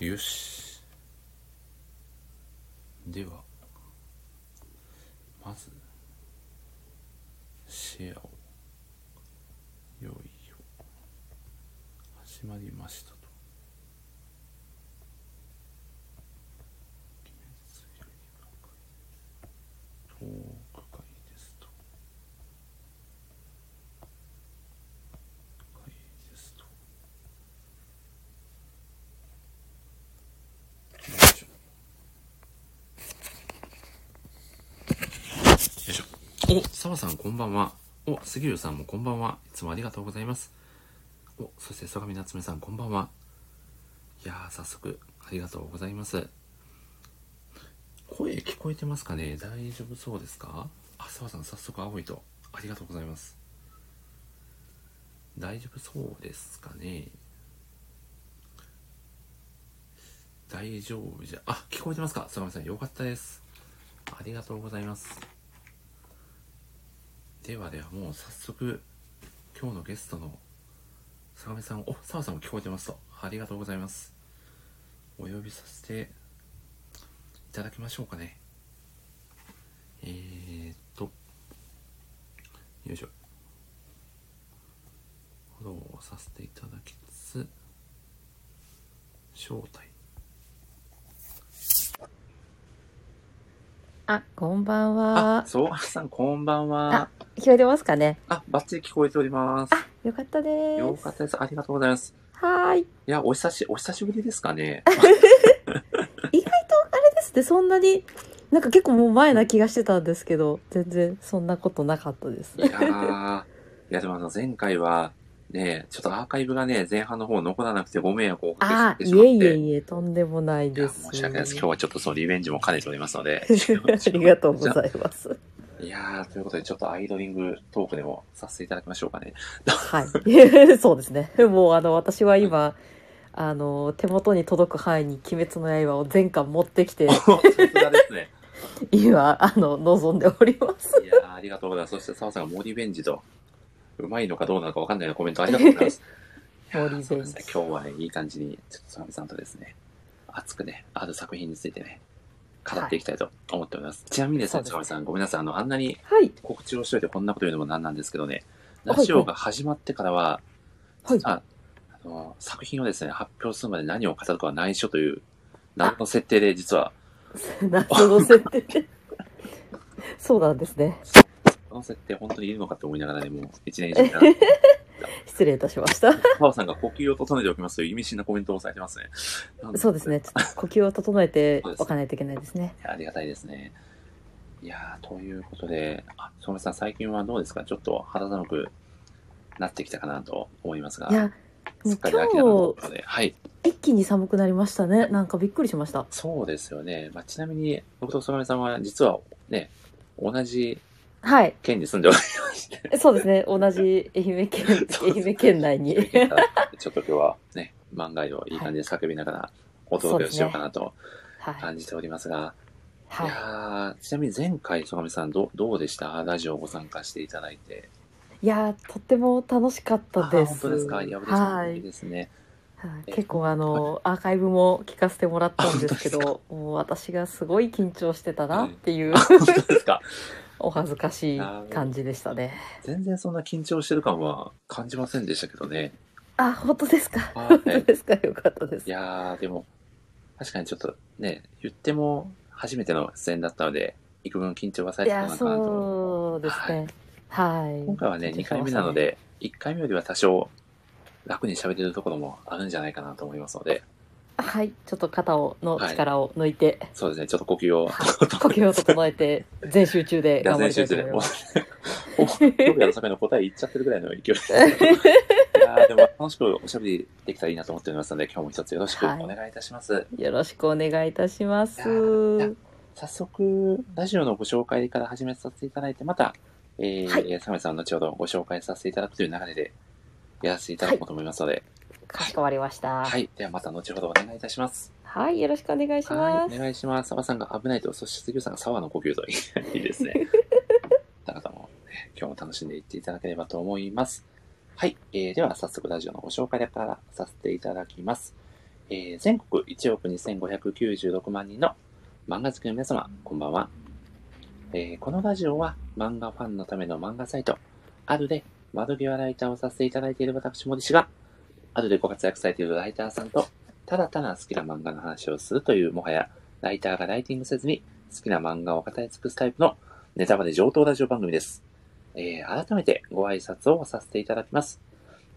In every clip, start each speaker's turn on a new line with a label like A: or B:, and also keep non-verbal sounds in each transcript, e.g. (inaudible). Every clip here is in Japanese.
A: よしではまずシェアをよいよ始まりましたとトーク会ですと会ですとよいしょよいしょお澤さんこんばんはお杉浦さんもこんばんはいつもありがとうございますおそして相模夏目さんこんばんはいやー早速ありがとうございます声聞こえてますかね大丈夫そうですかあ澤さん早速青いとありがとうございます大丈夫そうですかね大丈夫じゃあ聞こえてますか相模さんよかったですありがとうございますではではもう早速今日のゲストの相模さんお澤さんも聞こえてますとありがとうございますお呼びさせていただきましょうかねえー、っとよいしょフォローをさせていただきつつ招待
B: あ、こんばん
A: あ
B: は、。
A: そうさん、こんばんは。
B: 聞こえてますかね。
A: あ、バッチリ聞こえております。
B: よかったです。
A: よかったです。ありがとうございます。
B: はーい。
A: いや、お久し、お久しぶりですか
B: (laughs)
A: ね。
B: 意外とあれですね、そんなに、なんか結構もう前な気がしてたんですけど、全然そんなことなかったです
A: い。やー、いや、でもあの、前回は、ね、ちょっとアーカイブがね、前半の方残らなくてご迷惑をお
B: あ
A: か
B: ー、
A: けしてしま
B: い
A: っ
B: えい
A: て。
B: えいえ、とんでもない
A: いや、
B: です。。
A: 申し訳ないです。今日はちょっとそのリベンジも兼ねておりますので
B: (laughs) ありがとうございます。
A: いやー、ということで、ちょっとアイドリングトークでもさせていただきましょうかね。 (laughs)
B: はい。そうですね。もうあの、私は今、あの、手元に届く範囲に鬼滅の刃を全巻持ってきて、
A: さすがですね。
B: 今、あの、望んでおります。
A: いやー、ありがとうございます。そして、澤さんがモリベンジと、うまいのかどうなのかわかんないようなコメントありがとうございます。いやー
B: モリベンジ
A: そうですね。今日はね、いい感じに、ちょっと澤美さんとですね、熱くね、ある作品についてね、語っていきたいと思っております。ちなみにですね、
B: そ
A: 澤
B: う
A: 美
B: ですね
A: さん、ごめんなさい。あの、あんなに
B: はい。
A: 告知をしといてこんなこと言うのもなんなんですけどね、
B: はい
A: ラジオが始まってからは、
B: はい
A: 実はあの作品をですね、発表するまで何を語るかは内緒という、謎の設定で実は、
B: 謎の設定で。そうなんですね。
A: この設定本当にいるのかって思いながらね、もう一年以上になる。
B: (laughs) 失礼いたしました。
A: パオさんが呼吸を整えておきますという意味深なコメントをされてますね。なんだ
B: そうですね。ちょっと呼吸を整えて
A: そうですね
B: おかないといけないですね。
A: いやありがたいですね。いやー、ということで、あ、そのさん、最近はどうですかちょっと肌寒くなってきたかなと思いますが。
B: いや、も
A: すっ
B: う
A: かり秋だなと思
B: 今
A: ったので。はい。
B: 日、一気に寒くなりましたね。なんかびっくりしました。
A: そうですよね。まあ、ちなみに、僕とそのさんは実はね、同じ
B: はい。
A: 県に住んでおりまして、
B: そうですね。同じ愛媛県、
A: (laughs) そうです
B: 愛媛県内に。 (laughs)
A: ちょっと今日はね、漫画をいい感じで叫びながらお届けをしようかなと
B: はい。
A: 感じておりますが、い
B: はい。
A: やーちなみに前回、曽上さんど、どうでしたラジオご参加していただいて。
B: いやー、とっても楽しかっ
A: あ
B: たです。
A: 本当ですかいや、嬉し
B: はいい。
A: ですね。
B: はい
A: え
B: 結構あの、アーカイブも聞かせてもらったんですけ
A: あ
B: ど、もう私がすごい緊張してたなっていう、
A: 本当ですか
B: お恥ずかしい感じでしたね。
A: (laughs) 全然そんな緊張してる感は感じませんでしたけどね。
B: あ、本当ですか。
A: はい
B: 本当ですか。よかったです
A: い。やー、でも、確かにちょっとね、言っても初めての出演だったので、幾分緊張はさ
B: い
A: れてた
B: や、
A: のかなと。
B: そうですね。はい。
A: 今回はね、2回目なの。で、1回目よりは多少楽に喋れるところもあるんじゃないかなと思いますので、
B: はい、ちょっと肩をの力を抜いて、
A: そうですね、ちょっと呼吸を。
B: 呼吸を整えて、全集中で
A: いや
B: 頑張
A: 全
B: りた
A: 集
B: いと
A: 中で、
B: 思い
A: も
B: ま
A: う
B: す。、
A: お
B: (laughs)
A: 僕らのための答え言っちゃってるぐらいの勢いです。いやーでも楽しくおしゃべりできたらいいなと思っておりますので、今日も一つよろしくお
B: はい
A: 願いいたします。
B: (laughs) よろしくお願いいたします。
A: いや早速、ラジオのご紹介から始めさせていただいて、また、えー、
B: は
A: サ
B: い
A: メさん後ほどご紹介させていただくという流れで、やらせていただこうと思いますので、
B: かしこまりました。
A: は
B: はい、
A: い。ではまた後ほどお願いいたします。
B: よろしくお願いし
A: は
B: ま
A: い。
B: す。
A: お願いします。サバさんが危ないと、そして杉浦さんが沢の呼吸と (laughs) いいですね。
B: (laughs)
A: あなたも、ね、今日も楽しんでいっていただければと思います。はい。えーでは、早速ラジオのご紹介からさせていただきます。えー全国1億2596万人の漫画好きの皆様、こんばんは。えーこのラジオは漫画ファンのための漫画サイト、あるで窓際ライターをさせていただいている私、森氏が、あるでご活躍されているライターさんと、ただただ好きな漫画の話をするという、もはやライターがライティングせずに好きな漫画を語り尽くすタイプのネタバレ上等ラジオ番組です。えー改めてご挨拶をさせていただきます。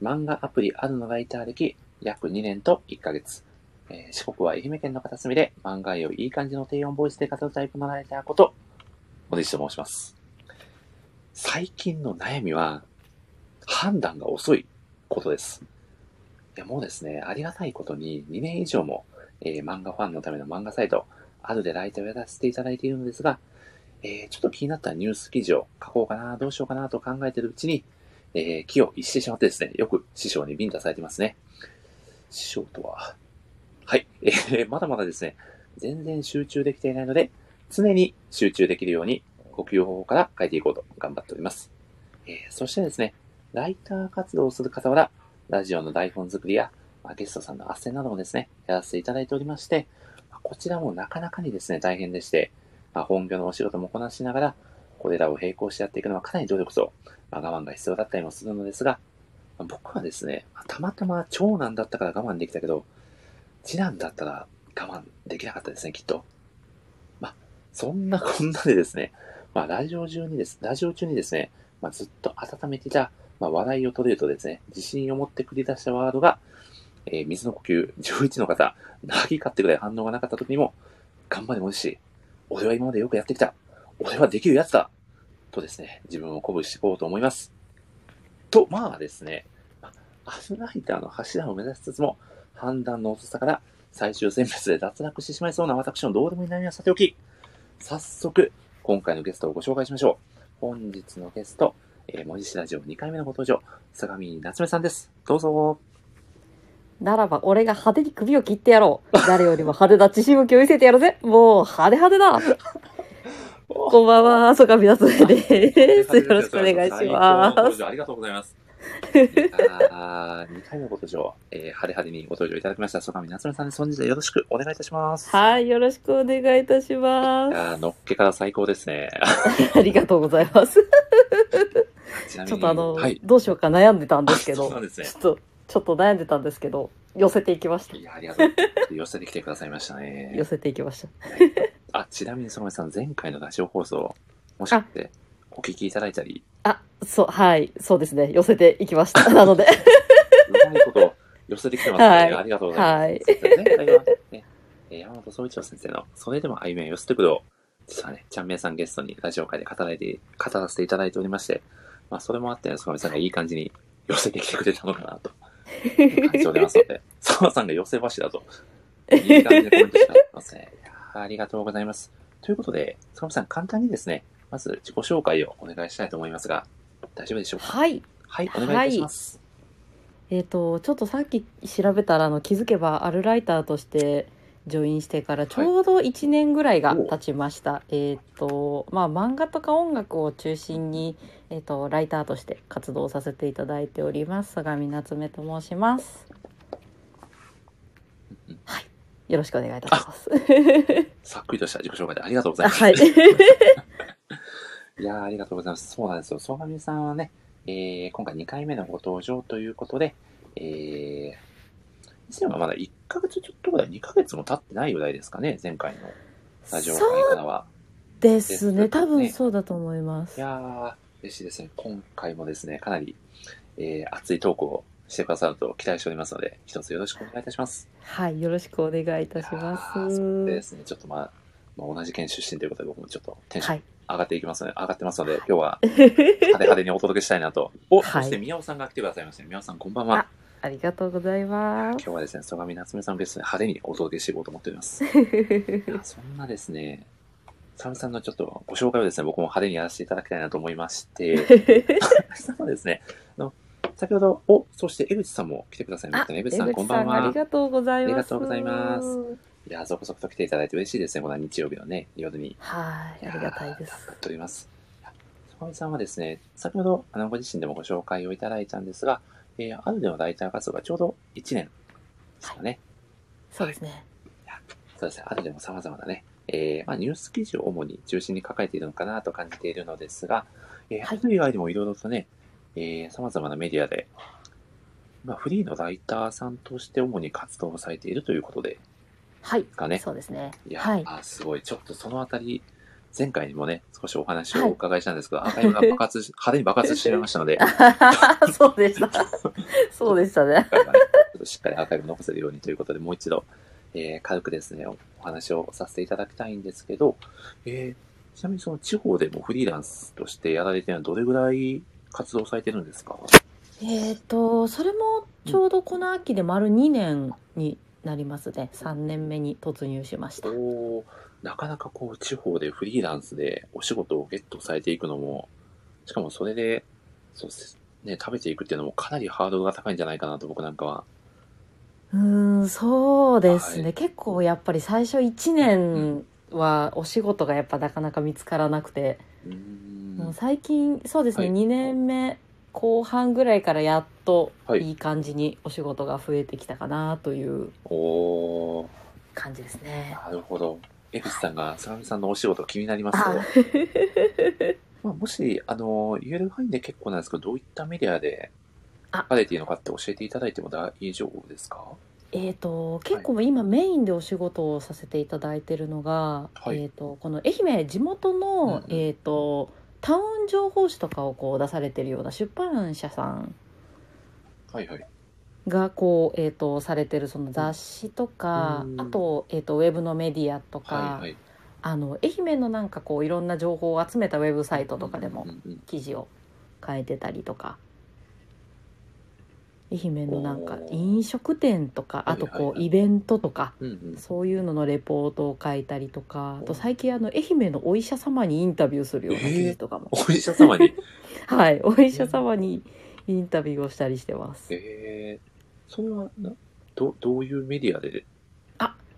A: 漫画アプリあるのライター歴約2年と1ヶ月。えー四国は愛媛県の片隅で漫画愛をいい感じの低音ボイスで語るタイプのライターこと、おじと申します。最近の悩みは、判断が遅いことです。いや、もうですね、ありがたいことに2年以上も、えー漫画ファンのための漫画サイト、あるでライターをやらせていただいているのですが、えーちょっと気になったニュース記事を書こうかな、どうしようかなと考えているうちに、えー気を逸してしまってですね、よく師匠にビンタされてますね。師匠とは、はい、えーまだまだですね、全然集中できていないので、常に集中できるように、呼吸法から変えていこうと頑張っております。えーそしてですね、ライター活動をする傍ら、ラジオの台本作りや、まあゲストさんの斡旋などもですね、やらせていただいておりまして、まあこちらもなかなかにですね、大変でして、まあ本業のお仕事もこなしながら、これらを並行してやっていくのはかなり努力と、まあ我慢が必要だったりもするのですが、まあ僕はですね、まあたまたま長男だったから我慢できたけど、次男だったら我慢できなかったですね、きっと。まあ、そんなこんなでですね、まあ、ラジオ中にです、ラジオ中にですね、まあ、ずっと温めていた、まあ、笑いを取れるとですね、自信を持って繰り出したワードが、えー水の呼吸11の方、なぎかってくらい反応がなかった時にも、頑張れもいし、俺は今までよくやってきた。俺はできるやつだ。とですね、自分を鼓舞していこうと思います。と、まあですね、まあアスライターの柱を目指しつつも、判断の遅さから最終選別で脱落してしまいそうな私のどうでもいい悩みはさておき、早速、今回のゲストをご紹介しましょう。本日のゲスト、えー、文字市ラジオ2回目のご登場、相模夏目さんです。どうぞ。
B: ならば俺が派手に首を切ってやろう。誰よりも派手な血しぶきを見せてやるぜ。もう派手派手だ。こんばんは、そかみなつめです。よろしくお願いしま
A: ありがとうございます。あ2回目のご登場、えー、派手派手にご登場いただきました、相模夏目さんです。本日はよろしくお願いいたします。
B: す。はい、よろしくお願いいたしま
A: いやーのっけから最高ですね。 (laughs)
B: す。ありがとうございます。
A: ちなみに
B: (laughs) ちょっとあの、
A: はい。
B: どうしようか悩んでたんですけ
A: あ
B: ど、
A: そうなんですね
B: ちょっと、ちょっと悩んでたんですけど、寄せていきました
A: い。や、ありがとう。寄せてきてくださいましたね
B: (laughs) 寄。せていきました。
A: あ、ちなみに、そのさん、前回のラジオ放送、もしかして、お聞きいただいたり、
B: あ、そう、はい、そうですね。寄せていきました。 (laughs) なので、
A: うまいこと寄せてきてますね。
B: (laughs) はい
A: ありがとうございます。前回はね、えー山本総一郎先生の、それでも歩みを寄せてくるを、実はね、ちゃんめいさんゲストにラジオ会で語られて、語らせていただいておりまして、まあ、それもあって、そのさんがいい感じに寄せてきてくれたのかなと、感じておりますので、澤さんが寄せ柱と、いい感じでコメントしてもらってますね。いやーありがとうございます。ということで、坂本さん、簡単にですね、まず自己紹介をお願いしたいと思いますが、大丈夫でしょうか
B: (laughs) はい。
A: はい、お願いいたします。
B: えっ、と、ちょっとさっき調べたら、あの、気づけば、あるライターとして、ジョインしてからちょうど1年ぐらいが経ちました。えっ、と、まあ、漫画とか音楽を中心に、えっ、と、ライターとして活動させていただいております。相模夏目と申します。はい。よろしくお願いいたします。
A: さっくりとした自己紹介でありがとうございます。
B: (laughs) はい。
A: いやーありがとうございます。そうなんですよ。相模さんはね、えー今回2回目のご登場ということで、えー、以前はまだ1ヶ月ちょっとぐらい、2ヶ月も経ってないぐらいですかね、前回のラジオ
B: そう
A: 会からは。
B: です
A: ですね
B: ね。多分そうだと思いま
A: い
B: す。
A: やー、嬉しいですね。今回もですね、かなり、えー熱いトークをしてくださると期待しておりますので、一つよろしくお願いいたします。
B: はい、よろしくお願いいたし
A: いや
B: ま。
A: ーそうですすね、ちょっとまあ、まあ同じ県出身ということで、僕もちょっとテンショ
B: は
A: ン
B: い。
A: 上がっていきますので、上がってますので、今日は派手派手にお届けしたいなと。お、
B: はい
A: そして宮尾さんが来てくださいました。宮尾さん、こんばんは
B: あ。ありがとうございま
A: 今
B: す
A: 日。はですね、相模夏目さんをゲストに派手にお届けしていこうと思っております。い
B: (laughs)
A: やそんなですね、相模さんのちょっとご紹介をですね、僕も派手にやらせていただきたいなと思いま
B: (laughs)
A: して、そうですね、あの、先ほど、お、そして江口さんも来てくださいま
B: あ
A: したね。江口さん、こんば
B: さ
A: ん
B: あ
A: は。
B: りがとうございます。
A: ありがとうございますいや、続々と来ていただいて嬉しいですね、この日曜日のね、夜に。
B: はい、ありがたいです。
A: とります。坂上さんはですね、先ほどあのご自身でもご紹介をいただいたんですが、えー、あるでのライター活動がちょうど1年ですかね。
B: そうですね。
A: そうですね。あとでも様々なね、えーまあ、ニュース記事を主に中心に書かれているのかなと感じているのですが、えー、
B: は
A: ハ
B: い
A: ト以外でもいろいろとね、えー、様々なメディアで、まあ、フリーのライターさんとして主に活動をされているということで
B: はい
A: す。かね。
B: そうですね。
A: いや、
B: はい。
A: あすごい。ちょっとそのあたり、前回にもね、少しお話をお伺いしたんですけど、アーカ
B: (laughs)
A: イブが爆発し、派手に爆発してしまいましたので、
B: そうでした。そうでしたね。
A: 今回はねちょっとしっかりアーカイブ残せるようにということで、もう一度、えー軽くですね、おお話をさせていただきたいんですけど、えーちなみにその地方でもフリーランスとしてやられてるのはどれぐらい活動されてるんですか
B: えっと、それもちょうどこの秋で丸2年になりますね。3年目に突入しました。
A: おーなかなかこう、地方でフリーランスでお仕事をゲットされていくのも、しかもそれで、そうですね、食べていくっていうのもかなりハードルが高いんじゃないかなと僕なんかは。
B: うーん、そうですね。
A: はい
B: 結構やっぱり最初1年はお仕事がやっぱなかなか見つからなくて、
A: うーん
B: もう最近、そうですね、
A: はい
B: 2年目後半ぐらいからやっと
A: はい
B: いい感じにお仕事が増えてきたかなという
A: おー
B: 感じですね。
A: なるほど。江口さんが、相模さんのお仕事気になります
B: あ
A: よ。まあ、もし、あの、言える範囲で結構なんですけど、どういったメディアで
B: あ
A: 書かれているのかって教えていただいても大丈夫ですか
B: えー、と結構今メインでお仕事をさせていただいてるのが、
A: はい
B: えー、とこの愛媛地元の、
A: うんうん
B: えー、とタウン情報誌とかをこう出されてるような出版社さん
A: はいはい。
B: がこう、えー、とされてるその雑誌とか、
A: うん
B: あと,、えー、とウェブのメディアとか、
A: はいはい。
B: あの愛媛のなんかこういろんな情報を集めたウェブサイトとかでも
A: うんうん
B: 記事を変えてたりとか愛媛のなんか
A: おー
B: 飲食店とかあと
A: はい
B: こ
A: はいうはい
B: イベントとか。
A: うんうん。
B: そういうののレポートを書いたりとか、あ
A: お
B: と最近あの愛媛のお医者様にインタビューするような記事とかも、
A: お医者様に、
B: はい、お医者様にインタビューをしたりしてます。
A: えー、それはなど、どういうメディアで、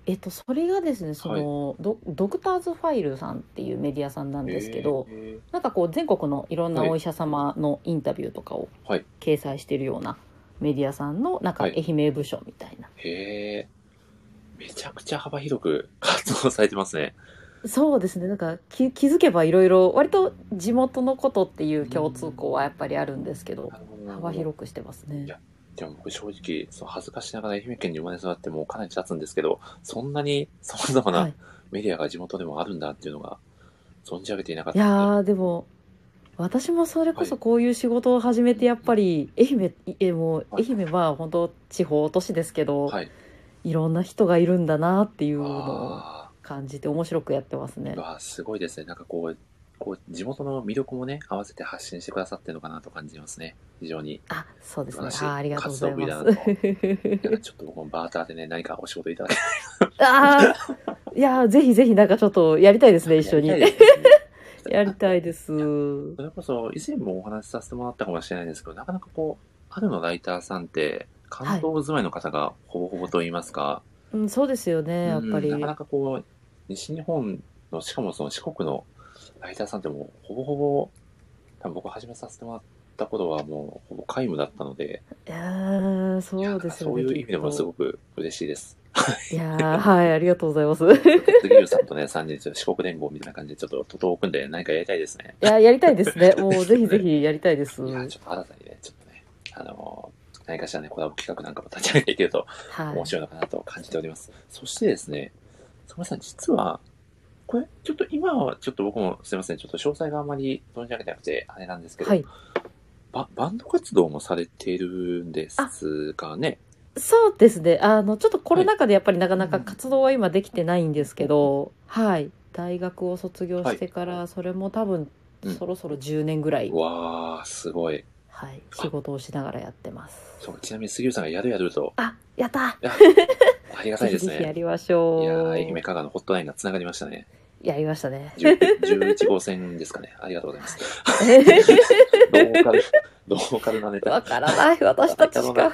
B: えっとそれがですね、その、ドドクターズファイルさんっていうメディアさんなんですけど、
A: え
B: なんかこう全国のいろんな
A: はい
B: お医者様のインタビューとかを
A: はい
B: 掲載してるようなメディアさんのなんか
A: はい
B: 愛媛部署みたいな、
A: ーえー、めちゃくちゃ幅広く活動されてますね。
B: そうですねなんか気気づけばいろいろ割と地元のことっていう共通項はやっぱりあるんですけど、幅
A: く
B: 広くしてますね
A: いや。でも僕正直、そう恥ずかしながら愛媛県に生まれ育ってもうかなり経つんですけど、そんなに様々
B: は、
A: ないメディアが地元でもあるんだっていうのが、存じ上げていなかっ
B: い
A: たので。
B: やーでも私もそれこそこういう仕事を始めてやっぱり愛媛えもう
A: はい
B: 愛媛は本当地方都市ですけど、、
A: はいい。
B: ろんな人がいるんだなっていうのを
A: あ
B: 感じて面白くやってますね
A: ーう。わー、すごいですね。なんかこう、こう地元の魅力もね、合わせて発信してくださってるのかなと感じますね。非常に。
B: あそうですね。あ
A: 素晴らしい
B: ーありがとうございます
A: 活動ぶ。なん (laughs) かちょっと僕もバーターでね、何かお仕事いただけ
B: (laughs) あーいやーぜひぜひなんかちょっとやりたいですね (laughs) 一緒に。
A: や
B: や
A: りたいですね
B: りたいです。
A: それこそ以前もお話しさせてもらったかもしれないんですけど、なかなかこう、春のライターさんって、関東住まいの方がほぼほぼと言いますか、
B: うんそうですよねやっぱり。
A: うんなかなかこう、西日本の、しかもその四国のライターさんってもう、ほぼほぼ、多分僕始めさせてもらった頃はもう、ほぼ皆無だったので、
B: いやーそうですよ
A: い
B: ね。
A: やそういう意味でもす
B: きっ
A: ごく嬉しいです。
B: といやーはいありがとうございます。
A: (laughs) 杉浦さんとね、3人でちょっと四国連合みたいな感じで、ちょっと徒党を組んで何かやりたいですね。
B: いや、やりたいですね。もうぜひぜひやりたいです。
A: い
B: は
A: や、
B: い
A: ちょっと新たにね、ちょっとね、あのー何かしらね、コラボ企画なんかも立ち上げていけると。面白いのかなと感じております。そしてですね、坂本さん、実は、これ、ちょっと今は、ちょっと僕もすいません、ちょっと詳細があまり存じ上げてなくて、あれなんですけど、
B: はい。
A: ババンド活動もされているんですかね。
B: そうですね。あの、ちょっとコロナ禍でやっぱりなかなか活動は今できてないんですけど、はい。大学を卒業してから、それも多分
A: うん、
B: そろそろ10年ぐらい、
A: うわー、すごい。
B: はい。仕事をしながらやってます。
A: そう、ちなみに杉浦さんがやるやると、
B: あ、やった
A: ありがた
B: ぜ
A: いです
B: ひぜひや
A: ね。
B: りましょ。
A: いうやー、愛媛香川のホットラインが繋がりましたね。
B: やりましたね。
A: 10 11号線ですかね。ありがとうございます。ローカル、
B: (laughs)
A: ローカルなネタ。
B: (laughs) わか
A: (laughs)
B: らない、私たちしか。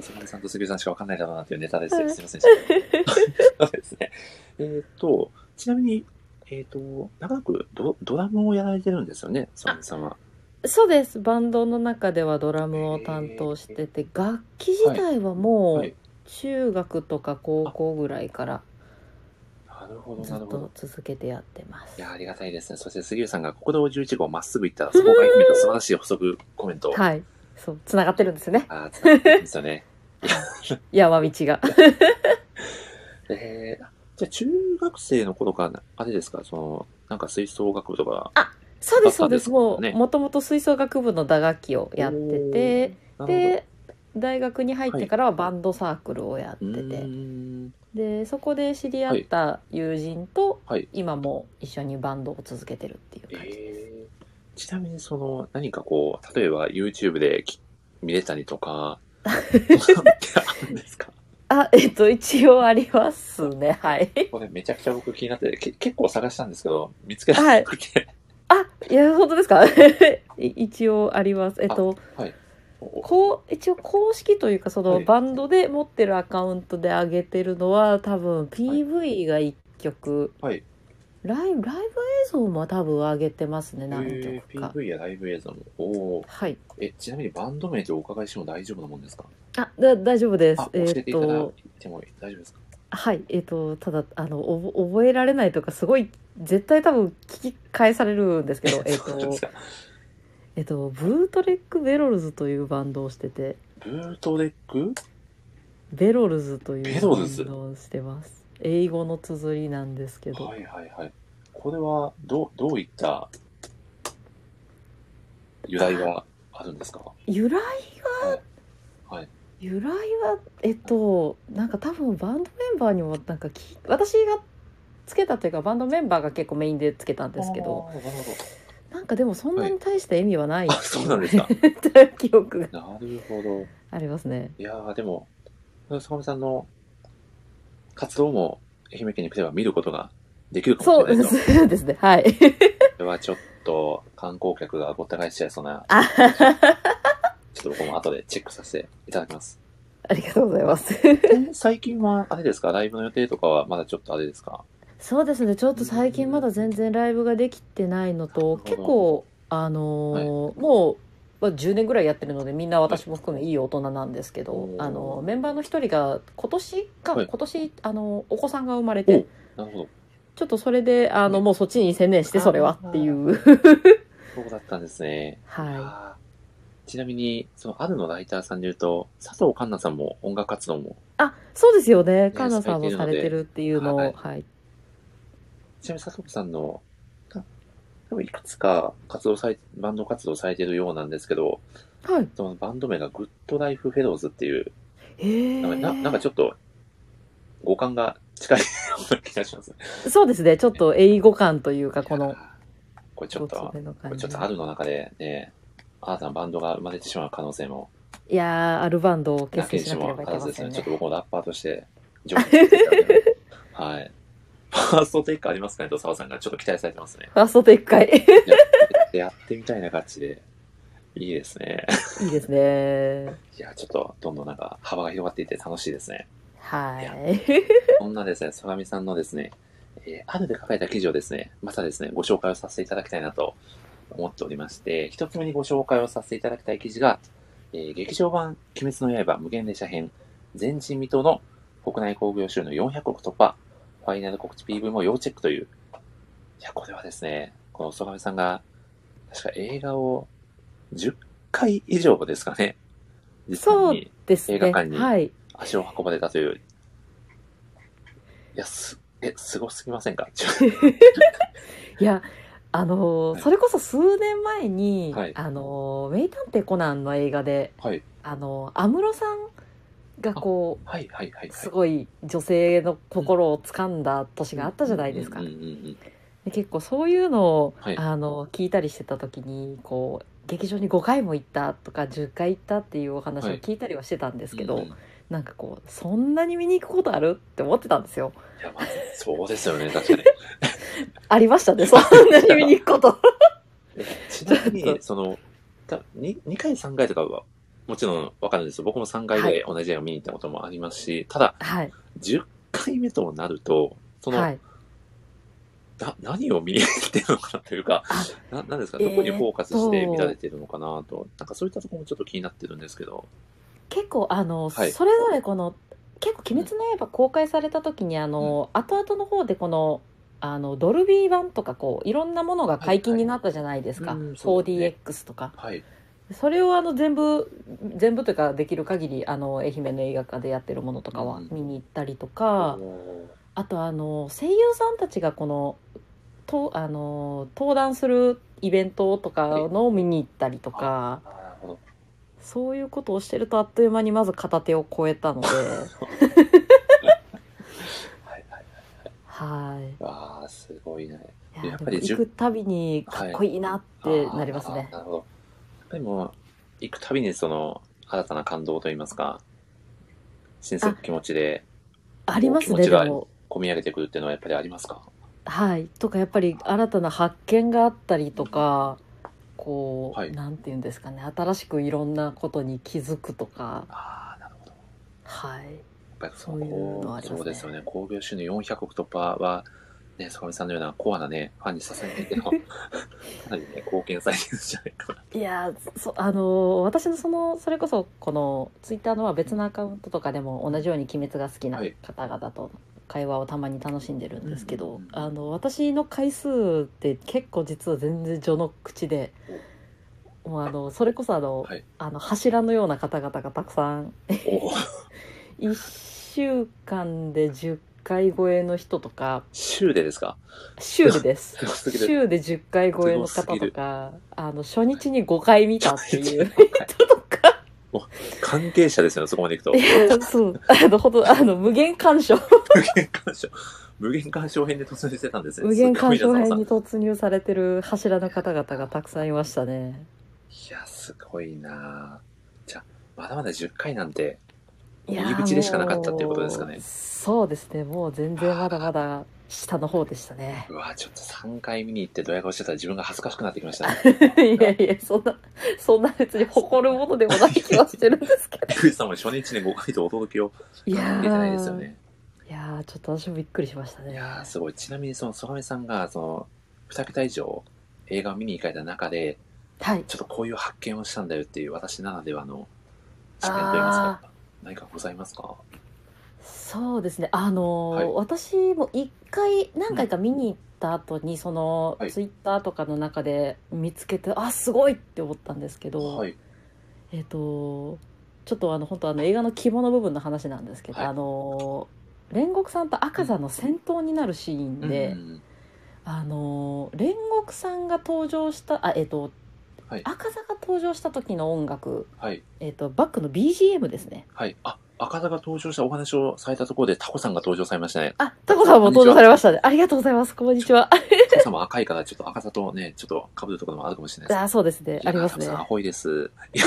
A: 坂本さんと杉浦さんしかわかんないだろうなっていうネタですよ。
B: はい
A: すいません。 (laughs) そうですね。えっ、と、ちなみに、えっ、と、長くドドラムをやられてるんですよね、坂本さんは。
B: そうです。バンドの中ではドラムを担当してて、楽器自体はもう、
A: はい
B: 中学とか高校ぐらいから
A: なるほど
B: ず
A: な
B: っ
A: るほど
B: と続けてやってま
A: い
B: す
A: や、ありがたいですね。そして杉浦さんが国道11号まっすぐ行ったら、そこが見た素晴らしい補足コメントを。
B: はいそうつながってるんですね
A: ああ、伝ってるんですよね。
B: 山道が
A: えー、じゃあ中学生の頃から、あれですか、その、なんか吹奏楽部とか。
B: そうですそ
A: だった
B: うで
A: んですす
B: も
A: ね
B: うもともと吹奏楽部の打楽器をやってて
A: おー、
B: で大学に入ってからはバンドサークルをやって
A: なるほどう
B: て、
A: ーん
B: でそこで知り合った友人と、
A: はい
B: 今も一緒にバンドを続けてるっていう感じです、
A: えー、ちなみにその、何かこう、例えば YouTube でき見れたりとか、そんなのってあるんですか
B: あえっと一応ありますねはい
A: (laughs) これめちゃくちゃ僕気になってて、け結構探したんですけど、見つけなくて。
B: あいや本当ですか (laughs) い一応ありますえっと
A: はい。お
B: こう一応公式というかその
A: はい
B: バンドで持ってるアカウントで上げてるのは多分 PV が1曲、
A: はい
B: ライブライブ映像も多分上げてますね何
A: え
B: 曲
A: ー
B: か、
A: PV やライブ映像も。おー
B: はい
A: え、ちなみにバンド名ってお伺いしても大丈夫なもんですか
B: あだ大丈夫です
A: あ、教
B: えっ
A: えていただ
B: と
A: いても大丈夫ですか
B: はいえっとただあのおぼ覚えられないとかすごい絶対多分聞き返されるんですけどえっ
A: (laughs) そうなんで
B: と
A: すか
B: えっとブートレック・ベロルズというバンドをしてて
A: ブートレック
B: ベロルズという
A: ベロルズ
B: バンドをしてます英語の綴りなんですけど
A: はいはいはい。これは、どう、どういった由来があるんですか
B: 由来は、
A: はい
B: 由来はえっとなんか多分バンドメンバーにもなんかき私がつけたというかバンドメンバーが結構メインでつけたんですけど。
A: あーなるほ
B: なんかでもそんなに大した意味はない、
A: はいあそうなんですか
B: (laughs) 記憶が
A: ど。なるほど。
B: あります
A: (laughs)
B: ね
A: いやー、でも、坂上さんの活動も愛媛県に来れば見ることができるか
B: そ
A: もし
B: う
A: れ
B: で
A: ないと。
B: すですねはい (laughs)
A: これはちょっと観光客がごった返しちゃいそうな、
B: あ
A: ちょっと僕も後でチェックさせていただきます。
B: ありがとうございます
A: (laughs) で最近はあれですかライブの予定とかはまだちょっとあれですか
B: そうですねちょっと最近まだ全然ライブができてないの
A: な
B: と
A: る
B: 結
A: ほ
B: 構あのーもう、まあ、10年ぐらいやってるのでみんな私も含めいい大人なんですけど
A: お、ー
B: あのーメンバーの一人が今年か、
A: はい
B: 今年あのーお子さんが生まれ
A: お
B: て
A: なるほど。
B: ちょっとそれであの、
A: ね
B: もうそっちに専念してそれはっていう
A: そうだったんですね。
B: (laughs) は
A: あーちなみに、その、あるのライターさんで言うと、佐藤環奈さんも音楽活動も
B: い、あそうですよねカンナさんもされてるっていうのを、
A: はい
B: はい、
A: ちなみに佐藤さんの、た多分いくつか活動され、バンド活動されてるようなんですけど、
B: はい、
A: そのバンド名がグッドライフフェローズっていう、
B: えー
A: なんかななんかちょっと、五感が近いような気がし
B: (laughs)
A: ます。
B: そうですねちょっと英語感というかこ
A: い
B: の
A: やー、これちょっと、
B: 一つ
A: こ
B: 目の
A: れ
B: 感
A: ち
B: じ
A: ょっとあるの中でね、新たなバンドが生まれてしまう可能性も、
B: いやーアルバンドを
A: なき
B: 結成
A: に
B: し
A: し
B: なけれ
A: も
B: ばい
A: あ
B: け
A: らず
B: ま
A: で
B: せ
A: すね。
B: んね
A: ちょっと僕もラッパーとして、上手に作っていただ (laughs) いてはい。ファーストテイクありますかねと澤さんがちょっと期待されてますね。
B: ファーストテイク会
A: やって (laughs) みたいな感じで、いいですね。
B: いいですね
A: いや、ちょっと、どんどんなんか、幅が広がっていて楽しいですね。
B: はい
A: そんなですね、相模さんのですね、えーあるで書かれた記事をですね、またですね、ご紹介をさせていただきたいなと思っておりまして、一つ目にご紹介をさせていただきたい記事が、えー劇場版鬼滅の刃無限列車編、前人未到の国内興行収入400億突破、ファイナル告知 PV も要チェックという、いや、これはですね、この相模さんが、確か映画を10回以上ですかね、実際に
B: です
A: 映
B: ね
A: 画館に
B: はい
A: 足を運ばれたという。いや、す、え、すごすぎません
B: (laughs)
A: か
B: いやあのー
A: はい
B: それこそ数年前に、
A: はい
B: あのー名探偵コナンの映画で
A: はい、
B: あのー安室さんがこう
A: はい、はい、はい。
B: すごい女性の心を掴んだ年があったじゃないですか、
A: うんうんうんうん
B: で結構そういうのを、
A: はい
B: あの聞いたりしてた時にこう劇場に5回も行ったとか10回行ったっていうお話を
A: はい
B: 聞いたりはしてたんですけど、
A: うんうんい
B: なんかこうそんなに見に行くことあるって思ってたんですよ
A: や、まあ、そうですよね、確
B: (laughs)
A: かに。
B: ありましたねそんなに見に行
A: (laughs)
B: くこと
A: えちなみ
B: ちょっ
A: に、その、たに2回、3回とかは、もちろんわかるんですよ。僕も3回ぐらい同じ映画見に行ったこともありますし、ただ、
B: はい
A: 10回目となると、その、
B: はい
A: な何を見に行ってるのかなというか
B: あ、
A: ななんですか、
B: え
A: ど
B: ー
A: こにフォーカスして見られてるのかなと、なんかそういったところもちょっと気になってるんですけど、
B: 結構あの、
A: はい
B: それぞれこの結構「鬼滅の刃」公開された時にあの、後々の方でこのあのドルビー版とかこういろんなものが解禁になったじゃないです
A: は
B: か、
A: いはいうんそうですね
B: 4DX とか
A: はい
B: それをあの全部全部というかできる限りあの愛媛の映画館でやってるものとかは
A: うん
B: 見に行ったりとか、
A: お
B: あとあの声優さんたちがこのとあの登壇するイベントとかのを見に行ったりとか。
A: ーなるほど
B: そういうことをしてるとあっという間にまず片手を超えたので
A: はいはい
B: はい
A: ああすごいね
B: い
A: やっぱり
B: でも行くたびにかっこいいなってなりますね、
A: あーなるほどやっぱりもう行くたびにその新たな感動といいますか新鮮な気持ちで
B: あります
A: 気持
B: ね
A: ち
B: で
A: が
B: も
A: 込み上げてくるっていうのはやっぱりありますか
B: はいとかやっぱり新たな発見があったりとかこう、
A: はい
B: なんていうんですかね新しくいろんなことに気づくとか
A: ああなるほど
B: はい
A: やっぱりそ
B: そういうの
A: こう
B: ありますね
A: そうですよね興行収入400億突破はね坂上さんのようなコアなねファンに支えていて (laughs) のかなりね貢献されてるんじゃないかない
B: やーそあのー私のそのそれこそこのツイッターのは別のアカウントとかでも同じように「鬼滅」が好きな
A: はい
B: 方々と会話をたまに楽しんでるんですけど、
A: うんうんうん
B: あの私の回数って結構実は全然序の口で。もうあのそれこそあの,、
A: はい
B: あの柱のような方々がたくさん
A: おお
B: 1週間で10回超えの人とか
A: 週でですか
B: 週でです
A: (laughs) すごすぎる
B: 週で10回超えの
A: すごす
B: 方
A: ぎ
B: と
A: る
B: かあの初日に5回見たっていう人とか
A: (laughs) 関係者ですよねそこまでいくと
B: いやそうあのほんとあの無限干 (laughs) 渉
A: 無限干渉無限干渉編で突入してたんですね
B: 無限干
A: すご
B: 渉
A: いな
B: 編に突入されてる柱の方々がたくさんいましたね
A: いやすごいなぁじゃあまだまだ10回なんて
B: いやー
A: 入り口でしかなかったっていうことですかね
B: もうそうですねもう全然まだまだ下の方でした (laughs) ね
A: うわちょっと3回見に行ってドヤ顔してたら自分が恥ずかしくなってきましたね
B: (laughs) いやいやそんなそんな別に誇るものでもない気はしてるんですけど
A: 江口さんも初日に5回と驚きを
B: いや
A: 出てないですよ
B: ー
A: ね
B: いやーちょっと私もびっくりしましたね
A: いやーすごいちなみにその曽我さんがその2桁以上映画を見に行かれた中で
B: はい
A: ちょっとこういう発見をしたんだよっていう私ならではの視点といいますか何かございますか
B: そうですねあの、
A: はい
B: 私も一回何回か見に行った後に、その、
A: はい
B: ツイッターとかの中で見つけてあすごいって思ったんですけど、
A: はい
B: えっ、とちょっとあの本当あの映画の規模の部分の話なんですけど、
A: はい
B: あの煉獄さんと赤座の戦闘になるシーンで、
A: うん
B: あの煉獄さんが登場したあえっ、と、
A: はい
B: 赤座が登場した時の音楽、
A: はい
B: えっとバックの BGM ですね
A: はいあ赤田が登場したお話をされたところでタコさんが登場されましたね
B: あタコさんも登場されましたねありがとうございますこんにちは
A: タコさんも赤いからちょっと赤さとねちょっと被るところもあるかもしれないです
B: あそうですね
A: いや
B: ありますね
A: タコさんアホいです
B: (laughs)
A: いや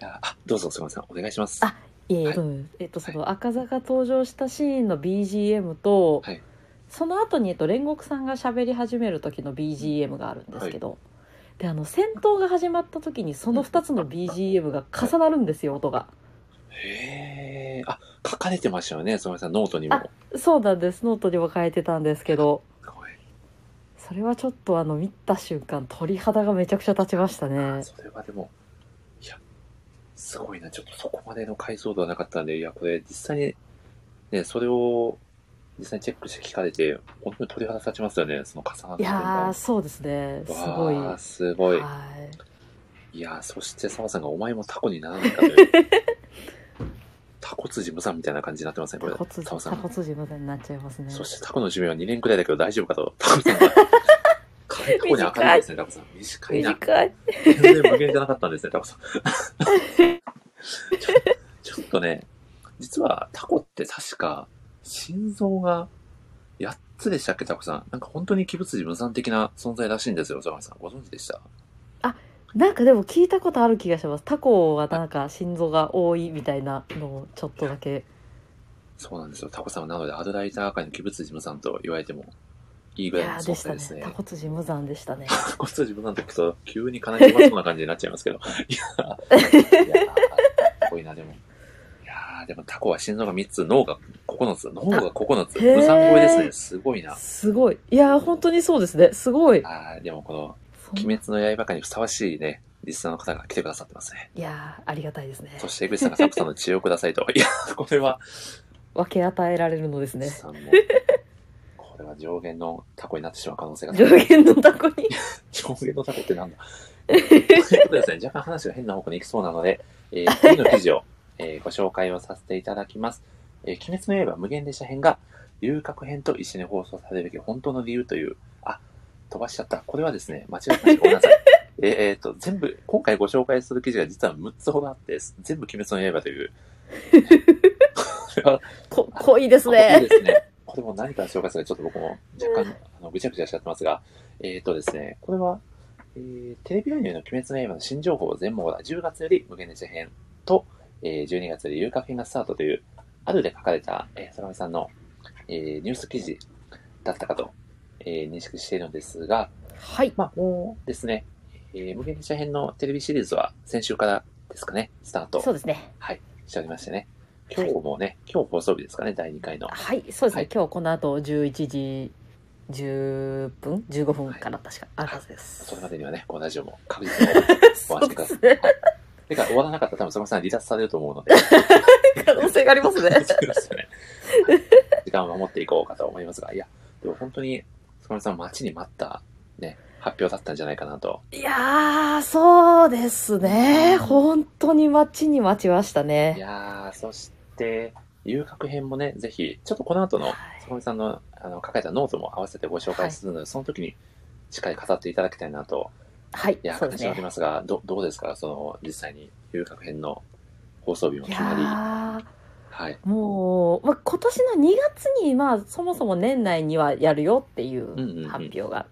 A: いやあどうぞすみませんお願いします
B: あいえいえ
A: はい
B: うんえっとその赤座が登場したシーンの BGM と、
A: はい
B: その後にえっと煉獄さんが喋り始める時の BGM があるんですけど、であの戦闘が始まった時にその2つの BGM が重なる
A: (laughs)
B: んですよ音が
A: へえあ書かれてましたよねすみませんノートにも
B: あそうなんですノートにも書いてたんですけど
A: すごい
B: それはちょっとあの見た瞬間鳥肌がめちゃくちゃ立ちましたね
A: それはでもいやすごいなちょっとそこまでの解像度はなかったんでいやこれ実際にねそれを実際にチェックして聞かれて本当に鳥肌立ちますよねその重なっ
B: い
A: てるの
B: やー
A: が
B: そうですねすごい
A: わあすごい
B: はい
A: いやーそして澤さんがお前もタコにならないかと
B: (laughs)
A: いうタコ辻無惨みたいな感じになってますねこれ
B: タコツジ
A: 澤さ
B: タ
A: ん
B: コツジまでになっちゃいますね
A: そしてタコの寿命は2年くらいだけど大丈夫かとタコさ
B: (laughs)
A: んが彼タコに明るいですねタコさん短いな
B: 短い
A: 全然無限じゃなかったんですねタコ
B: (laughs)
A: さんちょちょっとね実はタコって確か心臓が8つでしたっけタコさんなんか本当に鬼物無惨的な存在らしいんですよ澤さんご存知でした
B: なんかでも聞いたことある気がしますタコはなんか心臓が多いみたいなのをちょっとだけ
A: そうなんですよ。タコさんはなので、アドライター界の鬼物事務さんと言われてもいい
B: い
A: ぐらいの
B: やーで
A: 存
B: した
A: 在
B: ね
A: ですね
B: タ。コ辻無残でしたね
A: タコ物事務さんと聞くと、急に金にまそうな感じになっちゃいますけど。いやー、いやーすごいな、でも。いやーでもタコは心臓が3つ、脳が9つ、脳が9つ、
B: あへー
A: 無産声ですね。すごいな。
B: すごいいやー本当にそうですねすごい
A: あーでもこの、
B: そん
A: 鬼滅の刃界にふさわしいね、リスナーの方が来てくださってますね。
B: いやーありがたいですね
A: そして江口さんがサクさんの知恵をくださいと。
B: (laughs)
A: いや、これは、
B: 分け与えられるのですね
A: さんも、これは上限のタコになってしまう可能性が
B: 上限のタコに
A: 上限のタコってなんだということでですね、若干話が変な方向に行きそうなので、えー次の記事を、えーご紹介をさせていただきます。えー鬼滅の刃無限列車編が、遊郭編と一緒に放送されるべき本当の理由という、あ、飛ばしちゃった。これはですね、間違えました。ごめんなさい。えーえーと、全部、今回ご紹介する記事が実は6つほどあって、全部鬼滅の刃という。これは
B: こ濃いです
A: あい
B: ね
A: いですね。これも何から紹介するか、ちょっと僕も若干、あの、ぐちゃぐちゃしちゃってますが、えっ、とですね、これは、えーテレビアニメの鬼滅の刃の新情報全網が10月より無限列車編と、えー12月より遊郭編がスタートという、あるで書かれた、えー、坂上さんの、えーニュース記事だったかと、えー認識しているのですが、
B: はい
A: まあ、もうですね、えー無限列車編のテレビシリーズは先週からですかね、スタート
B: そうですね
A: しておりましてね、今日もね、今日放送日ですかね、第2回の。
B: はいそうですね、
A: はい
B: 今日この後11時10分15分から確かあるはずです、
A: それまでにはね、このラジオも確実に終わる。
B: (laughs) そうですね
A: てか、終わらなかったら多分、そのさん離脱されると思うので。
B: 可能性がありますね
A: そうですよね時間を守っていこうかと思いますが、いや、でも本当に、そのさん待ちに待った、ね、発表だったんじゃないかなと。
B: いやーそうですね本当に待ちに待ちました
A: い
B: ね
A: やー、そして、遊郭編もね、ぜひ、ちょっとこの後の、
B: はい
A: 坂上さんのあの書かれたノートも合わせてご紹介するので、その時にしっかり語っていただきたいなと、
B: はい
A: いや、
B: そうで
A: 形
B: す
A: にな
B: ね
A: りますが、どどうですか、その、実際に遊郭編の放送日も
B: い
A: 決
B: や
A: まり、
B: ー
A: はい。
B: もう、まあ、今年の2月に、まあ、そもそも年内にはやるよってい
A: んうんうん
B: う発表が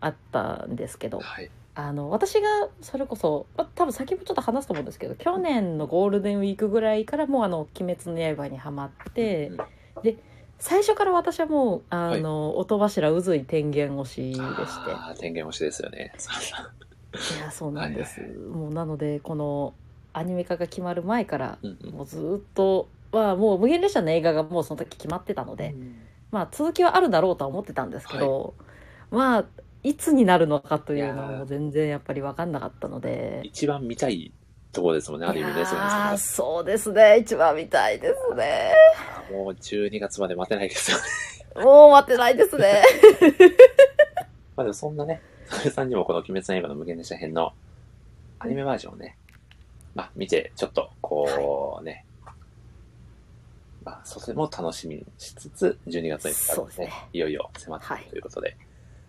B: あったんですけど、
A: はい。
B: あの私がそれこそ、まあ、多分先もちょっと話すと思うんですけど去年のゴールデンウィークぐらいからもう「あの鬼滅の刃」にはまって
A: うん
B: 最初から私はもうあの、音柱渦井天元推しでして
A: ああ、天元推しですよね。
B: いやそうなんです、
A: はいは
B: もうなのでこのアニメ化が決まる前から
A: うんうん
B: もうずっと、まあ、もう無限列車の映画がもうその時決まってたので、まあ続きはあるだろうとは思ってたんですけど、まあいつになるのかというの
A: いやー
B: も全然やっぱり分かんなかったので。
A: 一番見たいところですもんね、ある意味
B: い
A: ね、
B: や
A: それ
B: ーそうですね一番見たいですね
A: もう12月まで待てないですよね。 (laughs)
B: もう待ってないですね
A: まあでもそんなね、サルさんにもこの鬼滅の刃の無限列車編のアニメバージョンをね、まあ見て、ちょっとこうね、まあそれも楽しみにしつつ、12月に
B: そうですね
A: いよいよ迫ってく
B: はい
A: るということで、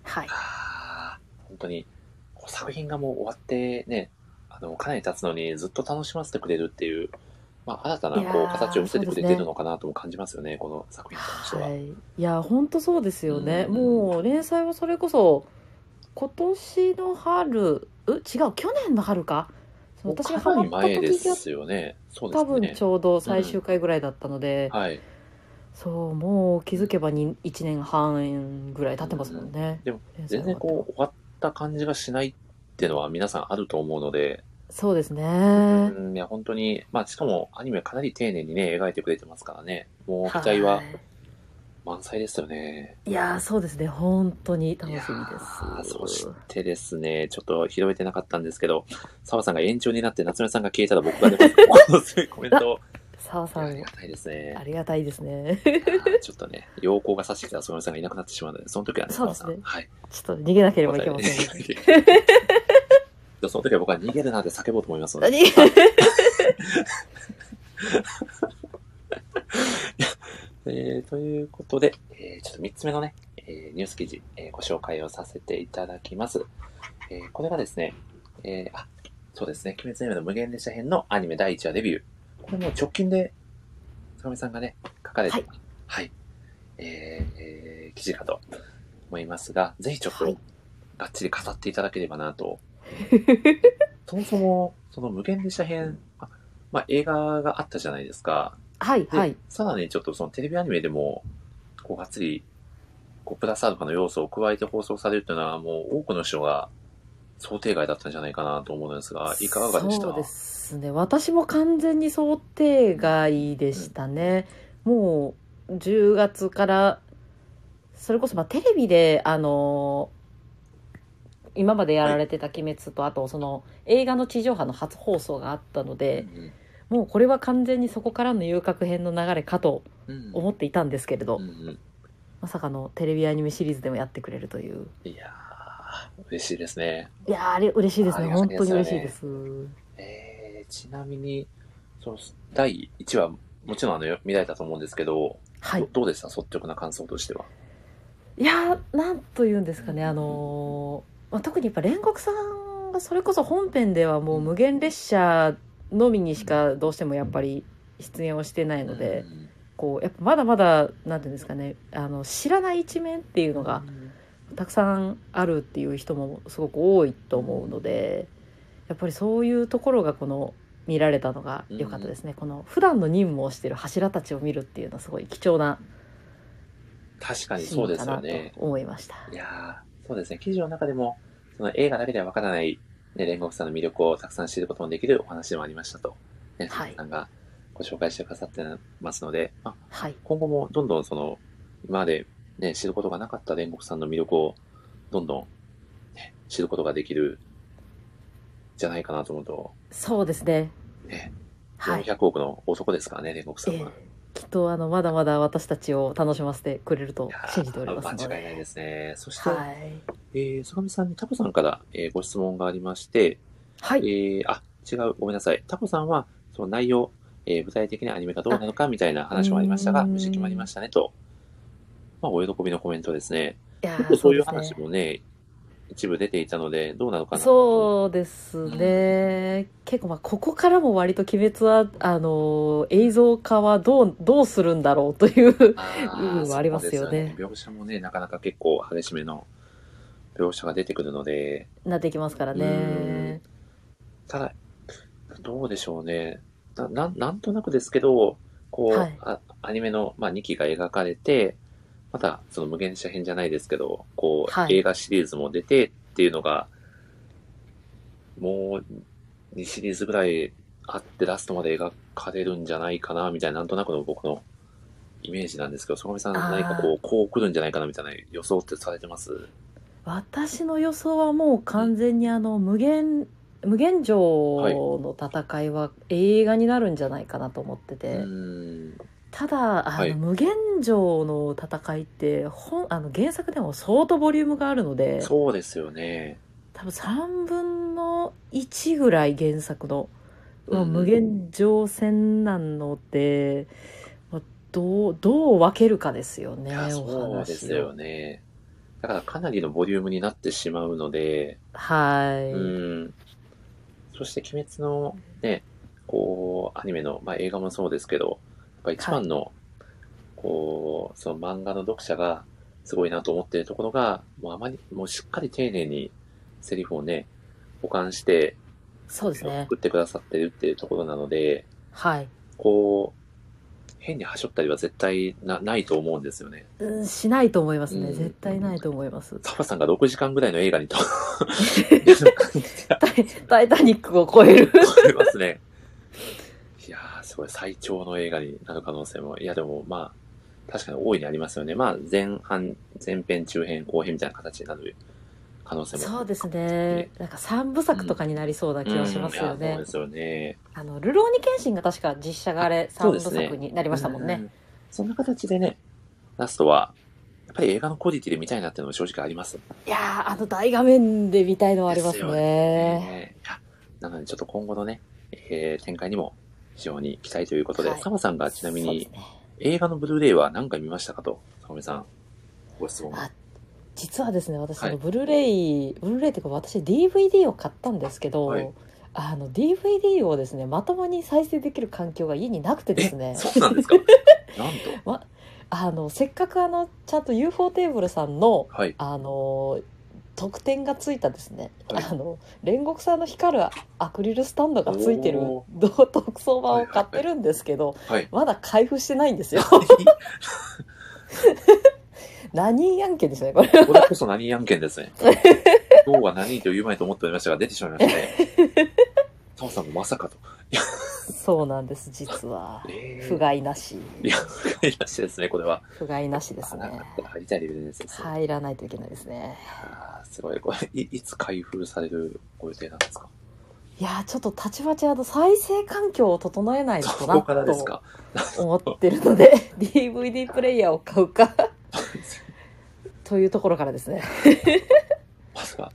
B: はい
A: あー本当にこう作品がもう終わってねあのかなり経つのにずっと楽しませてくれるっていう、まあ、新たない
B: やー
A: こう形を見せてくれ
B: そうで
A: て
B: すね
A: るのかなとも感じますよねこの作品に関しては。
B: はい、いや本当そうですよね、
A: うん
B: もう連載はそれこそ今年の春う違う去年の春かその
A: もう
B: 私
A: か
B: がハ
A: な
B: マ
A: り
B: った
A: 前
B: 時
A: で
B: が
A: すよね。そう
B: 多分
A: で
B: ち
A: すね。
B: ょうど最終回ぐらいだったので、
A: はい。
B: そうもう気づけばに1年半ぐらい経ってますもんね、
A: でも
B: 連載
A: 全然こう終わった感じがしないっていうのは皆さんあると思うので、
B: そうですね、
A: うん、いや本当に、まあしかもアニメかなり丁寧にね、描いてくれてますからね。もう期待はい満載ですよね。
B: いやーそうですね本当に楽しみです
A: いやーそしてですね、ちょっと拾えてなかったんですけど、澤さんが延長になって夏目さんが消えたら僕が出ます。このすごいコメント
B: (laughs)
A: を。
B: 澤さ
A: あり
B: ん
A: がたいですね
B: あ。りがたいですね (laughs)
A: いやーちょっとね、陽光が差してきたら澤さんがいなくなってしまうので、その時はね、
B: そ
A: 澤
B: うです
A: さ
B: ね
A: ん。はい。
B: ちょっと逃げなければいけませんね
A: じ (laughs) ゃあその時は僕は逃げるなんて叫ぼうと思いますので。
B: (laughs) 何
A: えーということで、えーちょっと3つ目のね、えーニュース記事、えーご紹介をさせていただきます。えーこれがですね、えーあ、そうですね、鬼滅の刃の無限列車編のアニメ第1話デビュー。これもう直近で、坂上さんがね、書かれて、
B: はい
A: はい、えーえー記事かと思いますが、ぜひちょっと、
B: はい
A: がっちり語っていただければなと。そもそも、その無限列車編、あまあ、映画があったじゃないですか。
B: はい
A: で
B: はい
A: さらにちょっとそのテレビアニメでも、こう、がっつり、こう、プラスアルファの要素を加えて放送されるというのは、もう多くの人が想定外だったんじゃないかなと思うんですが、いかがでした
B: そうですね私も完全に想定外でしたね、もう10月からそれこそまあテレビであの今までやられてた「鬼滅と」あとその映画の地上波の初放送があったので、もうこれは完全にそこからの遊郭編の流れかと
A: うん
B: 思っていたんですけれど、
A: うんうん
B: まさかのテレビアニメシリーズでもやってくれるという
A: いやー嬉しいですね
B: いやーあれ嬉しいです
A: あ
B: ね
A: りがた
B: 本
A: いです
B: 当
A: ね
B: に嬉しいです
A: えー、ちなみにその第1話もちろんあのよ見られたと思うんですけど、
B: はい
A: どどうでした率直な感想としてはい
B: やーなんというんですかねあのーまあ、特にやっぱ煉獄さんがそれこそ本編ではもう無限列車のみにしかどうしてもやっぱり出演をしてないので、
A: うん
B: こうやっぱまだまだなんていうんですかねあの知らない一面っていうのがたくさんあるっていう人もすごく多いと思うのでやっぱりそういうところがこの見られたのが良かったですね、この普段の任務をしてる柱たちを見るっていうのはすごい貴重な
A: 確かに
B: シ
A: そう
B: ーン
A: で
B: か
A: す
B: な
A: よ
B: と
A: ね
B: 思いました。
A: いやーそうですね記事の中でもその映画だけではわからない、ね、煉獄さんの魅力をたくさん知ることのできるお話でもありましたと、ね、
B: はい
A: さんがご紹介してくださってますので、まあ、
B: はい、
A: 今後もどんどんその今まで、ね、知ることがなかった煉獄さんの魅力をどんどん、ね、知ることができるじゃないかなと思うと、
B: そうですね
A: ね、
B: はい、
A: 400億の男ですからね煉獄さんは。
B: えきっとあのまだまだ私たちを楽しませてくれると
A: いやー
B: 信じておりますので。
A: 間違いないですね。そして、
B: はい、
A: えー、坂見さんにタコさんから、えーご質問がありまして、
B: はい、
A: えーあ、違う、ごめんなさい。タコさんは、その内容、えー具体的なアニメがどうなのかみたいな話もありました
B: う
A: が、
B: ーん
A: 無事決まりましたねと、まあ、お喜びのコメントですね。
B: いや
A: 結
B: ー
A: 構そういう
B: ですね
A: 話もね、一部出ていたので、どうなのかな
B: そうですね、結構まあここからも割と「鬼滅は」あの映像化はどうどうするんだろうという (laughs)
A: あ
B: 部
A: ー
B: 分はありますよ
A: そう
B: ね
A: ですよ描写もね、なかなか結構激しめの描写が出てくるので、
B: なってきますからね。
A: ただ、どうでしょうね。ななんなんとなくですけど、こう、
B: はい
A: あアニメの、まあ、2期が描かれて、またその無限者編じゃないですけど、こう、
B: はい
A: 映画シリーズも出てっていうのが、もう2シリーズぐらいあってラストまで描かれるんじゃないかな、みたいな、なんとなくの僕のイメージなんですけど、そこみさん
B: あー
A: 何かこう、こう来るんじゃないかな、みたいな予想ってされてます
B: 私の予想はもう完全にあの無限無限城の戦いは映画になるんじゃないかなと思って
A: う
B: て、
A: ーん。
B: ただあの、
A: はい
B: 無限城の戦いって本あの原作でも相当ボリュームがあるので
A: そうですよね。
B: 多分3分の1ぐらい原作の、うわ
A: うん
B: 無限上戦なので、まあ、どうどう分けるかですよ
A: い
B: ね
A: や
B: お
A: そう
B: 話
A: ですよね。だからかなりのボリュームになってしまうので、
B: はい、
A: うん。そして、鬼滅のね、こう、アニメの、まあ映画もそうですけど、やっぱ一番の、こう、その漫画の読者がすごいなと思っているところが、もうあまり、もうしっかり丁寧にセリフをね、保管して
B: そうですね
A: 送ってくださってるっていうところなので、
B: はい、
A: こう、変に端折ったりは絶対なないと思うんですよね。
B: うん、しないと思いますね、
A: うん
B: 絶対ないと思います
A: サバさんが6時間ぐらいの映画に
B: (laughs)
A: と、いう感じが
B: タイタイタニックを超
A: (laughs)
B: える
A: ありますね。いやー、すごい最長の映画になる可能性も、いやでもまあ、確かに大いにありますよね。まあ、前半、前編、中編、後編みたいな形になる可能性も。
B: そうですねなんか三部作とかになりそうな気がしますよ
A: うんいや
B: ね
A: そうですよね。
B: あのルローニケンシンが確か実写があれ
A: あそ
B: 三
A: うで
B: 部
A: す
B: 作
A: ね
B: になりましたもん
A: う
B: ね
A: う。そんな形でね、ラストは、やっぱり映画のクオリティで見たいなっていうのも正直あります。
B: いやーあの大画面で見たいのはありま
A: ですすよ
B: ね
A: ねいやなので、ちょっと今後のね、えー展開にも非常に期待ということで、
B: はい
A: サマさんがちなみ
B: そうで
A: に
B: すね
A: 映画のブルーレイは何回見ましたかと、サメさん、ご質問。
B: あ実はですね私、
A: はい
B: ブルーレイブルーレイっていうか私 DVD を買ったんですけど、
A: はい
B: あの DVD をですねまともに再生できる環境が家になくてですね
A: そうなんです
B: (laughs)
A: かなんと。
B: あのせっかくあのちゃんと UFO テーブルさんの
A: はい。
B: あの特典がついたですね、
A: はい
B: あの煉獄さんの光るアクリルスタンドがついてる
A: お
B: どう特装版を買ってるんですけど、
A: はい。
B: まだ開封してない
A: (laughs)
B: んですよ何案件ですねこれ
A: これこそ何案件
B: (laughs)
A: ですね。今
B: (laughs)
A: 日は何と言うまいと思っておりましたが、出てしまいましたね。サマさんもまさかと。
B: そうなんです実は
A: え
B: 不甲斐なし
A: いや、不甲斐なしですね、これは。
B: 不甲斐なしです
A: あなん
B: ね
A: かこれ入りたいレベルですね。
B: 入らないといけないですね
A: あーすごい。これい、いつ開封されるご予定なんですか
B: いやーちょっとたちまちあの再生環境を整えないと
A: そ
B: な
A: こからです
B: と
A: か
B: 思ってるので (laughs) DVD プレイヤーを買うかというところからですね
A: まさか、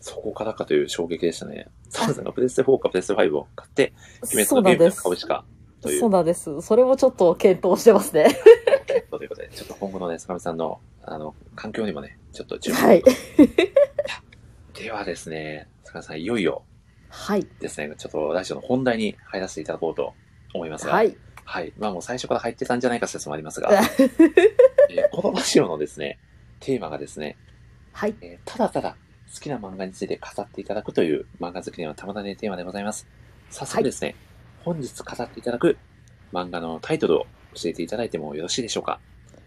A: そこからかという衝撃でしたね。サムさんがプレステ4かプレステ5を買って、鬼
B: そ
A: 滅の
B: うな
A: ゲーム
B: んで
A: の
B: す
A: 株しかという
B: そうなんですそれもちょっと検討してますね
A: ということで、ちょっと今後のね、坂上さんの、あの、環境にもね、ちょっと注目。
B: はい
A: ではですね、坂上さん、いよいよ
B: はい
A: ですね、ちょっとラジオの本題に入らせていただこうと思いますが、
B: は。い
A: はい。まあもう最初から入ってたんじゃないか説もありますが、
B: (laughs) は
A: えーこのラジオのですね、テーマがですね、
B: い
A: えーただただ好きな漫画について語っていただくという漫画好きにはたまらないテーマでございます。早速ですね、本日語っていただく漫画のタイトルを教えていただいてもよろしいでしょうか。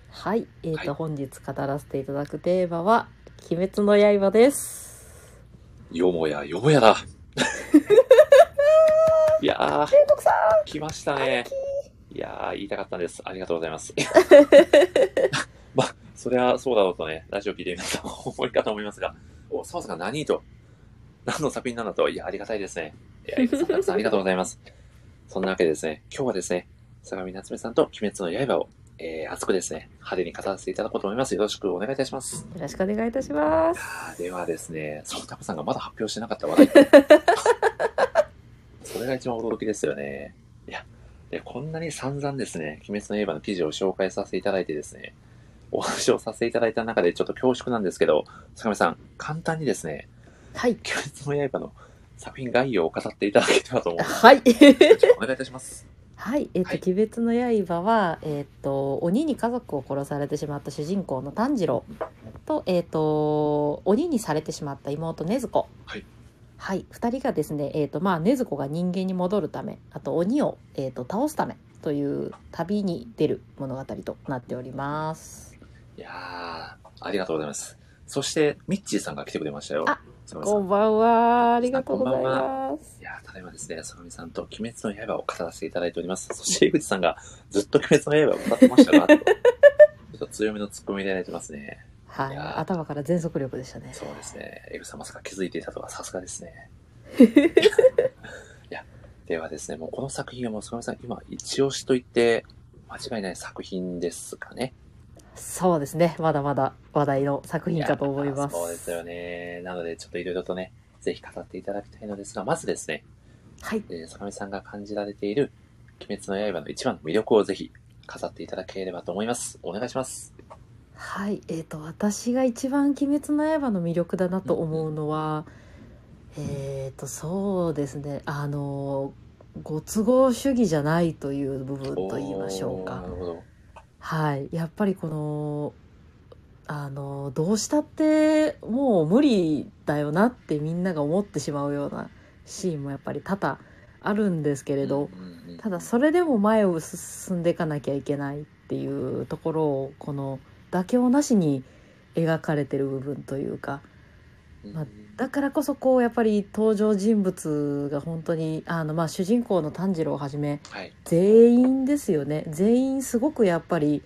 B: はいえーと、
A: はい
B: 本日語らせていただくテーマは「鬼滅の刃」です
A: よもやよもやだ。いや
B: 天国さ
A: ー、来ましたね。いやー、言いたかったんです。ありがとうござい (laughs) ます。まあ、そりゃそうだろうとね、ラジオ聞いて皆さんも思いかと思いますが、お、サオさんが何と、何の作品なんだと、いや、ありがたいですね。いや、サオさんありがとうございます。そんなわけでですね、今日はですね、相模夏目さんと鬼滅の刃を、えー、熱くですね、派手に語らせていただこうと思います。よろしくお願いいたします。
B: んよろしくお願いいたします
A: あーではですね、そうたこさんがまだ発表してなかった話題。それが一番驚きですよね。いや、でこんなに散々ですね、鬼滅の刃の記事を紹介させていただいてですね、お話をさせていただいた中でちょっと恐縮なんですけど、坂上さん、簡単にですね、
B: はい
A: 鬼滅の刃の作品概要を語っていただければと思うの
B: はい
A: で、ちょっとお願いいたします。
B: はい、えっ、と、
A: はい
B: 鬼滅の刃は、えっ、と、鬼に家族を殺されてしまった主人公の炭治郎と、えっ、と、鬼にされてしまった妹禰豆子。
A: はい。
B: はい、二人がですね、えっ、と、まあ、禰豆子が人間に戻るため、あと鬼を、えっ、と、倒すため。という旅に出る物語となっております。
A: いやー、ありがとうございます。そして、ミッチーさんが来てくれましたよ。
B: あ
A: 坂上さん
B: こんばんは、ありがとうござい
A: こんば
B: ます
A: い。やーただいまですね、坂上さんと鬼滅の刃を語らせていただいております。そして江口さんがずっと鬼滅の刃を語ってましたが、ちょっと強めのツッコミでいただいてますね。
B: はいい、
A: やー
B: 頭から全速力でしたね。
A: そうですね。江口さんまさか気づいていたとはさすがです
B: (laughs)
A: ね。いや、ではですね、もうこの作品はもう坂上さん、今、一押しと言って間違いない作品ですかね。
B: そうですね、まだまだ話題の作品かと思います。
A: やーそうですよね。なので、ちょっといろいろとね、ぜひ語っていただきたいのですが、まずですね、
B: はい。
A: えー坂上さんが感じられている「鬼滅の刃」の一番の魅力をぜひ飾っていただければと思いますお願いします
B: はい、えー、と私が一番「鬼滅の刃」の魅力だなと思うのは、えー、とそうですねあのご都合主義じゃないという部分と言いましょう
A: おーな
B: か。
A: るほど
B: はい、やっぱりこのあのどうしたってもう無理だよなってみんなが思ってしまうようなシーンもやっぱり多々あるんですけれど、
A: うんうん
B: ただそれでも前を進んでいかなきゃいけないっていうところをこの妥協なしに描かれてる部分というかまあだからこそこうやっぱり登場人物が本当にあのまあ主人公の炭治郎をはじめ
A: はい
B: 全員ですよね全員すごくやっぱり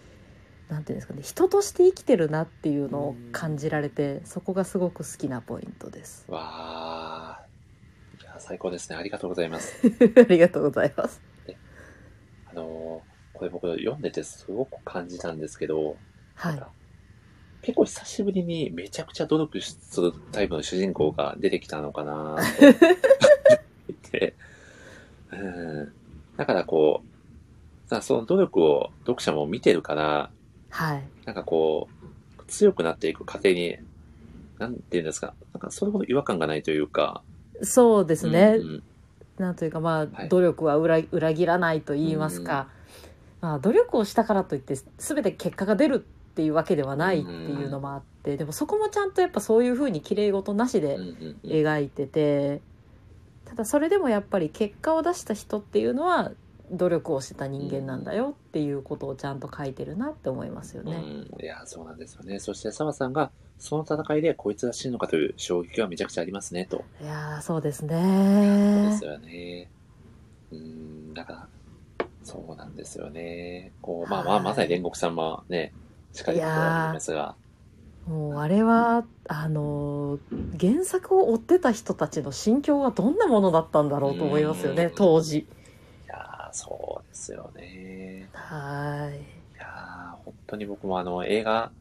B: なんていうんですかね人として生きてるなっていうのを感じられてそこがすごく好きなポイントです。 (laughs)
A: わあいや最高ですねありがとうございます
B: ありがとうございます。
A: あのーこれ僕読んでてすごく感じたんですけど
B: はい、
A: 結構久しぶりにめちゃくちゃ努力するタイプの主人公が出てきたのかなと思
B: (laughs)
A: って、うん、だからこう、さその努力を読者も見てるから、
B: はい、
A: なんかこう、強くなっていく過程に、なんていうんですか、なんかそれほど違和感がないというか、
B: そうですね、
A: うんうん
B: なんというかまあ、
A: はい
B: 努力は裏裏切らないと言いますか、まあ、努力をしたからといって全て結果が出るっていうわけではないっていうのもあって、でもそこもちゃんとやっぱそういうふうにきれい事なしで
A: うんうんうん
B: 描いてて、ただそれでもやっぱり結果を出した人っていうのは努力をしてた人間なんだよっていうことをちゃんと書いてるなって思いますよね。
A: うん、いや、そうなんですよね。そして澤さんが、その戦いでこいつら死ぬのかという衝撃がめちゃくちゃありますね、と。
B: いやーそうです
A: そうで
B: ね
A: すよね。うん、だから、そうなんですよね。こう、まあまあ、まさに煉獄さんはね、しっかりとありますが、
B: もうあれはあのー原作を追ってた人たちの心境はどんなものだったんだろうと思いますよ
A: うん
B: ね当時
A: いやー、そうですよね。
B: はい
A: やー本当に僕もあの映画、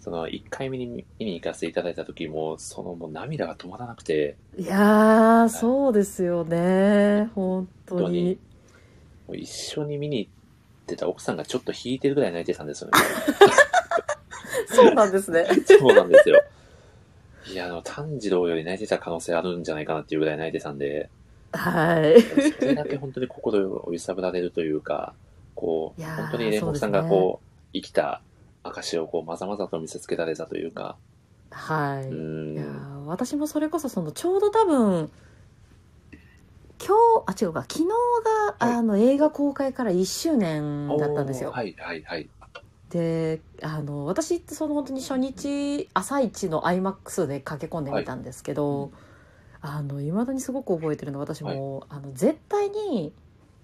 A: その1回目に見見に行かせていただいた時も、そのもう涙が止まらなくて、
B: いいやーそうですよね本当に
A: もう一緒に見に行ってた奥さんがちょっと引いてるぐらい泣いてたんですよね。
B: そうなんで
A: (laughs)
B: すね
A: そうなんですよ。いや、あの、炭治郎より泣いてた可能性あるんじゃないかなっていうぐらい泣いてたんで、
B: はい
A: それだけ本当に心を揺さぶられるというか、こう、
B: いやー
A: 本当に煉獄さんがこう、生きた証をこう、まざまざと見せつけられたというか、
B: は
A: う
B: いいや
A: ん。
B: ー私もそれこそそのちょうど多分今日あ違うか昨日が、
A: はい
B: あの映画公開から1周年だったんですよ
A: おー。はい、はい、はい。
B: であの私ってその本当に初日朝一の IMAX で駆け込んでみたんですけど、
A: はい
B: あの未だにすごく覚えてるの私も、あの絶対に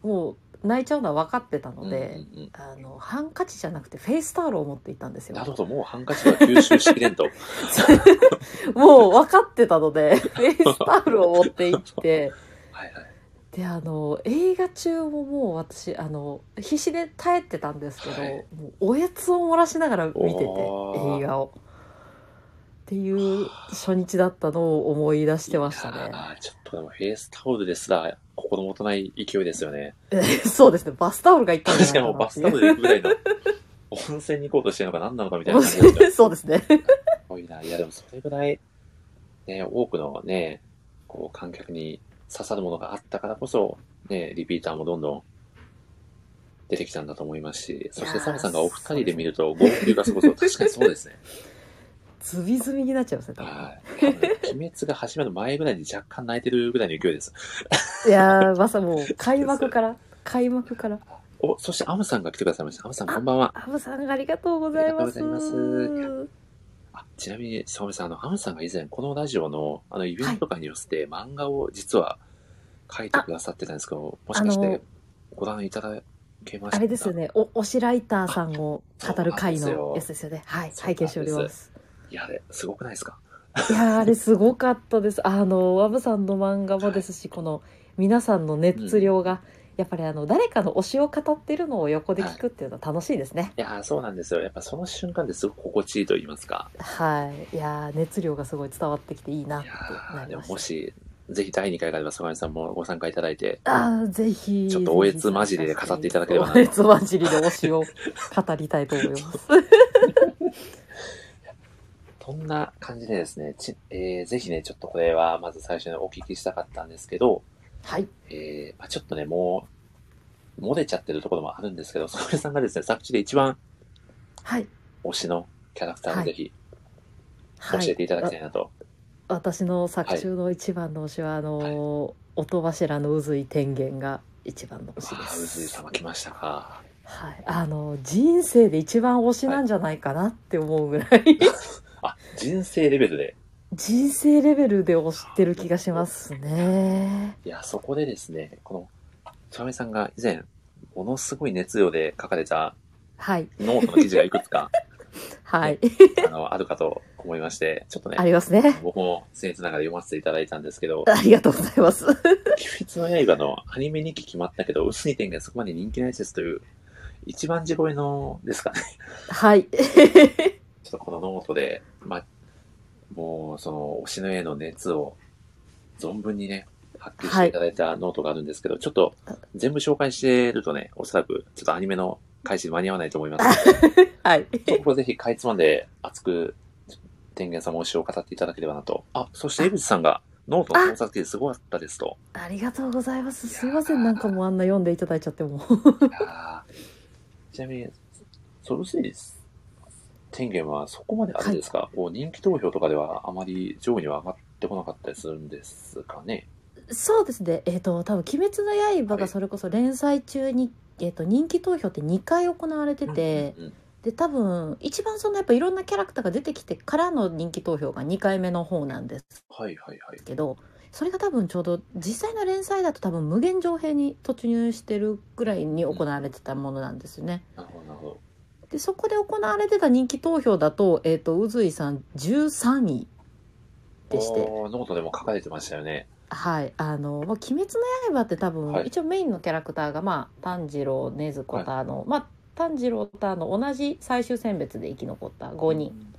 B: もう泣いちゃうのは分かってたので、
A: うんうんうん
B: あのハンカチじゃなくてフェイスタオルを持っていったんですよ
A: な。るほど、もうハンカチが吸収しき
B: (laughs)
A: れんと。
B: もう分かってたのでフェイスタオルを持って行って。
A: はいはい。
B: であの映画中ももう私あの必死で耐えてたんですけど、
A: はい
B: もうおやつを漏らしながら見てて
A: おー
B: 映画を。っていう初日だったのを思い出してましたね。 (laughs)
A: ああ、ちょっとでもフェイスタオルですら心もとない勢いですよね。
B: そうですねバスタオルがいっ
A: (laughs)
B: たんじ
A: 確かに
B: ゃない
A: もう
B: か
A: バ
B: な
A: スタオル
B: ってい
A: で
B: う。
A: 行くぐらいの、温泉に行こうとしてるのか何なのかみたいな感じですよね
B: (laughs) そうですね。
A: すごいな。いや、でもそれぐらい、ね、多くのね、こう観客に刺さるものがあったからこそ、ね、リピーターもどんどん出てきたんだと思いますし、そして
B: いやー
A: サムさんがお二人で見ると、号泣がすごそう。確かにそうですね。
B: ズビズビになっちゃいますね。多分
A: はい。多分ね鬼滅が始まる前ぐらいに若干泣いてるぐらいの勢いです。
B: いやーまさもう開幕から開幕から。
A: お、そしてアムさんが来てくださいました。アムさん、こんばんは。
B: ハムさんありがとうございます。
A: ありがとうございあちなみに、坂本さん、あの、アムさんが以前、このラジオの、あの、イベントとかに寄せて、漫画を実は書いてくださってたんですけど、もしかし
B: あ
A: て
B: の、
A: ご覧いただけました
B: あれですよね。お推しライターさんを語る回
A: そうなん
B: の
A: で
B: や
A: す
B: つですよね。はい、
A: そうなん
B: 拝
A: です
B: 見しております。
A: いや、あれ、すごくないですか
B: いやーあれすごかったです。あのワブさんの漫画もですし、この皆さんの熱量が、やっぱりあの誰かの推しを語ってるのを横で聞くっていうのは楽しいですね。
A: いやー、そうなんですよ。やっぱその瞬間ですごく心地いいと言いますか。
B: はい。いやー熱量がすごい伝わってきていいないって
A: や
B: な
A: ー、
B: り
A: でも
B: まし
A: もし、ぜひ第2回があれば、坂本さんもご参加いただいて、
B: た。ああぜひ
A: ちょっとおえつ混じりで語っていただければな
B: おえつ混じりで推しを語りたいと思います。
A: (laughs) そんな感じでですね、ちえーぜひね、ちょっとこれは、まず最初にお聞きしたかったんですけど、
B: はい。
A: えーまあ、ちょっとね、もう、漏れちゃってるところもあるんですけど、坂本さんがですね、作中で一番
B: はい。
A: 推しのキャラクター
B: は
A: を
B: い
A: ぜひ教
B: はい
A: えていただきたいなと。
B: 私の作中の一番の推しは、あのー音柱の渦井天元が一番の推し
A: あ
B: で
A: あ、うずい
B: す。
A: 様来ましたか。
B: はい、あのー人生で一番推しなんじゃないかなって思うぐらい、
A: あ、人生レベルで。
B: (laughs) 人生レベルで推してる気がしますね。
A: いや、そこでですね、この、ちなみさんが以前、ものすごい熱量で書かれた
B: はい
A: ノートの記事がいくつ
B: (laughs)
A: か、
B: はい、
A: あの、あるかと思いまして、ちょっと
B: あ
A: ね、
B: りますね。
A: 僕も僭越ながら読ませていただいたんですけど、
B: ありがとうございます。
A: 鬼滅の刃のアニメ2期決まったけど、薄い点がそこまで人気ないですという、一番地声のですかね、
B: はい、
A: ちょっとこのノートで、まあ、もうその推しの絵の熱を存分にね、発揮していただいたノートがあるんですけど、ちょっと全部紹介してるとね、おそらくちょっとアニメの開始に間に合わないと思いますので、
B: はい、
A: ちょっとここぜひかいつまんで熱く天元様推しを語っていただければなと。あ、そして江口さんがノートの創作記事すごかったですと。
B: ありがとうございます。すいません、なんかもうあんな読んでいただいちゃってもう。
A: いやーちなみに、ソルセイス天元はそこまであれですか、こう人気投票とかではあまり上位には上がってこなかったりするんですかね
B: そうですね、えっ、と、多分鬼滅の刃がそれこそ連載中に、えっ、と、人気投票って2回行われてて。
A: うんうんうん
B: で、多分、一番そのやっぱいろんなキャラクターが出てきてからの人気投票が2回目の方なんです
A: はいはいはい。
B: けど。それが多分ちょうど実際の連載だと多分無限上編に突入してるぐらいに行われてたものなんですね。
A: なるほどなるほど
B: でそこで行われてた人気投票だと,、えー、と宇髄さん13位でして。
A: おーノートでも書かれてましたよね
B: はい、あの「まあ、鬼滅の刃」って多分、
A: はい
B: 一応メインのキャラクターが、まあ、炭治郎禰豆子とあの、まあ、炭治郎とあの同じ最終選別で生き残った5人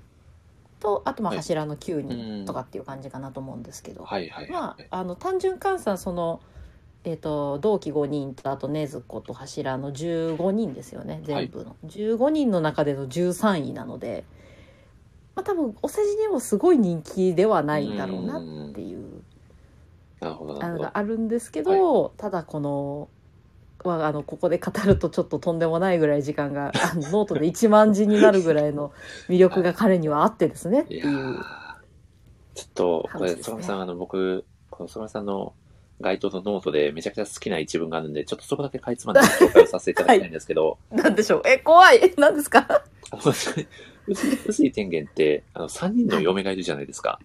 B: とあとまあ
A: はい
B: 柱の9
A: うん
B: 人とかっていう感じかなと思うんですけど、
A: はいはいはい、
B: まあ、あの単純換算その、えー、と同期5人とあと禰豆子と柱の15人ですよね全部の、15人の中での13位なので、まあ、多分お世辞にもすごい人気ではないんだろうなっ
A: ん
B: ていう。
A: なるほどなる
B: あの
A: ほど
B: があるんですけど、ただこの、まあ、あのここで語るとちょっととんでもないぐらい時間が (laughs) あのノートで1万字になるぐらいの魅力が彼にはあってですねって
A: い
B: い
A: やー
B: う。
A: ちょっと、こ
B: 話
A: れ、
B: ですね
A: そらさん、あの、僕、このそらさんの該当のノートでめちゃくちゃ好きな一文があるんで、ちょっとそこだけかいつまんで紹介をさせていただきたいんですけど、
B: なんでしょうえ怖い何ですか
A: あ (laughs) の、薄い天元って、あの、3人の嫁がいるじゃないですか。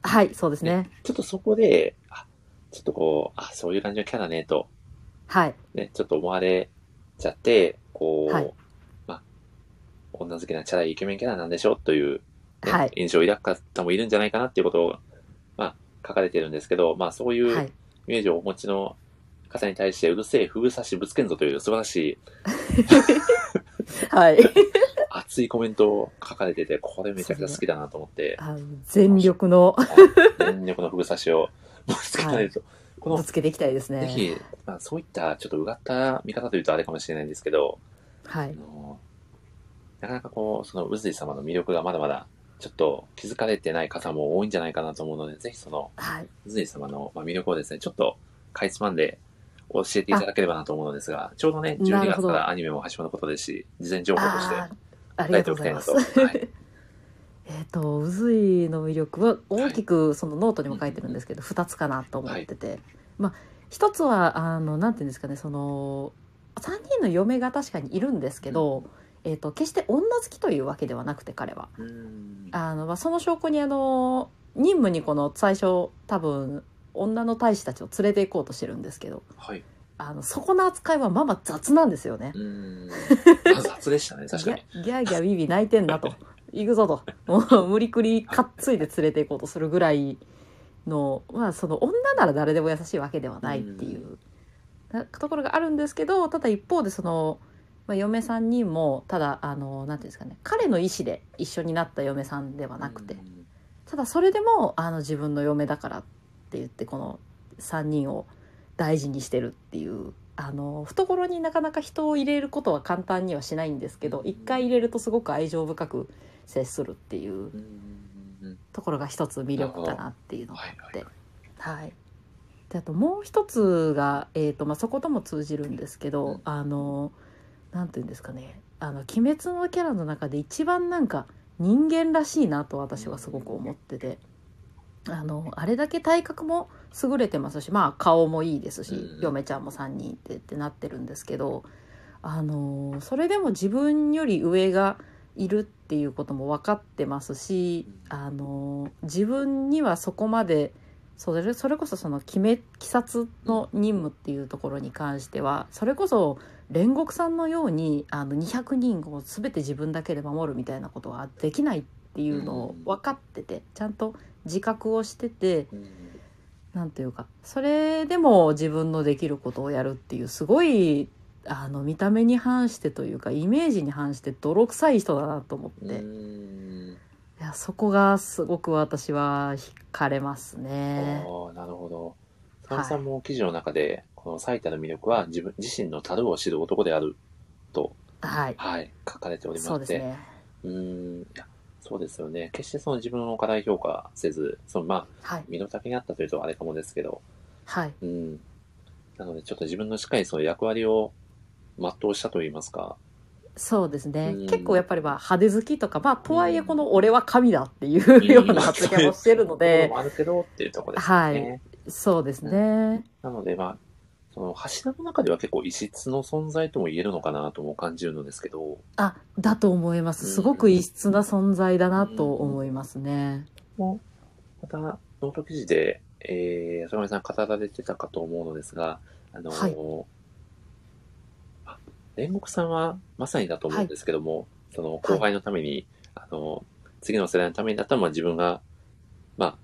B: はいそうですね。
A: ちょっとそこで、あ、ちょっとこう、あ、そういう感じのキャラね、と、
B: はい
A: ね、ちょっと思われちゃって、こう、
B: はい
A: まあ、女好きなチャラいイケメンキャラなんでしょという、ね
B: はい
A: 印象を抱く方もいるんじゃないかなっていうことを、まあ、書かれてるんですけど、まあ、そういう、
B: はい
A: イメージをお持ちの方に対して、うるせえ、ふぐさしぶつけんぞという素晴らしい
B: はい
A: 熱いコメントを書かれてて、これめちゃくちゃ好きだなと思って、
B: (laughs) あの全力の
A: 全力のふぐさしをぶつけられると。こ
B: ぶ
A: の、
B: つけていきたいです
A: ぜ
B: ね。
A: ひ、まあ、そういったちょっとうがった見方というとあれかもしれないんですけど、
B: は
A: あ
B: い
A: のなかなかこう、その渦井様の魅力がまだまだちょっと気づかれてない方も多いんじゃないかなと思うので、ぜひその
B: はい
A: 渦井様のまあ魅力をですね、ちょっとかいつまんで教えていただければなと思うのですが、ちょうどね、
B: な
A: 12
B: るほ
A: 月
B: ど
A: からアニメも始まることですし、事前情報として
B: あーあり
A: 伝え
B: が
A: て
B: と
A: お
B: う
A: きた
B: ご
A: い
B: ざい
A: な
B: ま
A: と。
B: す。
A: はい、
B: (laughs) えっと渦井の魅力は大きくそのノートにも書いてるんですけど、2つかなと思ってて、まあ1つはあのなんていうんですかねその3人の嫁が確かにいるんですけど、えっと決して女好きというわけではなくて彼は。
A: うん
B: あのまあ、その証拠にあの任務にこの最初多分女の大使たちを連れて行こうとしてるんですけど
A: はい。
B: あのそこの扱いはまあまあ雑なんですよね。
A: う
B: (laughs)
A: ーん。雑でしたね、確かに。
B: ギャギャーギャービービー泣いて
A: (laughs)
B: んだと行くぞともう無理くりかっついて連れて行こうとするぐらいのまあその女なら誰でも優しいわけではないっていうなところがあるんですけどただ一方でその、まあ、嫁さんにもただあのなんていうんですかね彼の意思で一緒になった嫁さんではなくて
A: うん
B: ただそれでもあの自分の嫁だからって言ってこの3人を大事にしてるっていうあの懐になかなか人を入れることは簡単にはしないんですけど
A: うん
B: 一回入れるとすごく愛情深く接するっていう
A: うん
B: ところが一つ魅力だなっていうのが
A: はい
B: あっ
A: は
B: て
A: い。
B: はい、であともう一つが、えーとまあ、そことも通じるんですけど、
A: うん
B: あのなんていうんですかね「あの鬼滅」のキャラの中で一番なんか人間らしいなと私はすごく思ってて。あのあれだけ体格も優れてますし、まあ、顔もいいですし、
A: うん
B: 嫁ちゃんも3人ってってなってるんですけど、あのそれでも自分より上がいるっていうことも分かってますし、あの自分にはそこまでそれそれこそその決め鬼殺の任務っていうところに関してはそれこそ煉獄さんのようにあの200人を全て自分だけで守るみたいなことはできないっていうのを分かっててちゃんと自覚をしてて
A: うん
B: なんというかそれでも自分のできることをやるっていうすごいあの見た目に反してというかイメージに反して泥臭い人だなと思って、
A: う
B: い
A: ん
B: やそこがすごく私は惹かれますね。
A: ああ、なるほど。佐野さんも記事の中で、この埼玉の魅力は自分自身の樽を知る男であると、
B: はい、
A: はい、書かれておりまして、
B: そうですね。
A: うーん、いや、そうですよね。決してその自分を過大評価せず、そのまあ、
B: はい
A: 身の丈にあったというとあれかもですけど、
B: はい
A: うん。なので、ちょっと自分のしっかりその役割を全うしたといいますか、
B: そうですね
A: うん
B: 結構やっぱりまあ派手好きとかまあとはいえこの「俺は神だ」って (laughs)
A: ん
B: いうような発言をしてるの
A: ところ
B: で
A: もあるけどっていうところですよね。
B: そうですね
A: なので、まあ、その柱の中では結構異質の存在とも言えるのかなとも感じるのですけど、
B: あだと思いますすごく異質な存在だなと思いますね
A: もうまた、ノート記事で、えー、坂上さん、語られてたかと思うのですが、あのーあ煉獄さんはまさにだと思うんですけども、その後輩のために、あのー次の世代のためにだったら、まあ、自分が、まあ、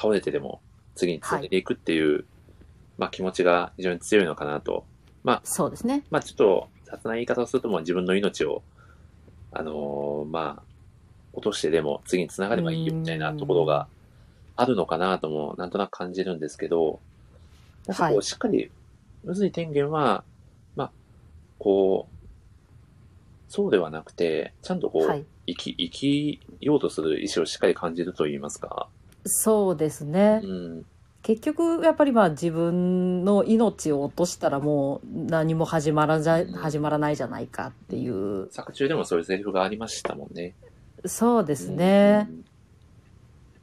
A: 倒れてでも次につないでいくっていう、まあ、気持ちが非常に強いのかなと。
B: そうですね。
A: まあ、ちょっと雑な言い方をすると、もう自分の命を、あのーまあ、落としてでも次につながればいいよみたいなところがあるのかなとも、なんとなく感じるんですけど、なんかこ
B: は
A: う、
B: い
A: しっかり、宇髄天元は、まあ、こう、そうではなくて、ちゃんとこう、
B: はい。
A: 生き、生きようとする意志をしっかり感じると言いますか。
B: そうですね。
A: うん。
B: 結局やっぱりまあ自分の命を落としたらもう何も始まらじゃ始まらないじゃないかっていう
A: 作中でもそういうセリフがありましたもんね。
B: そうですね
A: う、ん。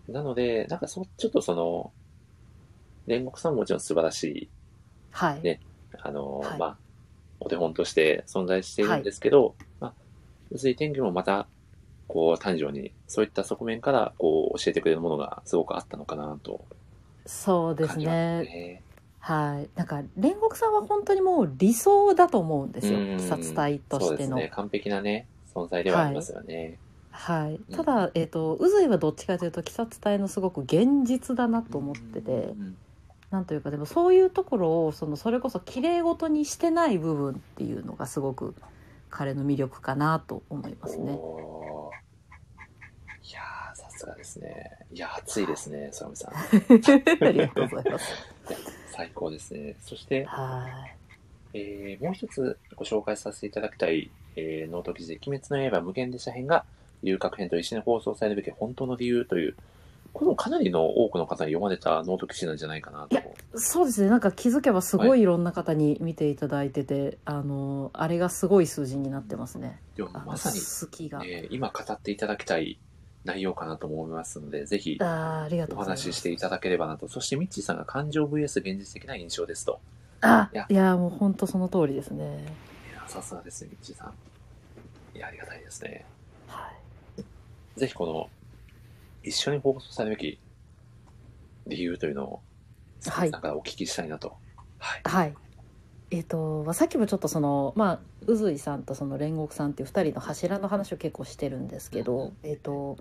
A: なので、なんかそ、ちょっとその、煉獄さんももちろん素晴らしい、
B: はい、
A: ねあの、
B: はい
A: まあ、お手本として存在しているんですけど、まあ、薄い天気もまた、こう、誕生に、そういった側面から、こう、教えてくれるものがすごくあったのかなと
B: そうです
A: 感じます
B: ね
A: ね。
B: はいなんか煉獄さんは本当にもう理想だと思うんですよ
A: うん
B: 殺隊と
A: そ
B: し
A: うで
B: て
A: す
B: の、
A: ね。完璧なね、存在ではありますよね。
B: はい
A: うん
B: ただえっ、と渦井はどっちかというと鬼殺隊のすごく現実だなと思ってて、
A: うん
B: なんというかでもそういうところをそのそれこそ綺麗事にしてない部分っていうのがすごく彼の魅力かなと思いますね。
A: おーいやー、さすがですね。いやー、熱いですね、空見さん。
B: (laughs) ありがとうございます。
A: (laughs) 最高ですね。そして、
B: はい。
A: えーもう一つご紹介させていただきたい、えーノート記事で、鬼滅の刃無限列車編が、遊郭編と一緒に放送されるべき本当の理由という、これもかなりの多くの方に読まれたノート記事なんじゃないかなと。
B: そうですね。なんか気づけばすご
A: はい
B: いいろんな方に見ていただいてて、あのあれがすごい数字になってますね。
A: でも
B: あの
A: まさに、
B: 好きが、
A: えー今語っていただきたい内容かなと思いますので、ぜひ
B: あーありがと
A: お
B: うございます。
A: 話ししていただければなと。そして、ミッチーさんが感情 VS 現実的な印象ですと。
B: あ
A: いや
B: いやもう本当その通りですね。
A: いやさすがですね、ミッチーさん。いや、ありがたいですね。
B: はい。
A: ぜひこの、一緒に放送されるべき理由というのを、
B: はい
A: 皆さんからお聞きしたいなと。はい。
B: はい。えっ、と、まあ、さっきもちょっとその、まあ、渦井さんとその煉獄さんっていう二人の柱の話を結構してるんですけど、えっ、と。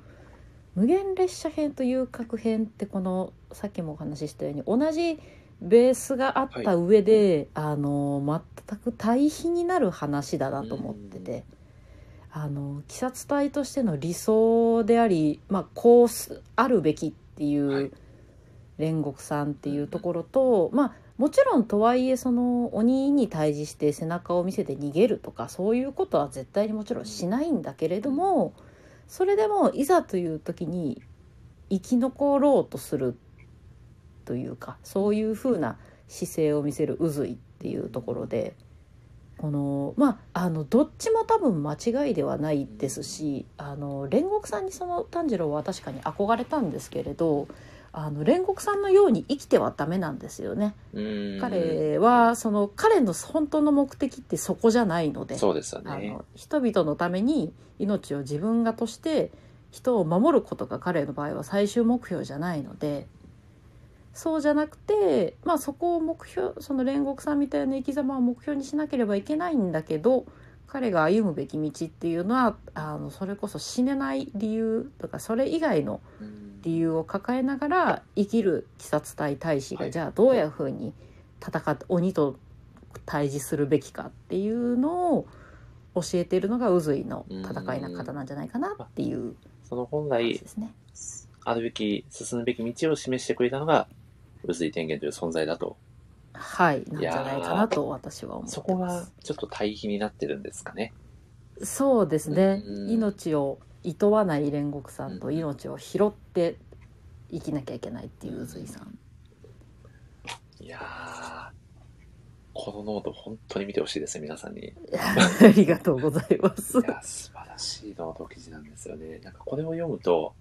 B: 無限列車編と遊郭編って、この、さっきもお話ししたように、同じ。ベースがあった上で、あの全く対比になる話だなと思ってて、あの鬼殺隊としての理想であり、まあ、こうすあるべきってい
A: はい。
B: う煉獄さんっていうところと、まあもちろんとはいえその鬼に対峙して背中を見せて逃げるとかそういうことは絶対にもちろんしないんだけれどもそれでもいざという時に生き残ろうとするというかそういうふうな姿勢を見せる渦井っていうところでこのまああのどっちも多分間違いではないですしあの煉獄さんにその炭治郎は確かに憧れたんですけれどあの煉獄さんのように生きてはダメなんですよね。
A: うーん
B: 彼はその彼の本当の目的ってそこじゃないので
A: そうですよ
B: あ
A: ね。
B: の人々のために命を自分がとして人を守ることが彼の場合は最終目標じゃないのでそうじゃなくて、まあ、そこを目標その煉獄さんみたいな生き様を目標にしなければいけないんだけど彼が歩むべき道っていうのはあのそれこそ死ねない理由とかそれ以外の理由を抱えながら生きる鬼殺隊大使が、
A: はい
B: じゃあどういうふうに戦って鬼と対峙するべきかっていうのを教えているのが渦井の戦いな方なんじゃないかなっていう
A: その本
B: 話
A: 来
B: で、すね。
A: あるべき、進むべき道を示してくれたのが、渦井天元という存在だと。
B: はい、なんじゃないかなと私は思ってます。
A: そこが、ちょっと対比になってるんですかね。
B: そうですね、
A: うん
B: 命を厭わない煉獄さん
A: う
B: と
A: ん
B: 命を拾って生きなきゃいけないっていう渦井さん。 (laughs)
A: いやー、このノート本当に見てほしいですね、皆さんに。
B: ありがとうございます
A: い。や、素晴らしいノート記事なんですよね。なんかこれを読むと、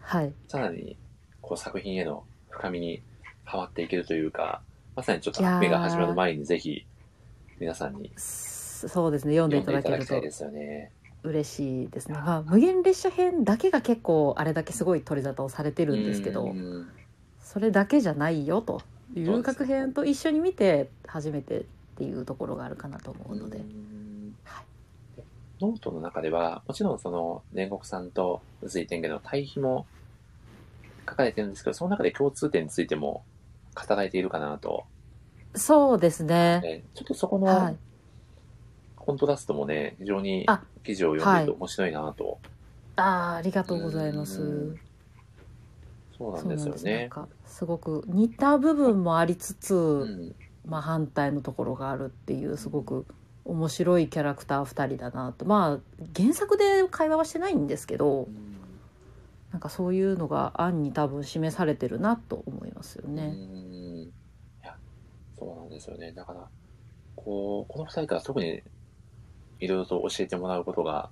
B: はい、
A: さらにこう作品への深みにハマっていけるというか、まさにちょっと目が始まる前にぜひ皆さんに
B: そうですね、読ん
A: 読
B: で
A: ん
B: い
A: で
B: ただ
A: いた
B: け
A: だ
B: る
A: きたい
B: と
A: ですよね。
B: 嬉しいですね、まあ、無限列車編だけが結構あれだけすごい取り沙汰をされてるんですけど、
A: うん
B: それだけじゃないよとい
A: そう
B: う
A: です
B: 確編と一緒に見て初めてっていうところがあるかなと思うので、
A: ん
B: はい
A: ノートの中では、もちろんその、煉獄さんと宇い天下の対比も書かれてるんですけど、その中で共通点についても語られているかなと。
B: そうですね。
A: えちょっとそこ
B: は
A: の
B: い、
A: コントラストもね、非常に
B: あ
A: 記事を読んでると面白いなと。
B: ああありがとうございま
A: う
B: す
A: ん。そうな
B: そ
A: んで
B: うな
A: す
B: ん
A: よ
B: ですなん
A: ね。
B: かすごく似た部分もありつつ、
A: うん、
B: まあ、反対のところがあるっていうすごく面白いキャラクター2人だなとまあ原作で会話はしてないんですけどなんかそういうのが案に多分示されてるなと思いますよ
A: う
B: ね。
A: んいやそうなんですよね。だから、こう、この二人から特にいろいろと教えてもらうことが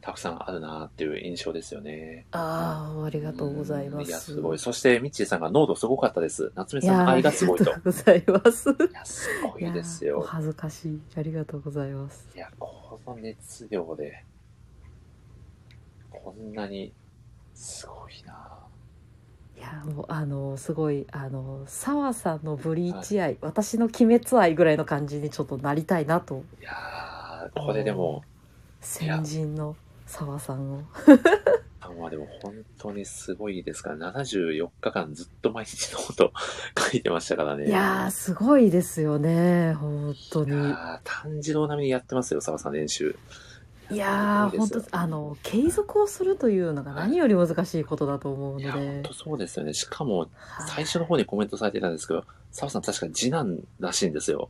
A: たくさんあるなっていう印象ですよね。
B: あああり
A: あ
B: がとうございます。
A: いや、すごい。そして、ミッチーさんが濃度すごかったです。夏目
B: い
A: さん
B: や
A: の
B: あ
A: 愛
B: り
A: が
B: が
A: す
B: と (laughs)
A: ごいと。いう
B: ございます。
A: や、すご
B: いや
A: いです
B: お
A: よ。
B: 恥ずかしいありがとうございます。
A: いや、この熱量で、こんなに、すごいない
B: やもうあのすごいあの澤さんのブリーチ愛、私の鬼滅愛ぐらいの感じにちょっとなりたいなと
A: いやーこれでも、
B: 先人の澤さんを。
A: あまあでも本当にすごいですから、74日間ずっと毎日のこと (laughs) 書いてましたからね。
B: いやーすごいですよね本当
A: い
B: に
A: やー炭治郎並みにやってますよ、澤さん練習。
B: いや
A: す
B: ー
A: ごい
B: 本
A: ですよ
B: 当あの継続をするというのが何より難しいことだと思うの
A: い
B: で
A: や、本当そうですよね。しかも、
B: はい
A: 最初の方にコメントされてたんですけど、澤さん確か次男らしいんです
B: (laughs)
A: よ。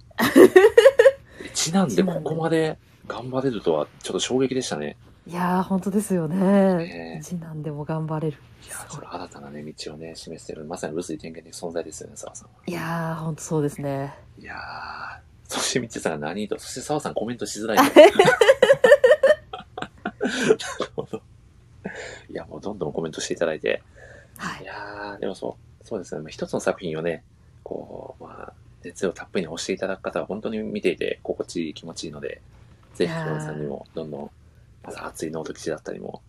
A: 次男でここまで頑張れるとは、ちょっと衝撃でしたね。
B: いやー本当ですよ
A: ね
B: ね次男でも頑張れる
A: いやーそれ新たなね、道をね、示してる、まさに物理転換的存在ですよね、澤さんは。
B: いやー本当そうですね
A: いやー、そしてみっちーさんが何と、そして澤さんコメントしづらい。なるほど。いや、もうどんどんコメントしていただいて。
B: (laughs) はいい
A: やー、でもそう、そうですね。まあ一つの作品をね、こう、まあ、熱量たっぷりに押していただく方は本当に見ていて心地いい気持ちいいので、ぜひ、
B: いやー
A: 皆さんにもどんどん、また熱いノート記事だったりも、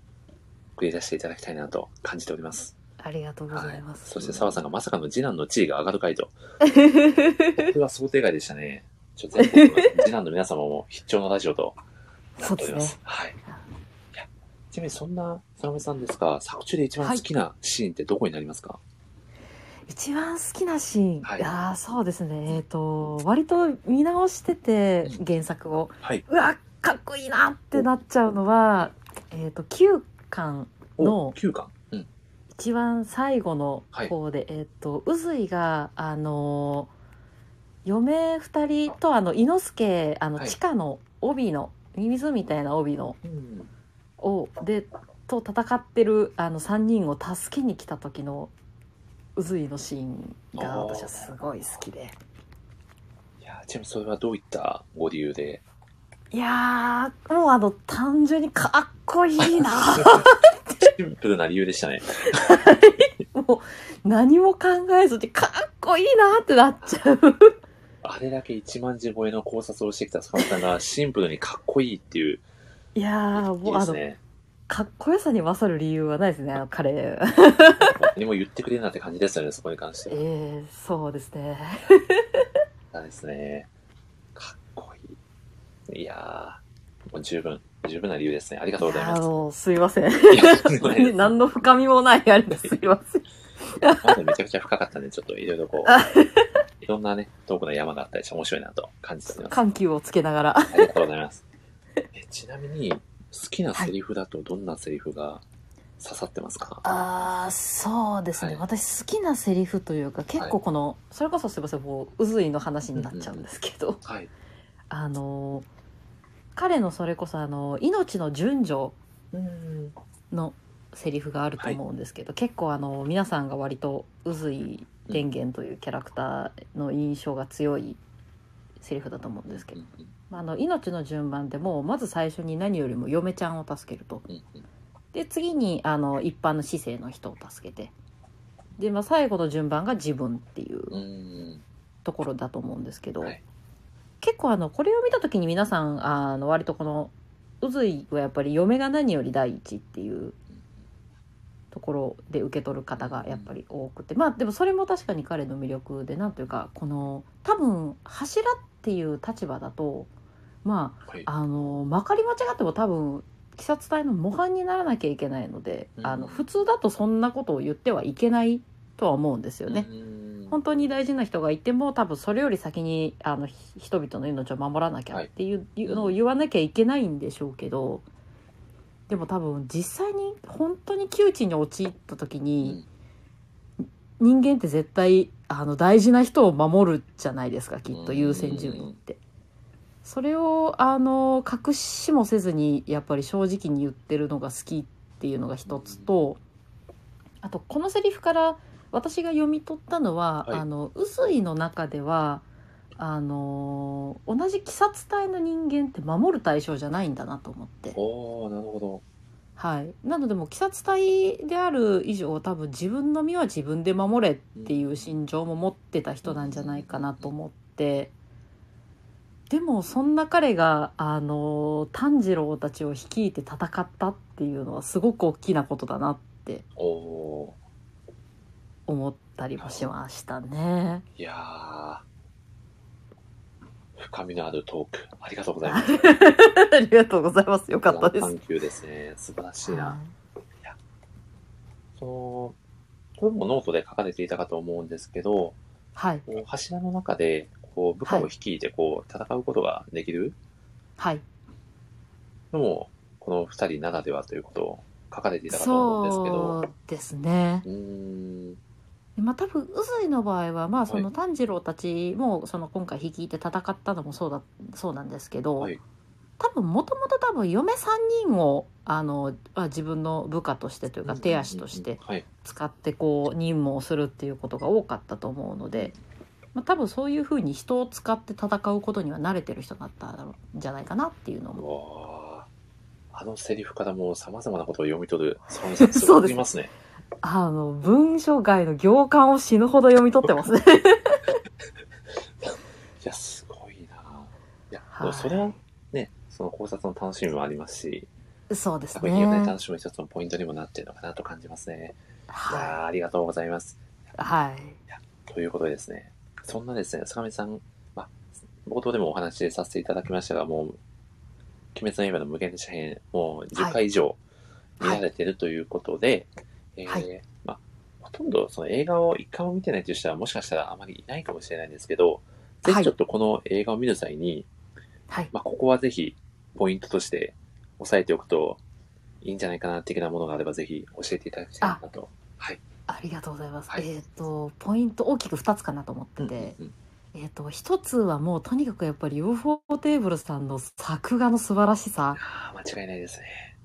A: 繰り出していただきたいなと感じております。
B: ありがとうございま
A: はい
B: す
A: そして澤さんがまさかの次男の地位が上がる回と。これは想定外でしたね。ちょっと全国の (laughs) 次男の皆様も必聴のラジオとなっております。
B: (laughs) そう
A: はい。いやちなみにそんな沢村さんですが、作中で一番好きなシーンってどこになりますか、
B: 一番好きなシーン、
A: はい
B: い、やーそうですねえっ、と割と見直してて
A: うん
B: 原作を
A: はい。
B: うわかっこいいなってなっちゃうのはえっ、と9巻
A: お、
B: の
A: 9巻。うん。
B: 一番最後の
A: はい
B: 方で、えっ、と渦井があのー嫁二人とあの伊之助あの
A: はい
B: 地下の帯のミミズみたいな帯の
A: うん。
B: をでと戦ってるあの三人を助けに来た時の渦井のシーンが
A: おー
B: 私はすごい好きで
A: いや、ちなみにそれはどういったご理由
B: (laughs)
A: で
B: いやーもうあの単純にかっこいいな
A: (laughs) シンプルな理由でしたね。
B: もう何も考えずにかっこいいなってなっちゃう
A: あれだけ1万字超えの考察をしてきた沢村さんがシンプルにかっこいいっていう。
B: いやー
A: い
B: も
A: いうで
B: あ
A: す
B: の
A: ね。
B: かっこよさに勝る理由はないですね、あの彼。え
A: 何も言ってくれるなって感じですよね、そこに関して
B: え
A: は。
B: そうですね。
A: そうですね。かっこいい。いやー、もう十分、十分な理由ですね。ありがとうござい
B: あ
A: ます。
B: の、すいません。
A: いやとんでもないです
B: (laughs) 何の深みもないあれ (laughs) です。すいません。
A: まだめちゃくちゃ深かったんで、ちょっといろいろこ
B: あ
A: う、いろんなね、トークの山があったりして面白いなと感じております。
B: 緩急をつけながら。
A: ありがとうございます。えちなみに、好きなセリフだとどんなセリフが刺さってますか、
B: ああ、そうですね、
A: はい
B: 私好きなセリフというか、結構この、それこそすいません、もう、渦井の話になっちゃうんですけど、
A: はい。
B: あの、彼のそれこそ、あの、命の順序
A: うん。
B: のセリフがあると思うんですけど、結構あの皆さんが割と渦井電源というキャラクターの印象が強いセリフだと思うんですけど、まあ、あの命の順番でもうまず最初に何よりも嫁ちゃんを助けるとで次にあの一般の市政の人を助けてで、まあ、最後の順番が自分っていう
A: うん。
B: ところだと思うんですけど、
A: はい
B: 結構あのこれを見た時に皆さんあの割とこの渦井はやっぱり嫁が何より第一っていうとところで受け取る方がやっぱり多くて、まあでもそれも確かに彼の魅力でなんというかこの多分柱っていう立場だとま
A: はい
B: ああのまかり間違っても多分鬼殺隊の模範にならなきゃいけないので、
A: うん
B: あの普通だとそんなことを言ってはいけないとは思うんですよね。
A: うん
B: 本当に大事な人がいても多分それより先にあのひ人々の命を守らなきゃっていう,、いうのを言わなきゃいけないんでしょうけどでも多分実際に本当に窮地に陥った時に、人間って絶対あの大事な人を守るじゃないですかきっと優先順位って。それをあの隠しもせずにやっぱり正直に言ってるのが好きっていうのが一つと、あとこのセリフから私が読み取ったのは、
A: はい
B: あの臼井の中ではあの同じ鬼殺隊の人間って守る対象じゃないんだなと思って、
A: おおなるほど
B: はい、なのでもう鬼殺隊である以上多分自分の身は自分で守れっていう心情も持ってた人なんじゃないかなと思ってでもそんな彼があの炭治郎たちを率いて戦ったっていうのはすごく大きなことだなって
A: おお
B: 思ったりもしましたね。 (laughs)
A: ーいやー深みのあるトークありがとうござい
B: (laughs)
A: ます
B: ありがとうございます。よかったで
A: 探求ですね素晴らし
B: す。
A: いな、そのこれもノートで書かれていたかと思うんですけど
B: はい
A: こう柱の中でこう部下を率いてこう戦うことができる
B: はい
A: のもこの2人ならではということを書かれていたかと思うんですけど
B: そうですね。
A: うーん
B: まあ、多分臼井の場合は、まあ、そ
A: は
B: の炭治郎たちもその今回率いて戦ったのもそうだそうなんですけど、
A: はい
B: 多分もともと多分嫁3人をあの、まあ、自分の部下としてというか手足とし
A: うんう
B: て
A: んうんはい
B: 使ってこう任務をするっていうことが多かったと思うので、まあ、多分そういうふうに人を使って戦うことには慣れてる人だったんじゃないかなっていう
A: う
B: のも
A: わーあのセリフからもさまざまなことを読み取る坂本さん
B: (laughs)
A: すごすぎますね
B: あの文章外の行間を死ぬほど読み取ってますね。
A: いやすごいないや、
B: はい
A: それはねその考察の楽しみもありますし
B: (laughs) そうです
A: 作品をね
B: ね
A: 楽しむ一つのポイントにもなっているのかなと感じますねい
B: は
A: やーありがとうございます
B: い、はい
A: ということでですね、そんなですね、坂上さん、まあ、冒頭でもお話しさせていただきましたが、もう、鬼滅の刃の無限列車編、もう10回以上見られてるということで、
B: はい
A: えーまあ、ほとんどその映画を一回も見てないという人はもしかしたらあまりいないかもしれないんですけど、ぜ
B: は
A: ひ
B: い
A: ちょっとこの映画を見る際に、
B: はい
A: まあ、ここはぜひポイントとして押さえておくといいんじゃないかな的なものがあれば、ぜひ教えていただきたいなと。
B: ありがとうございます。
A: はい
B: えっ、とポイント大きく2つかなと思ってて、
A: うんうん
B: えっ、と1つはもうとにかくやっぱり UFO テーブルさんの作画の素晴らしさ
A: あー間違いないですね。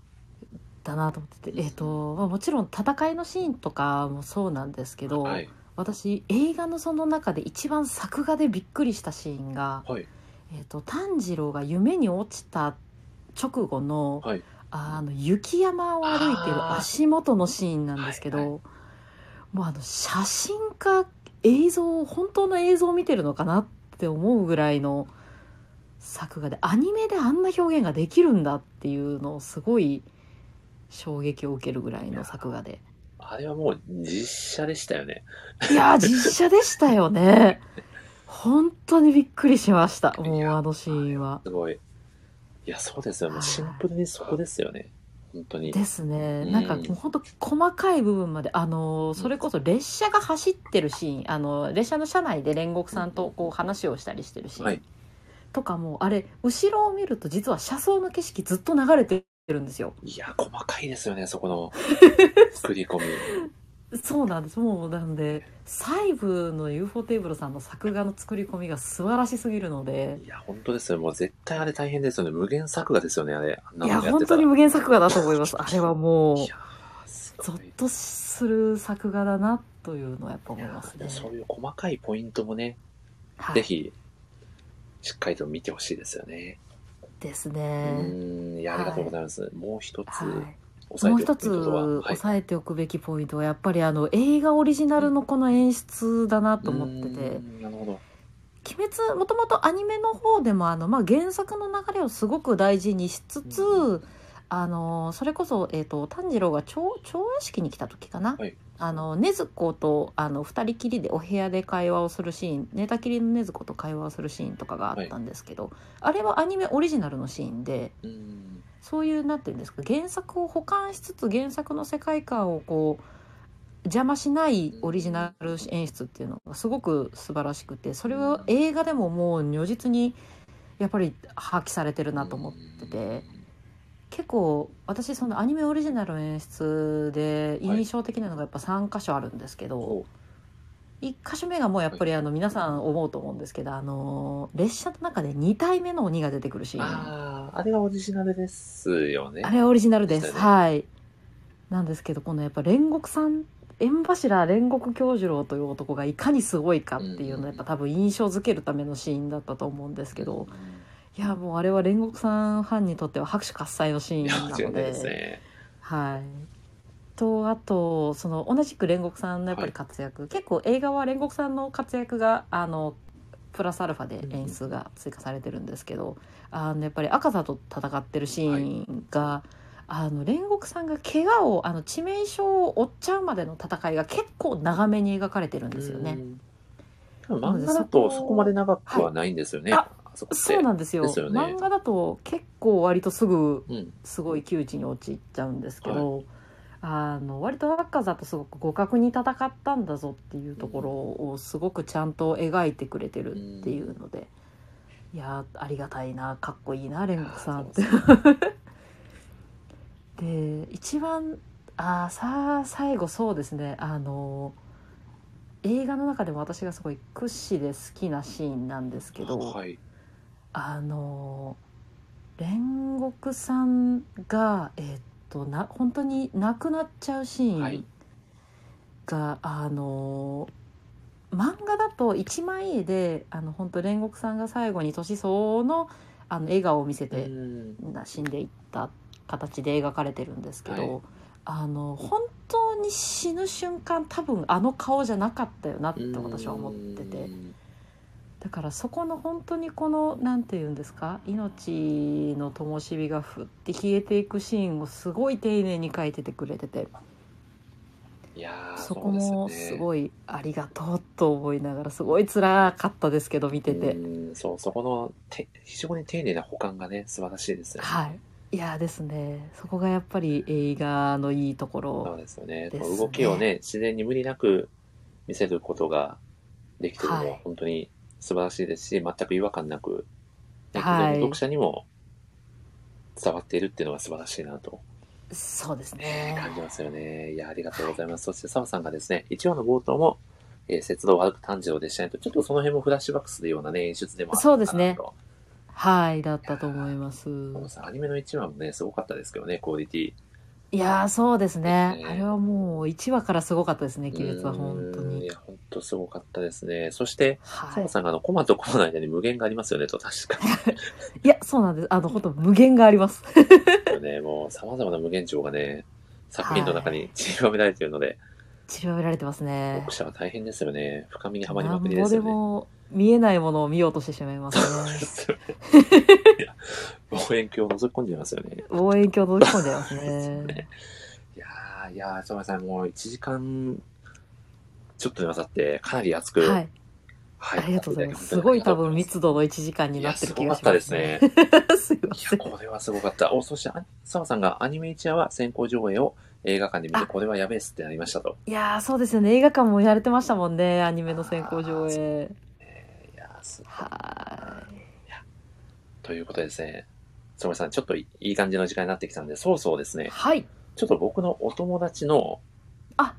B: だなと思って
A: うん
B: て、えっ、とまあもちろん戦いのシーンとかもそうなんですけど、
A: はい。
B: 私映画のその中で一番作画でびっくりしたシーンが、
A: はい。
B: えっ、と炭治郎が夢に落ちた直後の、
A: はい
B: あの雪山を歩いてる足元のシーンなんですけど、
A: はいは
B: もうあの写真か映像本当の映像を見てるのかなって思うぐらいの作画でアニメであんな表現ができるんだっていうのをすごい衝撃を受けるぐらいの作画で
A: あれはもう実写でしたよね。
B: いやー実写でしたよね本当にびっくりしましたも
A: いうや
B: あのシーンは。
A: すごい。いや、そうですよ。もうシンプルにそこですよね。本当に。
B: ですね、
A: うん
B: なんかもう本当細かい部分まであのーそれこそ列車が走ってるシーンあのー列車の車内で煉獄さんとこう話をしたりしてるシーン、
A: はい
B: とかもあれ後ろを見ると実は車窓の景色ずっと流れてるんですよ。
A: いや、細かいですよね、そこ
B: (laughs)
A: の作り込み。
B: そうなんですもうなんで細部の UFO テーブルさんの作画の作り込みが素晴らしすぎるので。
A: いや、本当ですよ。もう絶対あれ大変ですよね。無限作画ですよね、あれ。あんないの
B: や
A: やっ
B: 本
A: てた
B: 当
A: ら。
B: に
A: い
B: 無限作画だと思
A: (laughs)
B: いますあれはもう
A: やー、す
B: ゾ
A: ご
B: ッ
A: い。
B: とする作画だなというのはやっぱ思いますね。
A: そういう細かいポイントもね、
B: はい
A: ぜひ、しっかりと見てほしいですよね。
B: です
A: う
B: ね。
A: ーん、いや、ありがとうございます。もう一つ、
B: はい、も
A: 押
B: う
A: さえて
B: 一
A: おく
B: つ
A: ことは。
B: 押さえておくべきポイントはやっぱりあの映画オリジナルのこの演出だなと思ってて
A: うーんなるほど。
B: 「鬼滅」もともとアニメの方でもあの、まあ、原作の流れをすごく大事にしつつ、
A: う
B: あのそれこそ、えー、と炭治郎が調調和式に来た時かな、
A: はい
B: あの禰豆子とあの2人きりでお部屋で会話をするシーン寝たきりの禰豆子と会話をするシーンとかがあったんですけど、あれはアニメオリジナルのシーンで
A: うん
B: そういうなんていうんですか原作を保管しつつ原作の世界観をこう邪魔しないオリジナル演出っていうのがすごく素晴らしくてそれは映画でももう如実にやっぱり発揮されてるなと思ってて。結構私そのアニメオリジナルの演出で印象的なのがやっぱ3箇所あるんですけど、
A: お
B: 1箇所目がもうやっぱりあの皆さん思うと思うんですけどあの列車の中で2体目の鬼が出てくるシーンあ
A: あああれがオリジナルですよね
B: れオリジナルです、
A: でしたね
B: はいなんですけどこのやっぱ煉獄さん縁柱煉獄京次郎という男がいかにすごいかっていうのをやっぱ多分印象づけるためのシーンだったと思うんですけどいやもうあれは煉獄さんファンにとっては拍手喝采のシー
A: い
B: ン
A: や
B: な
A: 間
B: の
A: 違いない
B: で
A: ですね
B: はい。とあとその同じく煉獄さんのやっぱり活躍、結構映画は煉獄さんの活躍があのプラスアルファで演出が追加されてるんですけど、あのやっぱり赤座と戦ってるシーンが、あの煉獄さんが怪我をあの致命傷を負っちゃうまでの戦いが結構長めに描かれてるんですよね。
A: うん多分漫画だとそこまで長くはないんですよね、
B: はい
A: あそこって
B: そうなんですよ
A: ですよね
B: 漫画だと結構割とすぐ
A: うん
B: すごい窮地に陥っちゃうんですけど、あの割と赤座とすごく互角に戦ったんだぞっていうところをすごくちゃんと描いてくれてるっていうので、いやーありがたいなかっこいいな煉獄さんって
A: あ。
B: (laughs) で一番あーさあ最後そうですねあの映画の中でも私がすごい屈指で好きなシーンなんですけど。
A: はい
B: あの煉獄さんがえっとな本当に亡くなっちゃうシ
A: は
B: ー
A: い
B: ンが、あの漫画だと一枚絵であの本当煉獄さんが最後に年相応のあの笑顔を見せて、
A: うん
B: な死んでいった形で描かれてるんですけど、
A: はい
B: あの本当に死ぬ瞬間多分あの顔じゃなかったよなって私は思ってて。
A: うん
B: だからそこの本当にこのなんて言うんですか命の灯火がふって消えていくシーンをすごい丁寧に描いててくれてて
A: いやー
B: そこも
A: そうですすよね
B: ごいありがとうと思いながらすごい辛かったですけど見てて、
A: うんそうそこのて非常に丁寧な保管がね素晴らしいですよね、
B: はいいやーですねそこがやっぱり映画のいいとこ
A: そう
B: ろ
A: ですよね。
B: ですね
A: 動きをね、自然に無理なく見せることができてるの
B: は
A: はい本当に素晴らしいですし、全く違和感なく、ね
B: は
A: 非
B: い
A: 常に読者にも伝わっているっていうのが素晴らしいなと
B: そうですね
A: 感じますよね。いや、ありがとうございます。そして澤さんがですね、一話の冒頭も、えー、節度を歩く炭治郎でしたねと、ちょっとその辺もフラッシュバックするようなね、演出でもあったのかなと。
B: そうですねはいだったと思います
A: そうですアニメの一話もね、すごかったですけどね、クオリティ。
B: いやーそうですね
A: ですね
B: あれはもう1話からすごかったですね鬼滅は本当
A: うんい
B: に
A: や、本当すごかったですね。そして、
B: は
A: サ
B: い
A: ラさんがあの、コマとコマの間に無限がありますよねと、確か
B: いや、そうなんです。あの、本当無限があ
A: (laughs)
B: ります。
A: に。
B: (laughs)
A: ね、もう、様々な無限長がね、作品の中に散りばめられているので、
B: 散りばめられてますね
A: 読。者は大変ですよね。深みにはまり
B: な
A: ま
B: ん
A: くりで
B: ぼ
A: す
B: で
A: よね。
B: も見えないものを見ようとしてしまいますね。
A: (laughs) いや (laughs) 望遠鏡を覗き込んじゃいますよね。
B: 望遠鏡を覗き込んじゃいます
A: ですよ
B: ね
A: ね。いやー、いやー、サラさん、もう1時間、ちょっとにわたって、かなり熱く、
B: はい。
A: は
B: ありがとうございます。す
A: ただ
B: ご
A: き
B: い
A: ただ
B: 多
A: き
B: 分密度の1時間になってる気がし
A: い
B: ま
A: や
B: す、
A: すごかっ
B: ね。
A: たですね。
B: (laughs) すいま
A: い
B: せ
A: や、
B: ん。
A: これはすごかった。お、そして、あ澤さんがアニメ一夜は先行上映を映画館で見て、
B: あ
A: これはやべえっすってなりましたと。
B: いやー、そうですよね。映画館もやれてましたもんね。アニメの先行上映。
A: いやー、す
B: は
A: ということでですね、つもりさん、ちょっといい感じの時間になってきたんで、そうそうです
B: い。
A: ね、
B: はい。
A: ちょっと僕のお友達の、
B: あ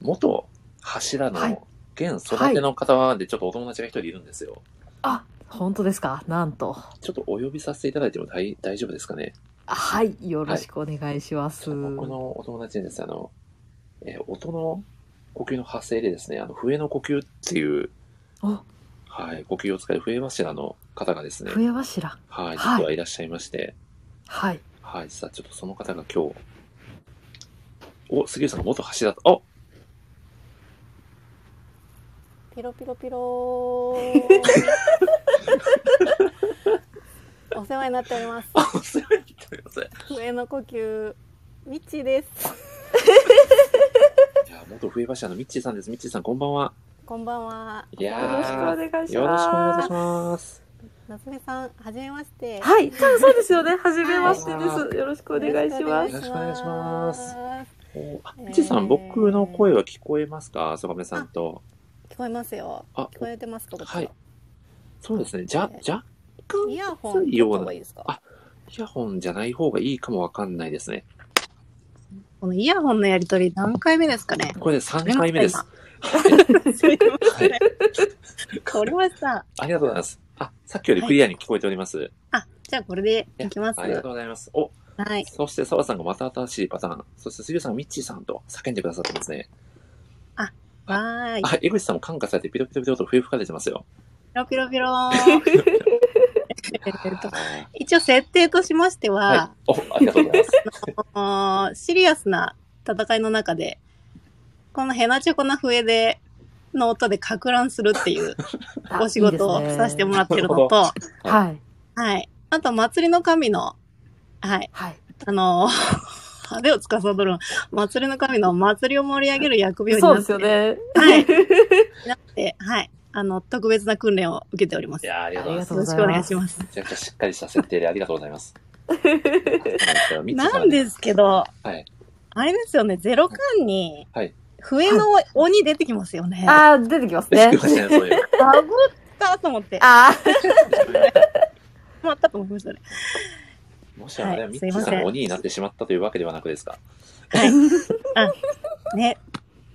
A: 元柱の、
B: はい
A: 現育ての方で、ちょっとお友達が一人いるんですよ。
B: あ、本当ですか。なんと。
A: ちょっとお呼びさせていただいても大大丈夫ですかね。
B: はい。よろしくお願いします。
A: 僕のお友達にですね、あの、えー音の呼吸の発生でですね、あの、笛の呼吸っていう、
B: お、
A: はい、呼吸を使う笛柱の方がですね、
B: 笛柱。
A: はい、
B: はい
A: 実はいらっしゃいまして、
B: はい。
A: はい、実はちょっとその方が今日、お、杉浦さんが元橋だと、あ
B: (laughs)
C: ピロピロピロー。お世世話になっております。
A: あ、 (laughs) すいません。すいま
C: 上の呼吸、ミッチーです。
A: せん。いや、元笛柱のミッチーさんです。ミッチーさん、こんばんは。
C: こんばんは。
A: いやー
B: よろしくお願いします。
A: よろしくお願いします。
C: 夏目さん、はじめまして。
B: はい、多分 (laughs) そうですよね。初めましてで
A: は
B: す。よろしくお願いしま
A: い
B: す。
A: よろしくお願いします
C: 聞
A: おあ
C: えー
A: ミッチーさん、僕の声は聞こえますかそがめさんと。
C: こえますよ。
A: あ、
C: 聞こえてますか、こっち
A: はい。そうですね。じゃ、若干、
C: イ
A: イ
C: ヤホン、
A: ような
C: がいいですか
A: あヤホンじゃない方がいいかもわかんないですね。
C: このイヤホンのやりとり何回目ですかね
A: これで3回目です。
C: すいま
A: は
C: せん
A: い。
C: これはさ、
A: ありがとうございます。あ、さっきよりクリアに聞こえております。
C: あ、じゃあこれでいきます。
A: ありがとうございます。お、
C: はい。
A: そして澤さんがまた新しいパターン。そして杉浦さんがミッチーさんと叫んでくださってますね。
C: わーい。
A: あ、江口さんも感化されてピロピロピロと笛吹かれてますよ。
C: ピロピロピローン。えっと
A: は
C: 一応設定としましては、
A: い。お、ありがとうございま
C: (laughs)
A: す。
C: あのシリアスな戦いの中で、このヘナチョコな笛で、の音でか乱するって
B: (laughs)
C: いう
B: あ
C: お仕事
B: い
C: を
B: いですね
C: させてもらってる
A: なるほど
C: のと、
B: はい、
C: はい。あと、祭りの神の、はい。
B: はい。
C: あの、 (laughs) 派手を司る祭りの神の祭りを盛り上げる役病にな
B: そ
C: っ
B: う
C: て
B: ですよね。
C: はい。なって、はい。あの、特別な訓練を受けておりま
A: い
C: す。よ
A: やーありがとうございます。
C: ろしくお願いします。
A: めちゃくちゃしっかりした設定でありがとうございます。ミッチーさ
C: なんですけど、
A: はい。
C: あれですよね、ゼロ感に
A: はい、
C: 笛の鬼出てきますよね。
B: あー、出てきます
A: 嬉し
B: ね
A: く。ましたね、そういう。
C: バグったと思って。あ、
B: あ
C: まったと思いましたね。
A: もしあれは
C: はい
A: ミッチー
C: す
A: さ
C: いま
A: ん
C: せ
A: が
C: ん
A: 鬼になってしまったというわけではなくですか。
C: ね。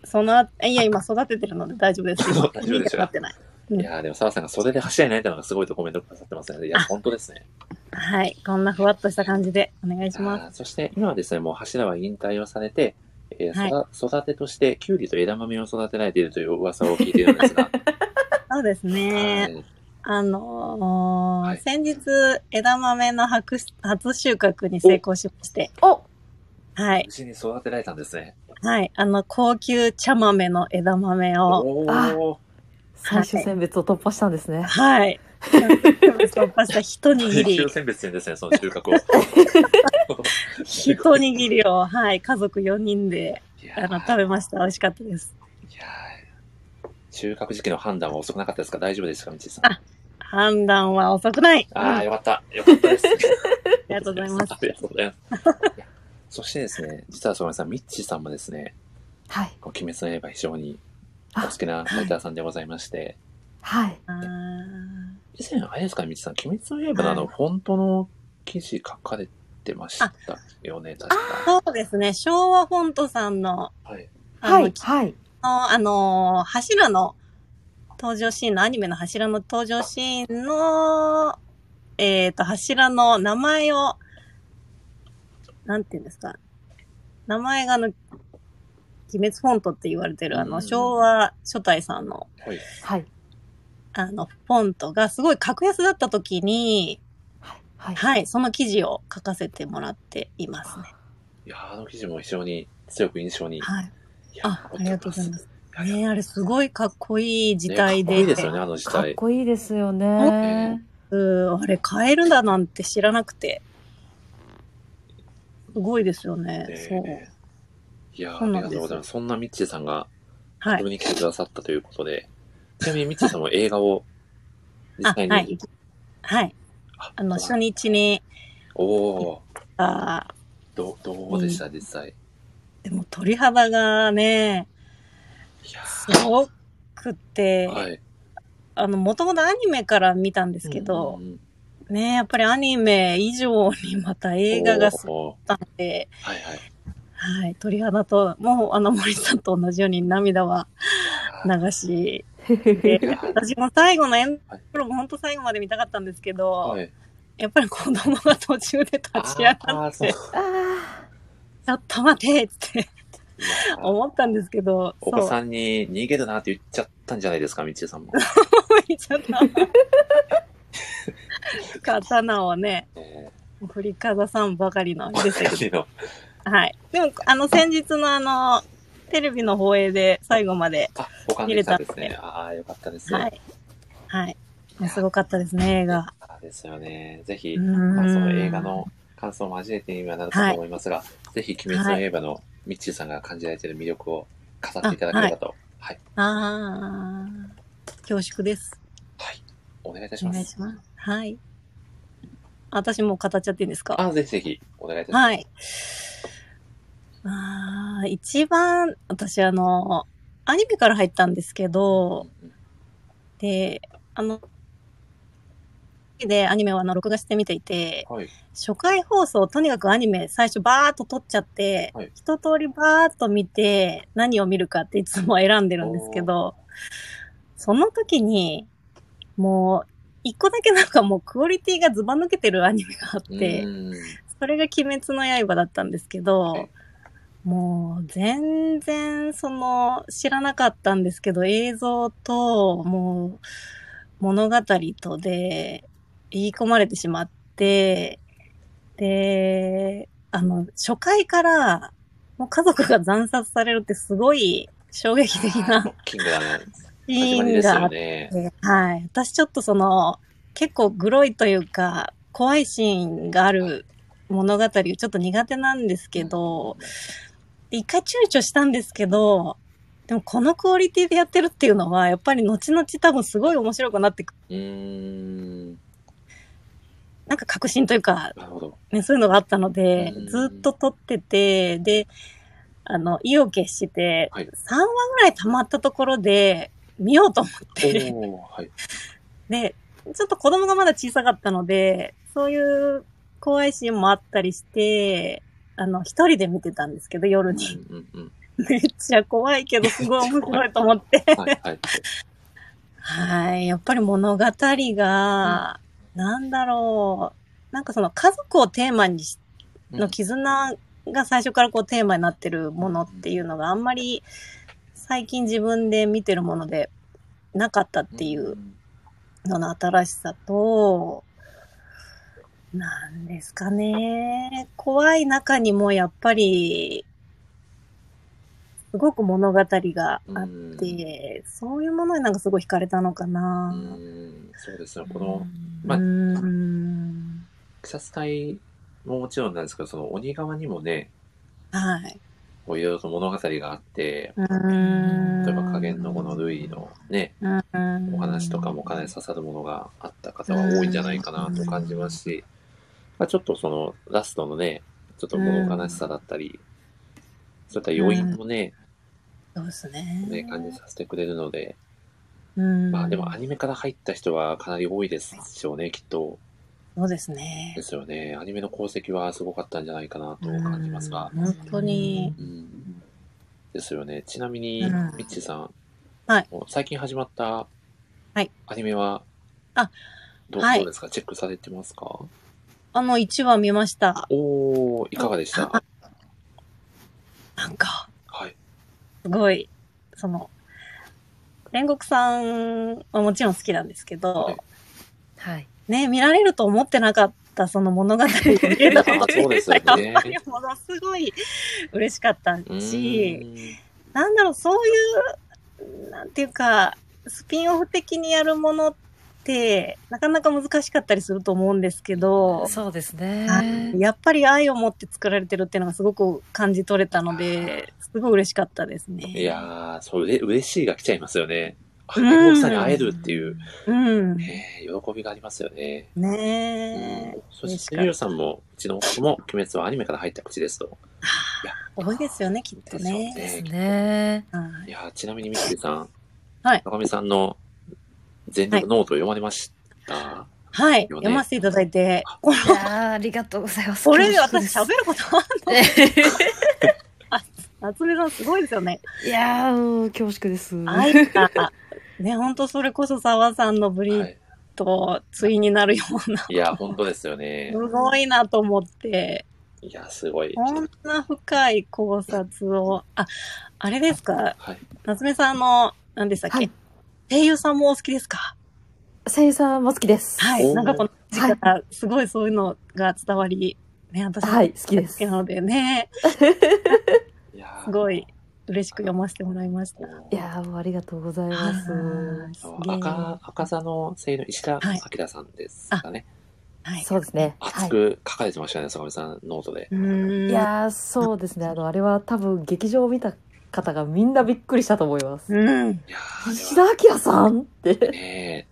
C: その、いや、今育ててるので大丈夫です。
A: 大丈夫ですよ
C: いいなってない。うん
A: いやーでも澤さんがそれで走りになったのがすごいとコメントくださってますね。いや、
C: あ
A: 本当ですね。
C: はい。こんなふわっとした感じでお願いします。
A: あーそして今はですね、もう柱は引退をされて、えー
C: はい
A: 育育てとしてキュウリと枝豆を育てられているという噂を聞いているんですが、
C: そうです
A: はい
C: ね。あのー
A: はい
C: 先日、枝豆の白初収穫に成功しまして、
B: ーお、
C: はい。
A: 無事に育てられたんですね。
C: はい。あの、高級茶豆の枝豆を、
A: お
B: あ
A: ー
B: 最終選別を突破したんですね。
C: はい。突破した一握
A: 最 (laughs)
C: り
A: 終、選別戦ですね、その収穫を。
C: 一握りを、はい、家族4人で、
A: いや
C: あ
A: ー
C: の、食べました。美味しかったです。
A: いやー収穫時期の判断は遅くなかったですか大丈夫ですか道井さん。
C: あ判断は遅くない。
A: ああー、よかった。よかったです。あ
C: りがとうございま
A: (laughs)
C: す
A: ありがとうございます。いやそしてですね、実はそのさん、ミッチーさんもですね、
B: はい、
A: こう鬼滅の刃非常にお好きなライターさんでございまして、
B: はい。
C: あー
A: 以前、あれですかね、道井さん、鬼滅の刃のあの、
C: は
A: フォントの記事書かれてましたよね、確か。
C: そうですね。昭和フォントさんの、
A: はい。
C: あの、
B: はい、はい。
C: の、あのー柱の登場シーンの、アニメの柱の登場シーンの、えっ、と、柱の名前を、なんていうんですか。名前があの、鬼滅フォントって言われてる、あ
A: う
C: の、
A: ん
C: 昭和初代さんの、
A: はい。
B: はい。
C: あの、フォントがすごい格安だった時に、
B: はい。
C: はい、その記事を書かせてもらっていますね。
A: いやーあの記事も非常に強く印象に。
C: はい。
A: いや
C: あ、ありがとうございます。
A: いやい
C: ねえあれすごいかっこいい時
A: や
C: 代で。
A: かっこいいですよね、あの時
B: かっ
A: 代。
B: こいいですよね。
C: うん、あれ買えるんだなんて知らなくて。すごいですよね。そう。
A: ねいやーあ
C: そう
A: り
C: なん
A: が
C: です
A: とうございます。そんなミッチーさんが
C: は
A: 遊
C: い。
A: びに来てくださったということで、ちなみにミッチーさんも映画を実
C: あ、
A: 際に。
C: はい。はい。あの、初日に、
A: おお
C: あ
A: ーどどうでした、実際。
C: ーでも鳥肌がね、
A: いや
C: すごくて、
A: ーはい。
C: あの、もともとアニメから見たんですけど
A: う、ん
C: ね、やっぱりアニメ以上にまた映画が好きだっ
A: おー
C: たので、
A: はいはい。
C: はい。鳥肌と、もうあの森さんと同じように涙は流し、で
A: いやー
C: 私も最後のエンドローも本当最後まで見たかったんですけど、
A: はい、
C: やっぱり子供が途中で立ち上が
A: あー
C: っ
A: そう
C: て、
A: い
C: ち
B: あ
C: ょっと待てって
A: やー
C: 思ったんですけど、
A: お子さんに逃げるなって言っちゃったんじゃないですか、みちえさんも。
C: そう、見ちゃった。 (laughs) 刀をね、
A: え
C: 振りかざさんばかりのですよ。
A: ー、
C: はい。でも、あの、先日のあの、テレビの放映で最後まで、
A: あ、おかんできたんですね。ああー、よかったですね。
C: はい。はい。いやすごかったですね、映画。
A: あですよね。ぜひ、
C: うん
A: まあ、その映画の感想を交えてにはなるかと思いますが、ぜひ、鬼滅の刃のミッチーさんが感じられている魅力を語っていただければと、はい、
C: ああ、恐縮です。
A: はい、お願いいたし
C: お
A: ま
C: 願い
A: す。
C: します。はい。私もう語っちゃっていいんですか
A: あ、ぜひぜひ、お願いいたします。
C: はい。ああ、一番、私あの、アニメから入ったんですけど、
A: うん
C: で、あの、で、アニメはあの、録画して見ていて、
A: はい、
C: 初回放送、とにかくアニメ最初バーっと撮っちゃって、
A: はい
C: 一通りバーっと見て、何を見るかっていつも選んでるんですけど、その時に、もう、一個だけなんかもうクオリティがズバ抜けてるアニメがあって、
A: うん
C: それが鬼滅の刃だったんですけ
A: は
C: ど
A: い、
C: もう全然その知らなかったんですけど、映像ともう物語とで言い込まれてしまって、で、あの、初回からもう家族が惨殺されるってすごい衝撃的な
A: キングダム、
C: シ
A: 始まり
C: ーン
A: です
C: があ
A: よ
C: っ
A: ね。
C: ではい。私ちょっとその、結構グロいというか、怖いシーンがある物語、ちょっと苦手なんですけど、で一回躊躇したんですけど、でもこのクオリティでやってるっていうのは、やっぱり後々多分すごい面白くなってく
A: うーん、
C: なんか確信というか、
A: なるほど。
C: ね、そういうのがあったので
A: うん、
C: ずっと撮ってて、で、あの、意を決して、
A: はい
C: 3話ぐらい溜まったところで、見ようと思って、
A: おー、はい。
C: で、ちょっと子供がまだ小さかったので、そういう怖いシーンもあったりして、あの、一人で見てたんですけど、夜に。 (laughs)
A: うんうん
C: めっちゃ怖いけど、すごい面白いと思って。
A: うん。はい、はい。
C: はい。やっぱり物語が、なんだろう。なんかその家族をテーマにし、
A: うん
C: の絆が最初からこうテーマになってるものっていうのがあんまり最近自分で見てるものでなかったっていう。のの新しさと、なんですかね。怖い中にもやっぱり、すごく物語があっ
A: うん
C: て、そういうものになんかすごい惹かれたのか
A: う
C: な。
A: ん、そうですね。この、
C: う
A: まあ
C: ーん。
A: 鬼殺隊ももちろんなんですけど、その鬼側にもね、
C: はい。
A: こういろいろと物語があって、
C: うーん。
A: 例えば加減のこのルイのね、お話とかもかなり刺さるものがあった方は多いんじゃないかなと感じますし、まあ、ちょっとそのラストのね、ちょっと物悲しさだったり、そういった要因もね、
C: そうですね。
A: ね感じさせてくれるので、
C: うん。
A: まあでもアニメから入った人はかなり多いですでしょうね、きっと。
C: そうですね
A: で。すよね。アニメの功績はすごかったんじゃないかなと感じますが。
C: うん本当に。
A: うんですよね。ちなみに、
C: うん
A: ミッチーさん、
C: はい
A: もう最近始まった
C: はい
A: アニメは、
C: あ
A: どう
C: はい
A: どうですかチェックされてますか
C: あの1話見ました。
A: おー、いかがでした
C: なんか、
A: はい。
C: すごい、その、煉獄さんはもちろん好きなんですけ
A: は
C: ど
A: い、
B: はい。
C: ね、見られると思ってなかったその物語が見れたこと
A: (laughs) そうですよ
C: (laughs)
A: ね
C: がやっぱりものすごい嬉しかった
A: うー
C: し、
A: ん
C: なんだろう、そういう、なんていうか、スピンオフ的にやるものって、なかなか難しかったりすると思うんですけど、
B: そうですね。
A: はい
C: やっぱり愛を持って作られてるっていうのがすごく感じ取れたので、すごい嬉しかったですね。
A: いやー、そう、うれ嬉しいが来ちゃいますよね。あ、
C: うん
A: 煉獄さんに会えるっていう、
C: うん。
A: ね喜びがありますよね。
C: ねえ。
A: そして、ゆうさんも、うちの夫も、鬼滅はアニメから入った口ですと。
C: 多いですよね、きっと
A: で
C: ね。
B: ですね。
C: はい
A: いやーちなみにミッチーさん、
C: はい
A: 中見さんの全力ノート読まれました、
C: は
A: よ
C: い、
A: ね
C: 読ませていただいて、こ
B: いやーありがとうございます。
C: これで私喋
B: る。
C: ることあんの夏目さんすごいですよね。
B: いやーうん恐縮です。
C: 愛が、ね、ほんとそれこそ沢さんのブリ
A: は
C: ー
A: い。
C: ト、対になるような、
A: いやー、本当ですよね
C: す。ごいなと思って、
A: いやー、すごい。
C: こんな深い考察を、あ、あれですか、
A: はい。
C: 夏目さんの、何でしたっけ、
B: はい
C: 声優さんもお好きですか
B: 声優さんも好きです。
C: は
A: お
C: い。
A: ー
C: なんかこの時から、すごいそういうのが伝わり、ね、私も
B: はい好きです
C: 好きなのでね、
A: いやー
C: すごい。嬉しく読ませてもらいました。
B: いやーありがとうございます。
C: はいすげえ
A: 赤赤座の声優の石田
C: はい
A: 明さんですかね、
C: はい。
B: そうですね。は
A: 熱
B: い。
A: く書かれてましたね坂上さんノートで
C: うーん。
B: いやーそうですね。あのあれは多分劇場を見た方がみんなびっくりしたと思います。
C: うん。
A: いやー
B: 石田
A: あ
B: 明さんって
A: れは。ね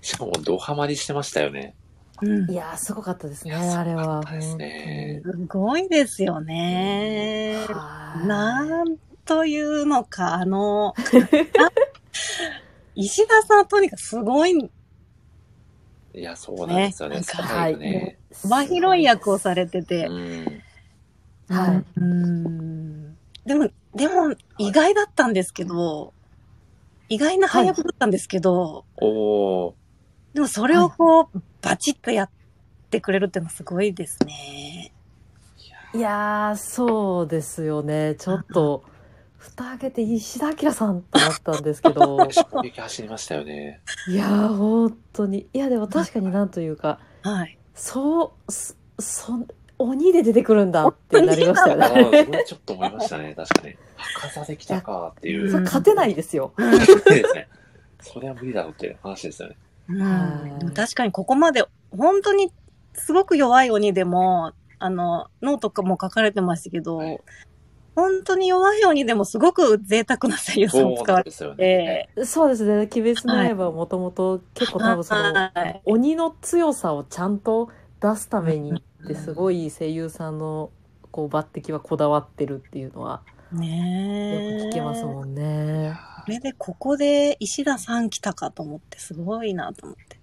A: しかもドハマりしてましたよね
C: うん
B: い。やーすごかったです
A: い
B: ね。
A: やす
B: あれ
A: ごか
B: は
A: ったですね
C: すごいですよね。
B: 本当にはい
C: なんというのか、あの、 (laughs) あ石田さんとにかくすごい
A: いやそうなんですよね
C: ね
A: スパイクね、
C: 幅広い役をされてて、
A: うん
B: はい
C: うんでも、でも、意外だったんですけど、意外な配役だったんですけど、
A: おお
C: でもそれをこう、バチッとやってくれるっていうのはすごいですね。
B: いやーそうですよね。ちょっと蓋開けて石田明さんってなったんですけど。
C: (laughs)
A: ー衝撃走りましたよね
B: いやー本当にいやでも確かになんというか
C: はい。
B: そうそそ鬼で出てくるんだってなりましたよ
A: あー
B: ね
A: そ。れちょっと思いましたね確かに赤座できたかってい
C: ん
B: そうう勝てないですよ。
A: ですね (laughs) それは無理だろうっていう話ですよね
C: うん
B: はい
C: 確かにここまで、本当にすごく弱い鬼でも、あの、ノートも書かれてましたけど、
A: はい
C: 本当に弱い鬼でもすごく贅沢な声優さんを
A: そう
C: 使
A: な
C: わ
A: んで
C: れ
A: すよね
C: て、
B: そうですね。鬼滅の刃はもともと結構多分その
C: はい
B: 鬼の強さをちゃんと出すためにってすごい声優さんのこう抜擢はこだわってるっていうのはよく
C: ねえ
B: 聞けますもん
A: い
B: ね
A: や。ー
C: それでここで石田さん来たかと思ってすごいなと思って。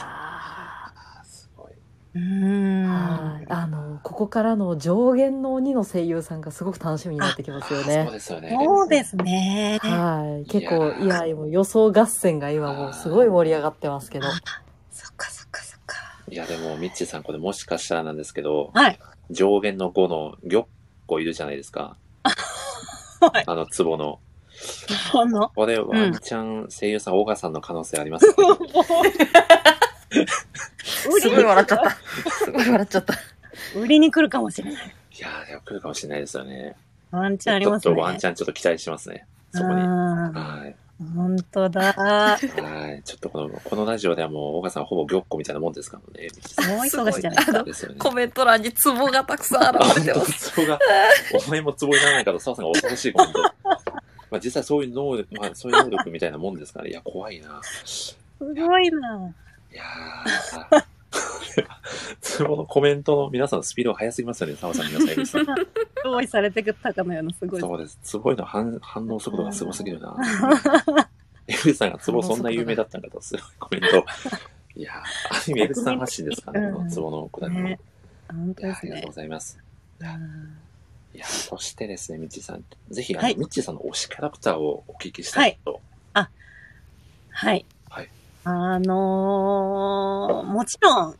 A: あすごい。
C: うーん。
B: はい、あのここからの上限の鬼の声優さんがすごく楽しみになってきますよ
A: あそう
B: ね。
A: ですよね。
C: そうですね。
B: はい、
A: い
B: 結
A: や
B: 構いやもう予想合戦が今もうすごい盛り上がってますけど、
C: そっかそっかそっか。
A: いや、でも、ミッチーさん、これもしかしたらなんですけど、
C: はい。
A: 上限の5の玉子いるじゃないですか。
C: はい
A: あの、壺の。
C: こ
A: (laughs)
C: の、
A: これ、ワンチャン、声優さん、オガさんの可能性あります、ね。
B: すごい笑っちゃ (laughs) った。すごい笑っちゃった。
C: 売りに来るかもしれない。
A: いやー、でも来るかもしれないですよね。
C: ワンチャンあります
A: ちょ
C: ね。
A: っとワンチャンちょっと期待しますね。そこに。
C: う
A: はい。
C: ん。本当だ。
A: はい。ちょっとこの、このラジオではもう、オガさんほぼ玉子みたいなもんですからね。
C: 大忙しじ
A: (laughs)
C: ゃない
A: すごですよね。
B: メント欄にツボがたくさん
A: あ、本当。ツボが、お前もツボにならないから、澤さんが恐ろしいコメント。まあ実際そういう能力、まあそういう能力みたいなもんですから、いや、怖いな。
C: すごいな。
A: いやー、 (laughs) ツボのコメントの皆さんのスピードが速すぎますよね、澤さん、皆さん。皆さん
C: 用意されてたかのようなすごい。
A: そうです。ツボへの反反応速度がすごすぎる
C: (laughs)
A: な。エルさんがツボそんな有名だったんだと、すごい (laughs) コメント。いやー、アニメエルさん発信ですからね、このツボのくだりも。い
C: ね。本当
A: やー
C: で
A: あ
C: す
A: りがとう
C: ね
A: ご。ざいます。
C: うん
A: いや、そしてですね、みっちーさん、ぜひ、あの、
C: はい
A: みっちーさんの推しキャラクターをお聞きしたいと。
C: はい。
A: はい
C: あのーもちろん、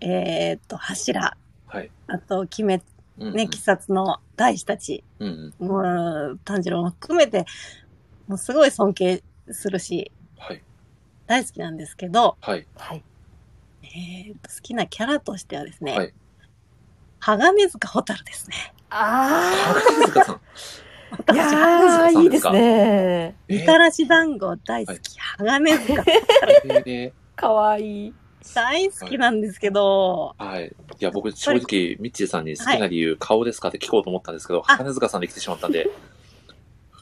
C: えーっと、柱、
A: はい。
C: あと、鬼滅、
A: うんうん
C: ね、鬼殺の大使たち、
A: うんうん。
C: もう、炭治郎も含めて、もうすごい尊敬するし、
A: はい。
C: 大好きなんですけど、
A: はい。
B: はい。
C: えーっと、好きなキャラとしてはですね、
A: はい。
C: 鋼塚蛍ですね。
B: (laughs) あ
A: 高塚さん。
B: あ、いやーいいですね。
A: え
C: みたらし団子大好き、鋼塚
A: ーで
B: 可愛いい。
C: 大好きなんですけど、
A: はい。いや、僕、正直、みっちーさんに好きな理由、顔ですかって聞こうと思ったんですけど、
C: あ
A: 高塚さんで来てしまったんで、 (laughs)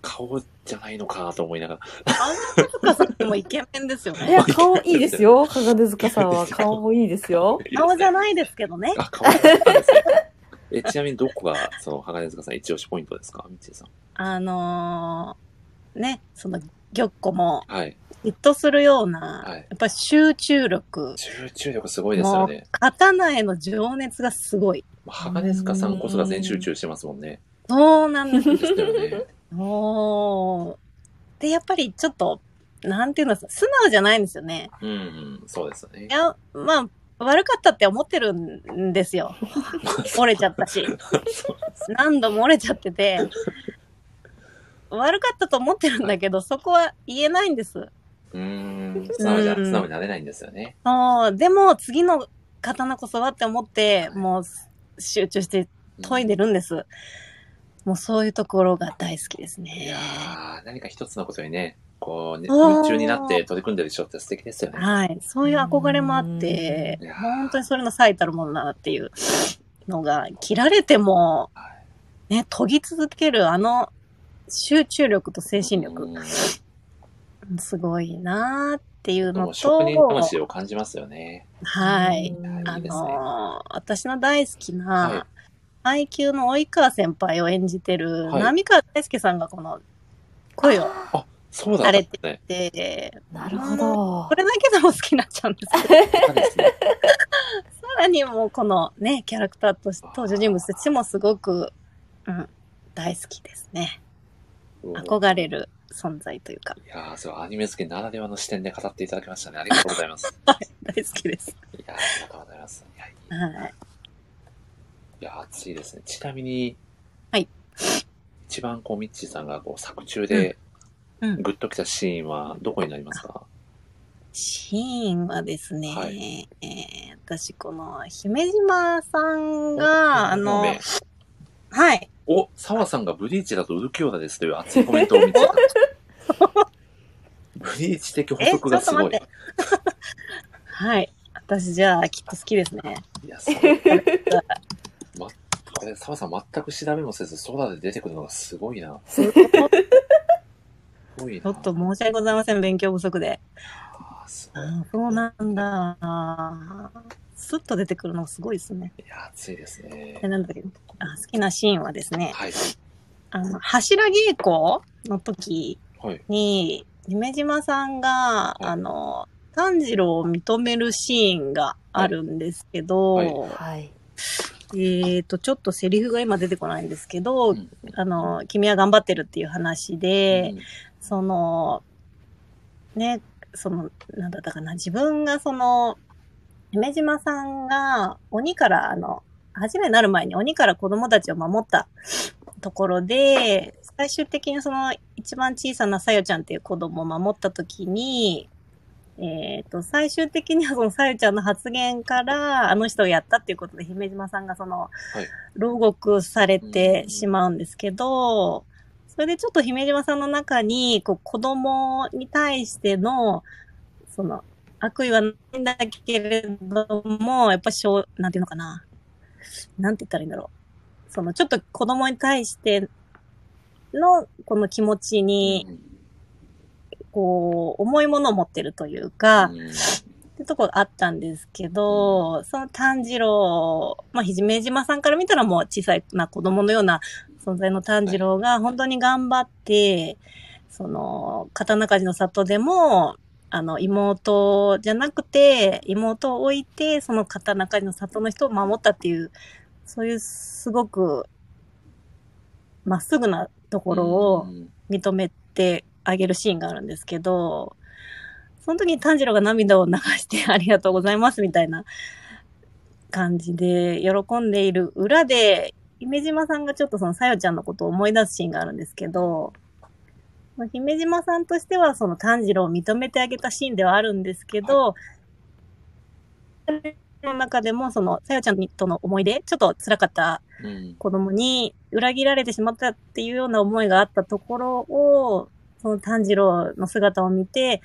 A: 顔じゃないのかなと思いながら。
C: 鋼塚さんもイケメンです
A: (laughs)
C: よ
B: い
C: ね
B: や。顔いいです (laughs) よ。鋼塚さんは顔もいいですよ。
C: 顔じゃないですけどね。
A: あ、顔だったんですね。え、ちなみにどこが、その、鋼塚さん一押しポイントですかみっちーさん。
C: あのーね、その、玉子も、
A: はい。
C: 嫉妬するような、
A: はい
C: やっぱり集中力、
A: 集中力すごいです
C: も
A: よ
C: う
A: ね。
C: 刀への情熱がすごい。
A: まあ鋼塚さんこそが全集中してますもんね。
C: そうなんです
A: (laughs) ですよね。
C: よ。で、やっぱりちょっと、なんていうの、素直じゃないんですよね。
A: うん、うん、そうですよね
C: い。や、まあ、悪かったって思ってるんで
A: (laughs)
C: すよ。折れちゃったし。何度も折れちゃってて。悪かったと思ってるんだけど、そこは言えないんです。
A: うーん、素直じゃ、
C: うん
A: 素直になれないんですよね。
C: そう、でも次の刀こそはって思って、もう集中して研いでるんです。もうそういうところが大好きです
A: い
C: ね
A: や。ー、何か一つのことにね、こう、ね、
C: あー
A: 夢中になって取り組んでる人って素敵ですよね。
C: はい。そういう憧れもあって
A: うんいや、
C: 本当にそれの最たるものだなっていうのが、切られても
A: は、
C: ね、研ぎ続けるあの集中力と精神
A: う
C: 力
A: ん、
C: すごいなーっていう
A: も
C: の
A: う職人
C: と、
A: 魂を感じますよね。
C: はい。
A: うん
C: あ
A: いいですね
C: のー私の大好き
A: はい
C: な、IQ の及川先輩を演じてる、
A: はい
C: 並川大輔さんがこの声を
A: そうだったんですね。
C: 出て、
B: なるほど (laughs)
C: こ。れだけでも好きになっちゃうんです
A: (laughs)
C: けど
A: そうです
C: (laughs)
A: ね。
C: さらにもうこのね、キャラクターとして、登場人物としてもすごく、うん、大好きですね。憧れる存在というか、
A: いやー、そう、アニメ好きならではの視点で語っていただきましたね。ありがとうございます。
C: 大好きです。
A: いやー、ありがとうございます。いや、い
C: はい。
A: や暑いですね。ちなみに、
C: はい。
A: 一番こう、ミッチーさんがこう作中で
C: うんうん
A: グッときたシーンはどこになりますか、
C: シーンはですね、
A: は
C: えー私この姫島さんが、あの、
A: ね
C: はい、
A: お、澤さんがブリーチだとウルキオダですという熱いコメントを
C: (laughs)
A: 見つけた。ブリーチ的補
C: え、ちょ
A: 足が
C: っ
A: す
C: と
A: ご
C: 待
A: い。
C: って。はい。私じゃあ、きっと好きですね。
A: いや、そう。これ、澤さん全く調べもせず、空で出てくるのがすごいな。すごいな。
C: ちょっと申し訳ございません、勉強不足で。
A: あーすごい。
C: あそうなんだ。スッと出てくるのがすごいですね。
A: いや、熱いですね
C: え。なんだっけあ好きなシーンはですね、
A: はい。
C: あの、柱稽古の時
A: はい。
C: に、夢島さんが、
A: い
C: あの、炭治郎を認めるシーンがあるんですけど、
A: はい
B: はい。
C: えっ、と、ちょっとセリフが今出てこないんですけど、
A: うん
C: あの、君は頑張ってるっていう話で、
A: うん
C: その、ね、その、なんだったかな、自分がその、夢島さんが鬼から、あの、初めになる前に鬼から子供たちを守ったところで、最終的にその一番小さなさよちゃんっていう子供を守ったときに、えっ、と、最終的にはそのさよちゃんの発言から、あの人をやったっていうことで、姫島さんがその、牢獄されてしまうんですけど、それでちょっと姫島さんの中に、こう、子供に対しての、その、悪意はないんだけれども、やっぱしょう、なんていうのかな。なんて言ったらいいんだろう。その、ちょっと子供に対しての、この気持ちに、こう、重いものを持ってるというか、
A: うん
C: ってとこがあったんですけど、その炭治郎、まあ、ひじめじまさんから見たらもう小さな子供のような存在の炭治郎が本当に頑張って、その、刀鍛冶の里でも、あの、妹じゃなくて、妹を置いて、その刀鍛冶の里の人を守ったっていう、そういうすごく、まっすぐなところを、
A: うん
C: 認めてあげるシーンがあるんですけど、その時に炭治郎が涙を流してありがとうございますみたいな感じで喜んでいる裏で、姫島さんがちょっとそのさよちゃんのことを思い出すシーンがあるんですけど、まあ姫島さんとしてはその炭治郎を認めてあげたシーンではあるんですけど、の中でもそのさよちゃんとの思い出、ちょっと辛かった
A: うん
C: 子供に裏切られてしまったっていうような思いがあったところを、その炭治郎の姿を見て、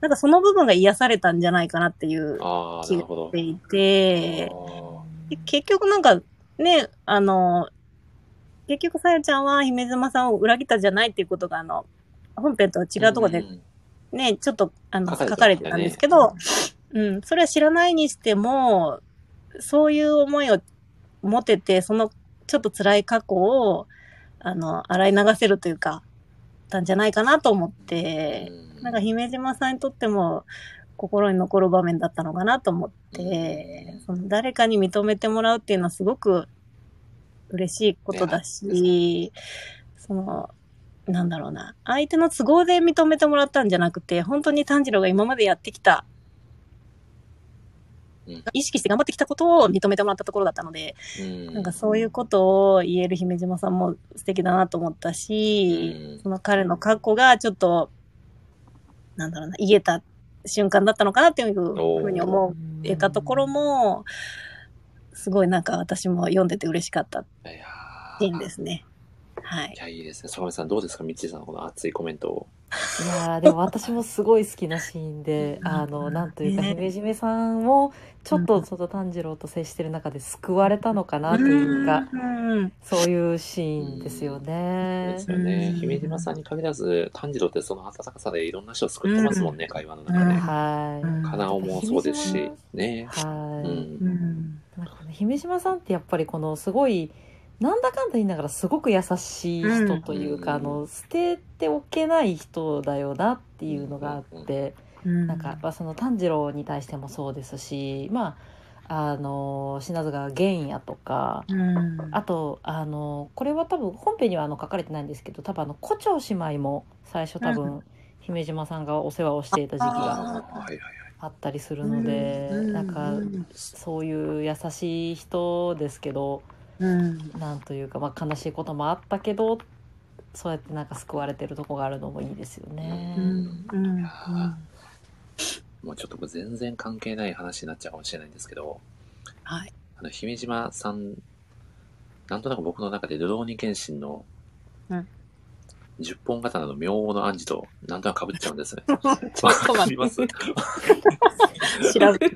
C: なんかその部分が癒されたんじゃないかなっていう
A: ああ、なるほど
C: で。いて、
A: あ
C: で結局なんかね、あの、結局さよちゃんは姫妻さんを裏切ったじゃないっていうことが、あの、本編とは違
A: ー
C: うところで
A: ん
C: ね、ちょっとあの書
A: 書
C: か
A: か
C: れ
A: れて
C: てた
A: た
C: ん
A: ね
C: ですけど、うん、それは知らないにしても、そういう思いを持てて、そのちょっと辛い過去を、あの、洗い流せるというか、たんじゃないかなと思って、
A: うん
C: なんか姫島さんにとっても心に残る場面だったのかなと思って、その誰かに認めてもらうっていうのはすごく嬉しいことだし、その、なんだろうな。相手の都合で認めてもらったんじゃなくて、本当に炭治郎が今までやってきた
A: うん、
C: 意識して頑張ってきたことを認めてもらったところだったので、
A: うん
C: なんかそういうことを言える姫島さんも素敵だなと思った
A: う
C: し、
A: ん
C: その彼の過去がちょっと、なんだろうな、言えた瞬間だったのかなっていう
A: おー
C: ふうに思えたところも、すごいなんか私も読んでて嬉しかった
A: いや。
C: シーンですすね。はい
A: い。や、いいですね。坂上さん、どうですかミッチーさんのこの熱いコメントを。
B: いやーでも私もすごい好きなシーンであのなんというか
C: ね
B: 姫路めさんもちょっとその炭治郎と接してる中で救われたのかなというか
C: うん。
B: そういうシーンですよね
A: で。すよね
C: う。ん
A: 姫島さんに限らず、炭治郎ってその温かさでいろんな人を救ってますもんね、会話の中
C: う
A: で
C: ん。
B: はい。
C: うん
A: 金尾もそうですし、ね。
B: は
A: うん。
B: い。
C: うん。
B: なんかね姫島さんってやっぱりこのすごいなんだかんだ言いながらすごく優しい人という
A: う
B: か、
A: ん
B: あの捨てておけない人だよなっていうのがあって、
C: うん
B: なんか、まあ、その炭治郎に対してもそうですしまああの品津川玄也とか。
C: うん。
B: あとあのこれは多分本編にはあの書かれてないんですけど多分あの胡蝶姉妹も最初多
C: う
B: 分姫島さんがお世話をしていた時期が
A: あーはいはいはい。
B: あったりするので、
C: うん
B: なんか
C: うん
B: そういう優しい人ですけど
C: うん。
B: なんというか、まあ、悲しいこともあったけどそうやってなんか救われてるとこがあるのもいいですよね。
C: うん。うん。
A: もうちょっとこれ全然関係ない話になっちゃうかもしれないんですけど、
C: はい。
A: あの、姫島さん、なんとなく僕の中で、ルローニケンシンの
C: うん、
A: 十本刀の妙王の暗示と、なんとなく被っちゃうん
C: (laughs)
A: ですね。
C: ちょっと
A: わか
C: 待
A: りま
C: っ
A: す
C: て。
A: (laughs)
C: 調べ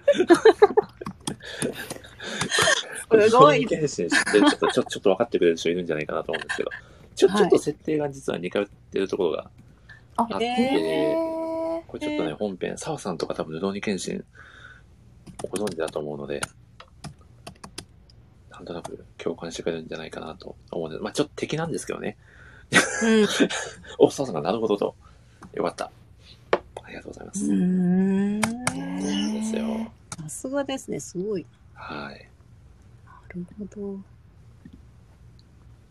C: すごい
A: ルローニケンシン知ってる人とちょちょっと分かってくれる人いるんじゃないかなと思うんですけど、ちょ、
C: はい
A: ちょっと設定が実は似通ってるところが
B: あ
A: あっ
C: へ
A: て、
B: へ
A: これちょっと
C: へ
A: ね、
C: ー
A: 本編、澤さんとか多分、ルローニケンシン、ご存知だと思うので、なんとなく共感してくれるんじゃないかなと思うんです。まあちょっと敵なんですけどね。お、澤さんがなるほどと。よかった。ありがとうございます。
C: う
B: ー
C: ん。
A: そうですよ。
C: さすがですね。すごい。
A: はい。
C: なるほど。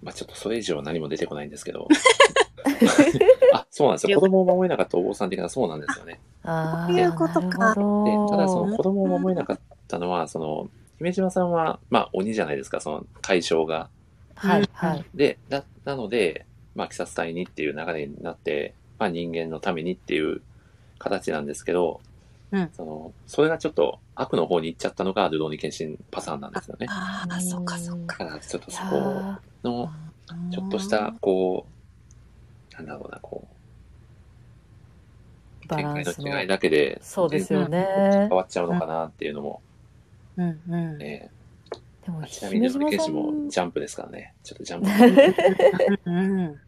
A: まあちょっとそれ以上何も出てこないんですけ
C: (laughs)
A: ど。あ、そうなんですよ。子供を守れなかったお坊さん的なそうなんですよね。
B: あー
A: そういう
C: ことか
B: な
A: で、
B: るほ
A: ただそ
B: ど
A: の子供を守れなかったのは、その、姫島さんは、まあ鬼じゃないですか、その対象が。
B: はいはい。
A: で、な、なので、まあ、鬼殺隊にっていう流れになって、まあ、人間のためにっていう形なんですけど、
C: うん
A: その、それがちょっと悪の方に行っちゃったのが、ルローニケンシンパターンなんですよね。
C: ああ、そっかそっか。
A: だから、ちょっと
B: い
A: そ
B: や
A: こ
B: ー
A: の、ちょっとした、こう、なんだろうな、こう、
B: バ
A: 展
B: ラ
A: 開
B: ンス
A: の違い
B: の
A: だけで、
B: そうですよね。
A: 変わっちゃうのかなっていうのも、
C: うんうん。
A: ね、
B: でも
A: あちなみに
B: 姫
A: ルローニケン
B: 島さ
A: シ
B: ん
A: ンも
B: も
A: ジャンプですからね。ちょっとジャンプ。
C: うん。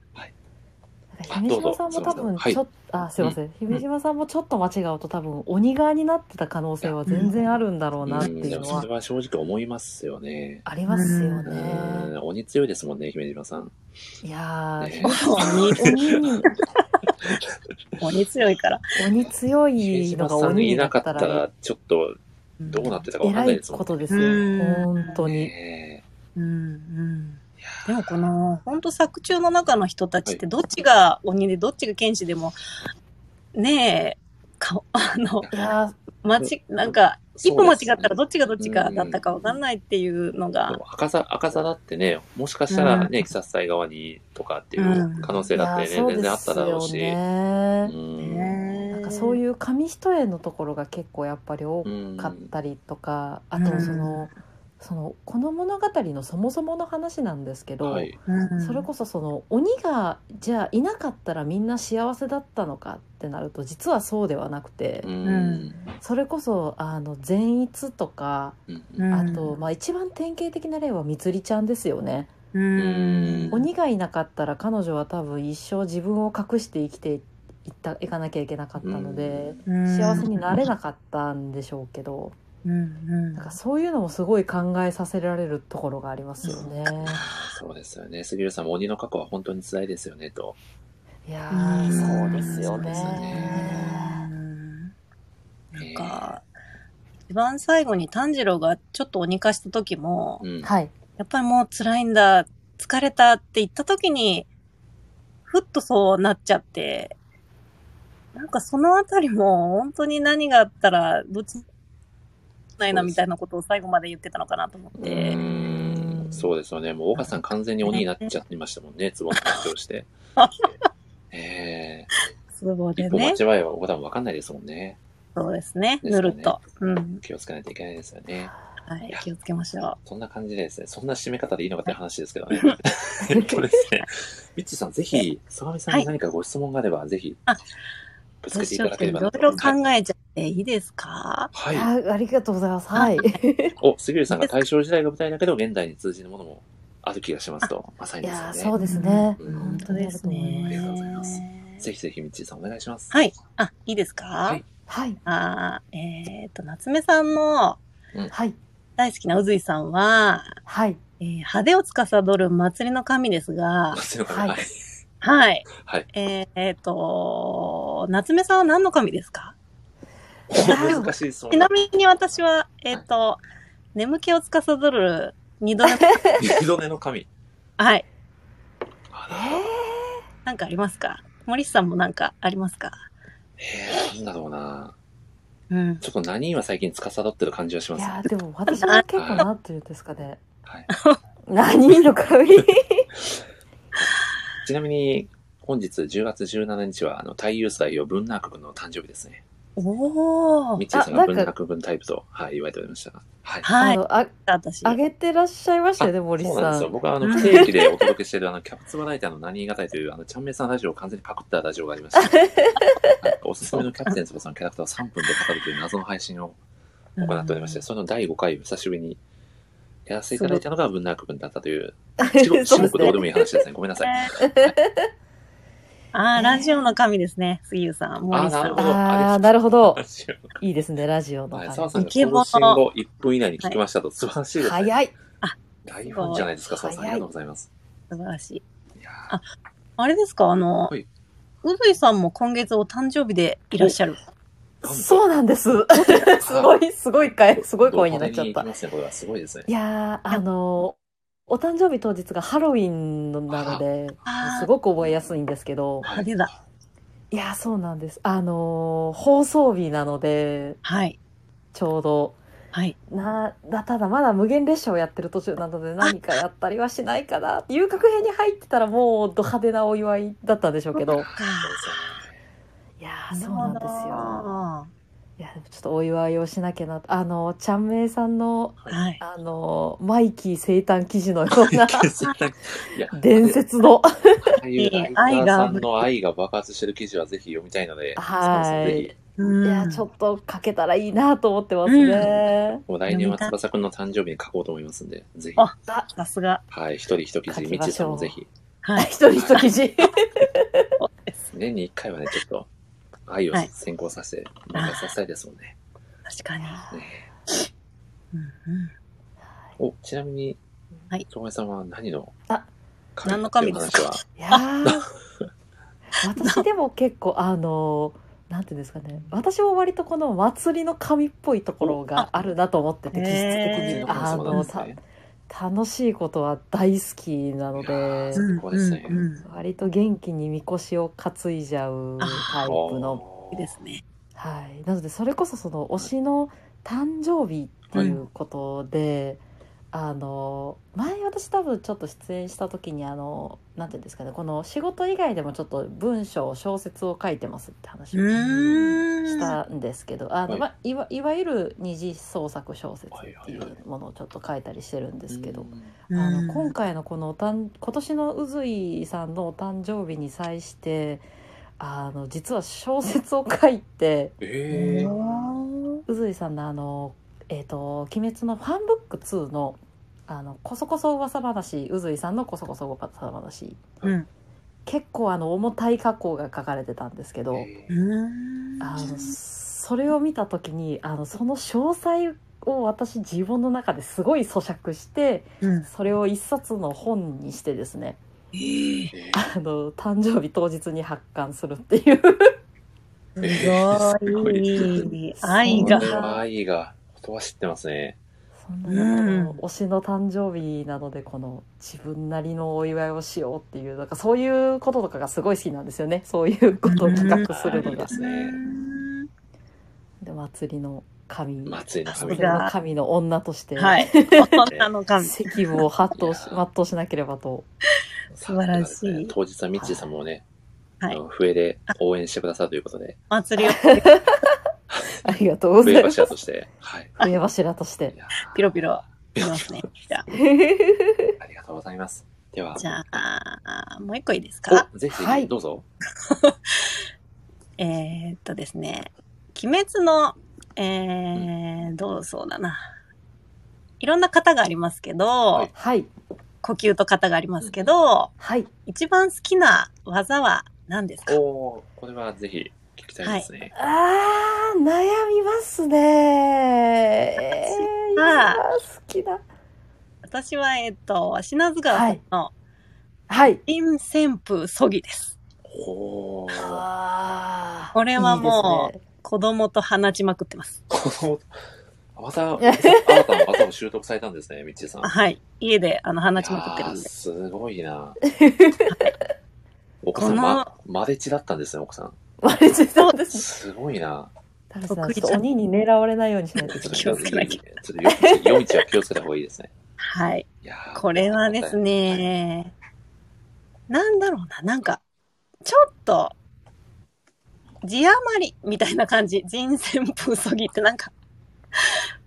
A: あ
B: 姫
A: どうぞ
B: 島さんも多分
A: すいません
B: ちょっと、あすいません、姫島さんもちょっと間違うと多分鬼側になってた可能性は全然あるんだろうなって
A: うん、
B: い
A: で
B: う
A: も
B: の
A: そ
B: は
A: れは正直思いますよね。
B: ありますよ
A: う
B: ね。
A: ん、鬼強いですもんね、姫島さん。
B: いやー、
A: ね
B: 姫島さん鬼
C: 鬼強いから。
B: 鬼強
A: 姫
B: い
A: 島
B: のが
A: さん
B: 鬼
A: い
B: にな
A: なか
B: っ
A: ったた
B: ら
A: ら、ちょっと (laughs) どうなってたか
B: え
A: わからんない
B: い
A: ですもんね。
B: ことですよ
C: うん
B: 本当に。
A: ね
C: うんうん。
A: えいや
C: でもこの、本当作中の中の人たちって、どっちが鬼で、どっちが剣士でも、ねえ、か、あの、
B: いや
C: 間ち、なんか、一歩間違ったらどっちがどっち
A: う
C: か
A: ん
C: だったかわかんないっていうの
A: で
C: が、
A: も赤座赤座だってね、もしかしたら
C: うん
A: ね、鬼殺隊側にとかっていう可能
B: ー、
A: 性
B: い
A: だ
B: や
A: っ
B: ー
A: てね、
B: そう
A: 全然あ
B: で
A: っ
B: す
A: ただろう
B: よ
A: し。
B: ね。
A: うん
B: なん
C: ね
B: かそう
C: う、
B: いう紙一重のところが結構やっぱり多
A: うん
B: かったりとか、あとその、そのこの物語のそもそもの話なんですけど、
A: はい。
B: それこそその鬼がじゃあいなかったらみんな幸せだったのかってなると実はそうではなくて、
A: うん
B: それこそあの善逸とか、
A: うん
C: うん
B: あと、まあ、一番典型的な例はみつりちゃんですよね。
C: う、うん。
B: 鬼がいなかったら彼女は多分一生自分を隠して生きていったいかなきゃいけなかったので、幸せになれなかったんでしょうけど、
C: うんうん。
B: なんかそういうのもすごい考えさせられるところがありますよね。
A: そうですよね。杉浦さんも鬼の過去は本当に辛いですよね、と。
B: いや
C: う
B: ー
C: ん
B: そうですよ
A: そうです
B: ね
A: ね。
C: なんか、一番最後に炭治郎がちょっと鬼化した時も、
A: うん。
B: はい。
C: やっぱりもう辛いんだ、疲れたって言った時に、ふっとそうなっちゃって、なんかそのあたりも本当に何があったら、どっちもないなみたいなことを最後まで言ってたのかなと思っ
A: う
C: て。
A: んそうですよね。もう、岡さん完全に鬼になっちゃってましたもんね、ツボの話をして。
C: (laughs)
A: ええ
C: そう
A: 一
C: で
A: 歩間
C: ね。
A: 違えば岡田もわかんないですもんね。
C: そうですね。
A: ですよ
C: 塗
A: ね
C: ると。うん。
A: 気をつけないといけないですよね。
C: はい、気をつけましょ
A: そんな感じでですね、そんな締め方でいいのかという話ですけど
C: (laughs)
A: ね。えっとですね、ミッチーさん、ぜひ、相模さんに何かご質問があれば、ぜひ
C: あ、
A: ぶ
C: う。
A: つけてい
C: 年
A: た
C: を
A: だけれ
C: い
A: ば
C: ろ
A: ないと
C: ろ
A: 思います。
C: 考えちゃっていいですか
A: はい。
B: あありがとうございます。はい。
A: お、杉浦さんが大正時代が舞台だけど、現代に通じるものもある気がしますと、まさ
B: い
A: にです
B: や
A: よ
B: ーそう
A: ね。
B: ですね。
A: うん
B: 本
C: 本
B: 当
C: 当
B: にあ
C: で
B: る
C: す
B: と思い
A: あ
B: ま
A: り
B: す
A: が
C: ね
A: とうございます。ぜひぜひ、ミッチーさんお願いします。
C: はい。あ、いいですか
A: はい。
B: はい。
C: あーえっ、と、夏目さんの
B: はい。
C: 大好きなうずいさんは、
B: はい。
C: えー派手を司る祭りの神ですが、
A: 松の神
B: はい
A: はい。
C: はい。
A: はい。
C: えっ、えーと、夏目さんは何の神ですか
A: (laughs) お難しい質
C: ち
A: 問
C: な
A: だ。
C: みに私は、えっ、と、眠気を司る二度目、
A: 二度寝の神。
C: はい。
A: あ
B: え
A: ら
C: なんかありますか森さんもなんかありますか
A: えー、なんだろうな。
C: うん。
A: ちょっと何は最近司ってる感じはし
B: ー
A: ま
B: い
A: すね。
B: やーでも私は結構なんていうんですかね。
A: はい。
B: 何の神
A: ちなみに、本日10月17日は、あの、大ユース代表、文ナーク君の誕生日ですね。
C: お
A: ミ
C: ー
A: ッ。チーさん
B: あな
A: が文
B: んか
A: ナーク君タイプと、はい、言われておりました。はい。
B: あ
C: はい。
B: の、あ、
C: 私。
B: あげてらっしゃいましたよね、森
A: そうなん
B: さ
A: ですよ。
B: ん。
A: 僕はあ
C: う
A: の、
C: ん
A: 不定期でお届けしている、あの、キャプツバライターの何言い難いという、あの、ちゃんめいさんラジオを完全にパクったラジオがあり
B: (laughs)
A: まして、はいおすすめのキャプテン翼のキャラクターを3分で語るという謎の配信を行っておりまして、その第5回、久しぶりにやらせていただいたのが文ナーク君だったという、至極
B: (laughs) そう
A: 至極
B: です
A: どう
B: ね
A: で。もいい話ですね。ごめんなさい。
B: (laughs)
C: あーラジオの神ですね、杉浦さん、森
A: あーな
C: さ
A: る
C: ん
A: ほ。ど
B: ああ、なるほど。
A: はい
B: いですね、ラジオの。
A: い、澤さ
B: は
A: んが更新後1分以内に聞きましたと、素晴らしい
B: い
A: ですね。
B: 早い。
A: 大ファンじゃないですか、
B: すご
A: 澤
B: い
A: さん。ありがとうございます。
C: 素晴らしい。
A: いやー
C: ああれですかあの、
A: はいう
C: ずいさんも今月お誕生日でいらっしゃる。
A: なんと
B: そうなん (laughs) です。 (laughs) すごい、すごい回、すごい声になっちゃっ
A: ド派手行
B: た
A: き。ますね、これはすごいですね
B: い。やー、あのー、お誕生日当日がハロウィンのなので、
C: あ
B: す
C: あ、
B: ごく覚えやすいんですけど、
C: 派手だ。
B: いやー、そうなんです。あのー、放送日なので、
C: はい。
B: ちょうど、
C: はい。
B: な、だ、ただまだ無限列車をやってる途中なので、何かやったりはしないかな。遊郭編に入ってたらもうド派手なお祝いだったんでしょうけど。
A: そうですよね
B: いやー、そうなんですよ。
C: よ。
B: いや、でもちょっとお祝いをしなきゃなと。あの、ちゃんめいさんの、
C: はい。
B: あの、マイキー生誕記事のような
A: いや
B: 伝説の。
A: ああいうライターさんの愛が爆発してる記事はぜひ読みたいので、
B: はい
A: ぜひ、
C: う
B: い
C: ん
B: や、ちょっと書けたらいいなと思ってますね。
A: もう来年は翼くんの誕生日に書こうと思いますんで、ぜひ、
C: あさすが。
A: はい、一人一記事、
B: 書
A: み
B: きましょう。
A: ちさんもぜひ、
C: はい
B: (laughs) 一人一
A: (laughs)
B: 記事。
A: 年に一回はね、ちょっと愛を
C: はい
A: 先行させて、満開させたいですもんね。
C: 確かに。
A: ね
C: うんうん
A: お、ちなみに、
C: はい
A: 東林さんは何の
B: あ
C: 何の神
A: っていう
C: です
A: 話はい
B: やー私でも結構、あの、なんていうんですかね。私も割とこの祭りの神っぽいところがあるなと思ってて、
C: お
B: 実質的
A: え
B: に
A: ー。
B: あ
A: そうなん
B: の、
A: です
B: た
A: ね
B: 楽しいことは大好きなの
A: いや
B: で。
A: ー最高ですね
C: うんうん
B: 割と元気にみこしを担いじゃうタイプの、
C: いいですね。
B: はい、なのでそれこそその推しの誕生日っていうことで、あの前私多分ちょっと出演した時にあのなんていうんですかねこの仕事以外でもちょっと文章小説を書いてますって話
C: う
B: を
C: ー
B: し
C: ん。
B: たんですけどあの、
A: はい
B: まあ、いわいわゆる二次創作小説
A: はい
B: っ
A: は
B: て
A: い
B: い
A: はいう
B: ものをちょっと書いたりしてるんですけど、
A: うん
B: あの
C: うん
B: 今回のこのおたん今年の宇髄さんのお誕生日に際してあの実は小説を書いて
A: えー
B: 宇髄さんのあの「えー、と鬼滅」のファンブック2の「あのこそこそ噂話」宇髄さんの「こそこそ噂話
C: うん。」
B: 結構あの重たい過去が書かれてたんですけど、
A: えー
C: うん。
B: あのそれを見た時にあのその詳細を私自分の中ですごい咀嚼して
C: うん
B: それを一冊の本にしてですね
C: えー
A: えー
B: あの誕生日当日に発刊するっていう
A: ー
C: すごい。愛
B: そ
C: が
B: う
A: こ。れは愛が言葉知ってますね。
B: そんな中の
C: うん
B: 推しの誕生日なのでこの自分なりのお祝いをしようっていうなんかそういうこととかがすごい好きなんですよねそういうことを企画するの
A: うん
B: が
A: ですね
C: うん
B: で祭りの神
A: 祭りの
B: 祭
A: 神
B: りの神の女として
C: はい。女の神。
B: 責務を全うし全うしなければと
C: 素晴らしい
A: 当日はミッチーさんもね、
C: は
A: あ
C: い
A: の笛で応援してくださるということで、
C: 祭りを。
B: ありがとうござ
A: 上
B: います
A: 柱。として。はい。
B: 上柱と
A: (laughs)
B: して
A: い。や
C: ピロピロいますね。じゃ
A: ありがとうございます。では
C: あ、、じゃあもう一個いいですか
A: おぜひぜ
B: は
A: ひ
B: い
A: どうぞ。
C: えーっとですね、鬼滅の、えー、どうそうだな。いろんな型がありますけど、
A: はい
B: はい、
C: 呼吸と型がありますけど、
B: はい。
C: 一番好きな技は何ですか
A: おおー、これはぜひ聞きたいですね。
B: あー、悩みますね。えー、
C: あ
B: 好きだ。
C: 私は、えーっと、品津川さんの、
B: はい。
C: 新旋風そぎです。
A: おお。
B: あー
C: これはい
B: いですね
C: も子供と放ちまくってます。
A: この、また、新たな技を習得されたんですね、みっちーさん。
C: あはい。家で、あの、放ちまくってる
A: い
C: ん
A: やー
C: で。
A: すごいな。お子さん、
C: この
A: ま、マレチだったんですね、奥さん。
B: 割れてたんですね。
A: すごいな。
B: 田辺さん、ちょっと鬼に狙われないようにしないといけない。
C: 気をつけなきゃ
A: ちょっと夜道夜道は気をつけた方がいいですね。
C: はい。
A: いやー
C: これはです。ね、なんだろうな、なんか、ちょっと、字余りみたいな感じ。人選風そぎってなんか、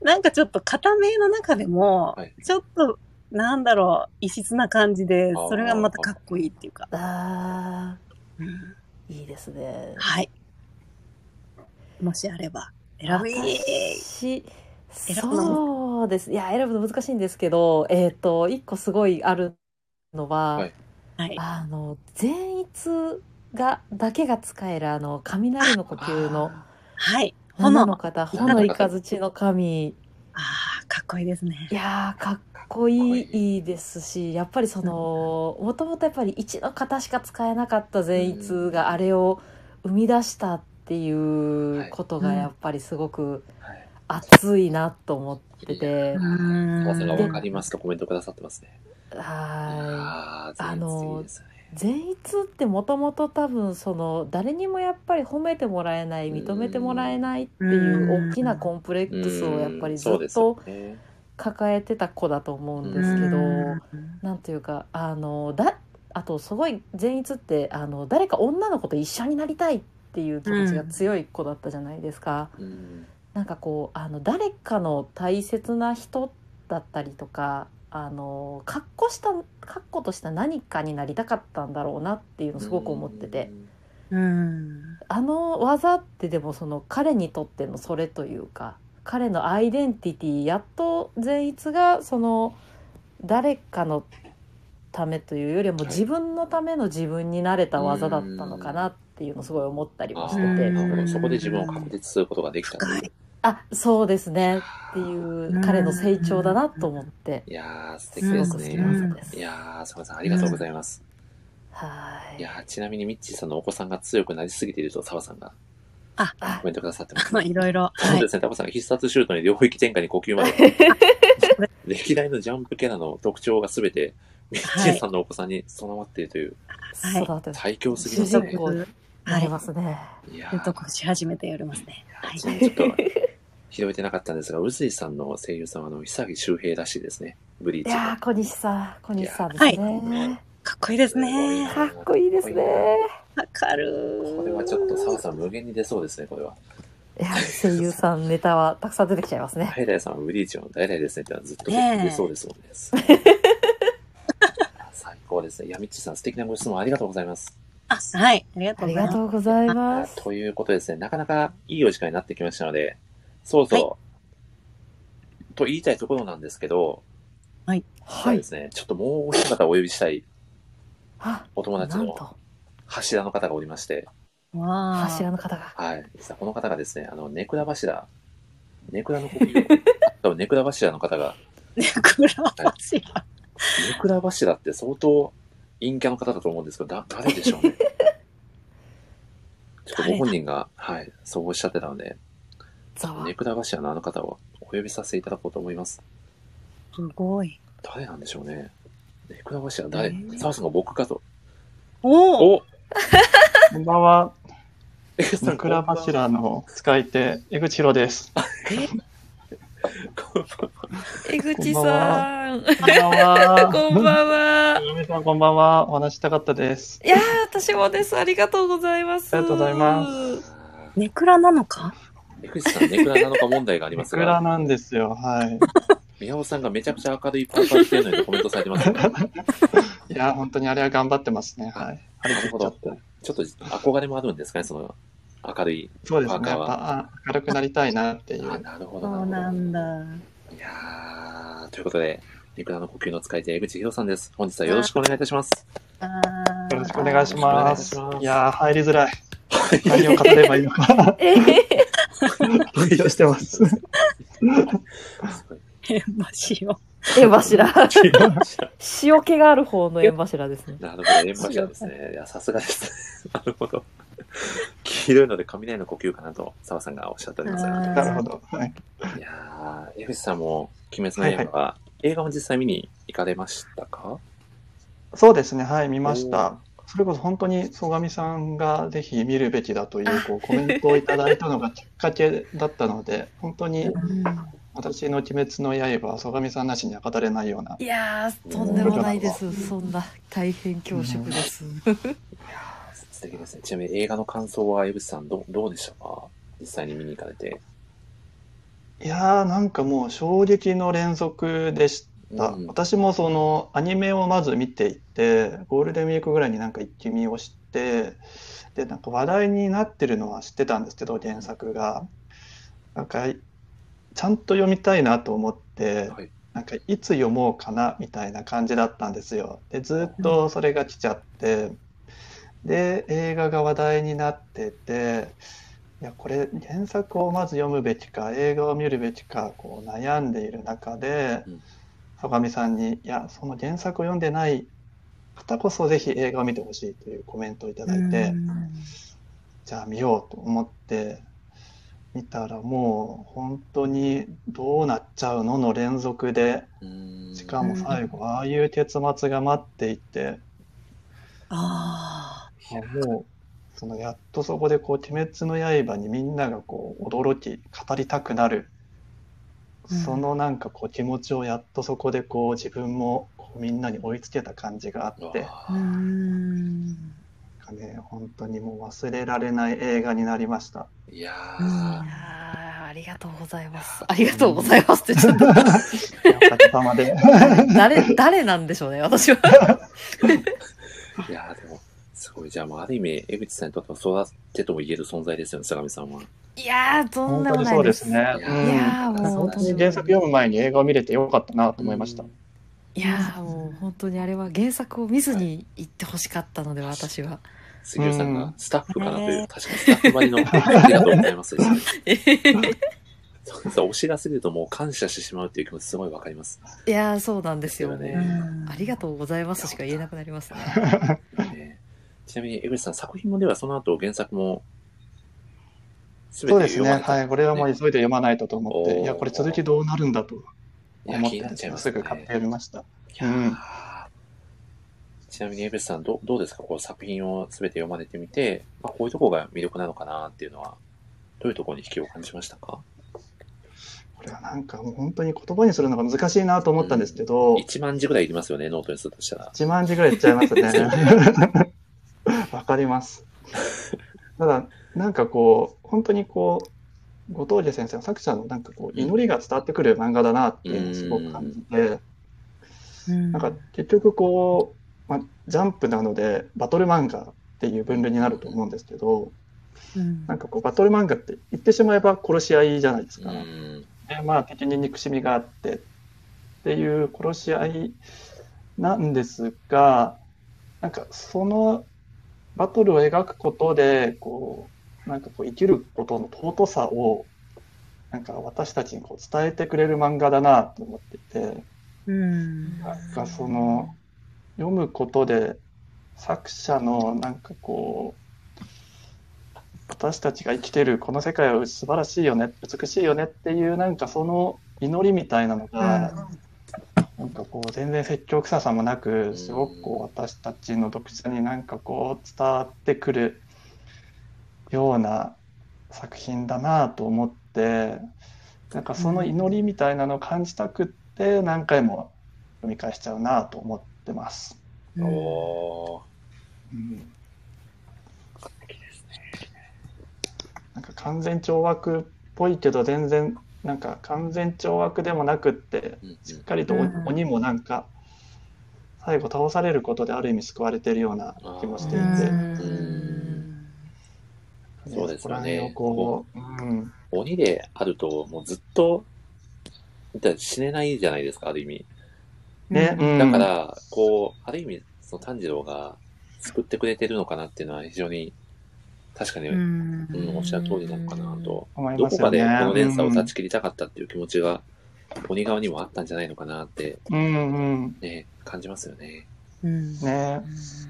C: なんかちょっと片名の中でも
A: はい、
C: ちょっと、なんだろう、異質な感じで、それがまたかっこいいっていうか。
B: あ
C: うん
B: ー、いいですね。
C: はい。もしあれば、選ぶ。
B: 私
C: 選ぶの
B: そうですいや選ぶの難しいんですけどえっ、と一個すごいあるのは、
A: はい
C: はい。
B: あの善逸がだけが使えるあの雷の呼吸の
A: あ
C: はい。
B: 女
C: 炎。
B: の
C: あ
B: 方
A: 炎
B: 炎いかずちの神
C: あー、かっこいいですね
B: い。やーかっこいい
A: かっこ
B: ですしやっぱりそのもともとやっぱり一の方しか使えなかった善逸
A: うん
B: があれを生み出したってい
A: は
B: う
A: い
B: ことがやっぱりすごく
A: ーはい
B: 熱いなと思ってて。
A: いやー
C: うん
A: 技がわかりますとコメントくださってますね。
B: はい
A: あ
B: あのー
A: ですね。
B: 善逸ってもともと多分その誰にもやっぱり褒めてもらえない認めてもらえないっていう大きなコンプレックスをやっぱりずっ
A: うんそ
B: と
A: うですよね
B: 抱えてた子だと思うん
C: う
B: ですけど
C: ん
B: なんていうかあのだあとすごい善逸ってあの誰か女の子と一緒になりたいっていう気持ちが強い子だったじゃないですか。
A: うん
B: なんかこうあの誰かの大切な人だったりとかあのかっこしたかっことした何かになりたかったんだろうなっていうのをすごく思ってて。
C: うん。
B: あの技ってでもその彼にとってのそれというか彼のアイデンティティやっと善逸がその誰かのためというよりはも
A: は
B: う
A: い
B: 自分のための自分になれた技だったのかなっていうのをすごい思ったり
A: あ
B: もし
A: あ、
B: てて
A: なるほど。そこで自分を確立することができたんだ
C: 深い。
B: あそうですねっていう彼の成長だなと思って
A: いやー、素敵
B: す
A: で
B: ご
A: す
B: く好きな
A: ね。
B: 技です。
A: いやー、すみません、ありがとうございます。
B: はい
A: いやー、ちなみにミッチーさんのお子さんが強くなりすぎていると、澤さんが
B: あ
A: コメントくださってま
C: あ
A: す。
C: の、いろいろ。
A: そ
C: は
A: う
C: い
A: で。すね、タコさんが必殺シュートに両域展開に呼吸まで。歴代のジャンプキャラの特徴がすべて、ミッチーさんのお子さんに備わっているという、
C: はい
B: 育て
A: 最強すぎ
B: 主
A: ます
B: 人
A: ね。
B: 公になりますね。
A: いや
C: ちょっと
A: ー、
C: こし始めておりますね。はい。
A: ちょっと、拾えてなかったんですが、臼井さんの声優さんは、あの、久木周平らしいですね。ブリー
B: い
A: チの
B: やー小西さん小西さんです
C: はい
B: ね。
C: かっこいいですね。
B: かっこいいですね。
C: わかるー。
A: これはちょっと澤さん無限に出そうですね、これは。
B: いや、声優さんネタはたくさん出てきちゃいますね。
A: 平イさんはブリーチの大々ですねってのはずっと
C: ねえ
A: 出そうです (laughs) もんね。最高ですね。いや、ミッチーさん素敵なご質問ありがとうございます。
C: あ、はい。ありが
B: (laughs)
C: と
B: あ
C: うご
B: り
C: ざ
B: が
C: います。
B: とうございます。
A: ということでですね、なかなかいいお時間になってきましたので、そうそう、と言いたいところなんですけど、
B: は
A: で。すね、ちょっともうお一方お呼びしたい
B: あ、
A: お友
B: なん
A: 達の
B: と、
A: 柱の方がおりまして、
C: わー (laughs)
B: 柱の方が。
A: はい。実はこの方がですね、あの、ネクラ柱、ネクラの呼
B: (laughs)
A: 吸、多分ネクラ柱の方が、
C: ね、これは柱。
A: ネクラ柱って相当陰キャの方だと思うんですけど、だ誰でしょ
B: (laughs)
A: うね。ちょっとご本人が、はい、そうおっしゃってたので、
B: ざわ
A: ネ。クラ柱のあの方をお呼びさせていただこうと思います。
C: すごい。
A: 誰なんでしょうね。ネクラ柱誰
C: えー
A: 澤さんが僕かと。
C: おお。
A: お
D: こんばんは、
A: 江口さん
D: 枕
A: (laughs)
D: 柱の使い手、江口博 (laughs) です。
A: こんばんは
B: 江
D: 口
B: さ
D: さ
B: ん、
D: こんばん
B: (laughs)
D: は。
B: んは。
D: ん。さん、こんばんは。お話したかったです。
B: いや私もです。ありがとうございます。
D: ありがとうございます
C: ネクラなのか
A: 江口さん、ネクラなのか問題があり
D: い
A: ます
D: くら
A: が、
D: なんですよ。はい。
A: 宮尾さんがめちゃくちゃ明るいパンパンしてるのにコメントされてますね。
D: いや、本当にあれは頑張ってますね。はい。
A: なる
C: (laughs)
A: ほど。ちょっと憧れもあるんですかね、その明るい。
D: そうですね。や
A: パー
D: っ
A: カー
D: ぱ、あ明るくなりたいなってい
A: あ、
D: う。
A: なるほど。
C: そう
A: な
C: な
A: る
C: んだ。
A: ほどいやー、ということで、ネクラの呼吸の使い手、江口博さんです。本日はよろしくお願いいたし
C: (laughs)
A: ます。
C: あー
D: よろしくお願いします。
A: よろしくお願いします
D: いやー、入りづらい。何を語ればいいのか。
B: え (laughs) え
D: (laughs) 緊張してます。
C: え、まあし (laughs) よ
B: ー、縁柱。塩気がある方の縁柱ですね。
A: なるほど、円柱ですね。いや、さすがです。 (laughs) なるほど。黄色いので雷の呼吸かなと、澤さんがおっしゃっておりますが。
C: あ
D: なるほど。はい。
A: いやー、江口さんも、鬼滅の刃は、映画を実際見に行かれましたか
D: そうですね。はい、見ました。。それこそ本当に曽我さんがぜひ見るべきだというこうコメントをいただいたのがきっかけだったので、本当に私の鬼滅の刃は曽我さんなしには語れないような、
B: いやー、とんでもないです。そんな大変恐縮です。
A: おー素敵ですね。ちなみに映画の感想は、江口さんどう、どうでしたか実際に見に行かれて。
D: いやー、なんかもう衝撃の連続でし
A: う
D: た。
A: ん
D: 私もそのアニメをまず見ていて、ゴールデンウィークぐらいになんか一気見をして、で、なんか話題になってるのは知ってたんですけど、原作が。なんか、ちゃんと読みたいなと思って、
A: はい。
D: なんかいつ読もうかなみたいな感じだったんですよ。で、ずっとそれが来ちゃって、で、映画が話題になってて、いや、これ原作をまず読むべきか、映画を見るべきか、こう悩んでいる中で
A: うん、
D: 曽我さんに、いや、その原作を読んでない方こそぜひ映画を見てほしいというコメントをいただいて、じゃあ見ようと思って見たらもう本当にどうなっちゃうのの連続で、
A: うーん
D: しかも最後、ああいう結末が待っていて、
C: あ
D: あもう、そのやっとそこでこう、鬼滅の刃にみんながこう、驚き、語りたくなる、
C: うん
D: そのなんかこう、気持ちをやっとそこでこう、自分もこうみんなに追いつけた感じがあ
A: うわ
D: って、
C: あ。うー
A: ー
C: ん。
D: なんかね、本当にもう忘れられない映画になり
B: (laughs)
D: ました。
A: いや
C: うん
A: ー、
B: あーありがとうございます。ありがとうございますって、ち (laughs) ょっと
D: おかげさまで。
B: 誰、誰なんでしょうね、私は。
A: いやーでも、すごい。じゃあ、もうある意味、江口さんにとっては育てとも言える存在ですよね、相模さんは。
B: いやー、とん
D: 本
B: で
D: 当
B: も
D: に
B: な
D: そ
B: いう
D: で
B: ですす。
D: ね。
A: い
D: うん
A: や
B: ーもう
D: 本当に原作読む前に映画を見れてよかったなと思いました。
B: いやー、もう本当にあれは原作を見ずに行ってほしかったので、私は。
A: 杉浦さん
D: う
A: が
D: ん
A: スタッフかなという、
C: ね
A: 確かにスタッフば
D: (laughs)
A: りの、ありがとうございますですね。
B: い
A: そうですお知らせで言うともう感謝してしまうっていう気持ちすごいわかります。
B: やー、そうなんですよ
A: です
C: う
A: よね
B: ね。
C: ん
B: ありがとうございますしか言えなくなりますね。
A: ねちなみに江口さん、作品もではその後原作も全
D: そうですね。
A: れた
D: はい。これはもう急いで読まないとと思って、
A: おー
D: いや、これ続きどうなるんだと
A: いや
D: 思っ、
A: 気になってちゃいます
D: す
A: ね
D: ぐ買って読みました。
A: いやーちなみに江口さんどう、どうですかこう作品を全て読まれてみて、まあ、こういうところが魅力なのかなっていうのは、どういうところに引きを感じましたか
D: これはなんかもう本当に言葉にするのが難しいなと思ったんですけど、
A: ?1 万字ぐらいいりますよね、ノートにするとしたら。
D: 1万字ぐらいいっちゃいますね。 (laughs) わかります。ただ、なんかこう、本当にこう、後藤家先生は作者のなんかこう、祈りが伝わってくる漫画だなっていうのをすごく感じて、
C: うん
D: なんか結局こう、まあ、ジャンプなのでバトル漫画っていう分類になると思うんですけど、
C: うん
D: なんかこうバトル漫画って言ってしまえば殺し合いじゃないです
A: う
D: か。
A: ん。
D: で、まあ敵に憎しみがあってっていう殺し合いなんですが、なんかそのバトルを描くことで、こう、なんかこう生きることの尊さを、なんか私たちにこう伝えてくれる漫画だなと思っていて、
C: うん。
D: なんかその読むことで作者のなんかこう私たちが生きてるこの世界は素晴らしいよね美しいよねっていうなんかその祈りみたいなのが、なんかこう全然説教臭さもなくすごくこう私たちの読者になんかこう伝わってくるような作品だなと思ってなんかその祈りみたいなのを感じたくって何回も読み返しちゃうなと思ってます。
C: うん
A: おー
D: なんか完全懲悪っぽいけど全然なんか完全懲悪でもなくって
A: うんうん
D: しっかりと鬼,、
C: うん
D: 鬼もなんか最後倒されることである意味救われてるような気もしていて、
A: んそうですよね
D: そこら辺をこう、うん、
A: 鬼であると、もうずっと、だ死ねないじゃないですか、ある意味。
D: ね、うん
A: だから、こう、ある意味、その炭治郎が救ってくれてるのかなっていうのは非常に、確かに、
C: う
A: うん、
C: ん。
A: おっしゃる通りなのかなと。
D: 思い
A: ど
D: ま
A: こ
D: す
A: か
D: よ
A: で
D: ね。
A: この連鎖を断ち
D: 立
A: 切りたかったっていう気持ちが、鬼側にもあったんじゃないのかなって、
D: うんうん
A: ね、感じますよね。
C: うん。
D: ね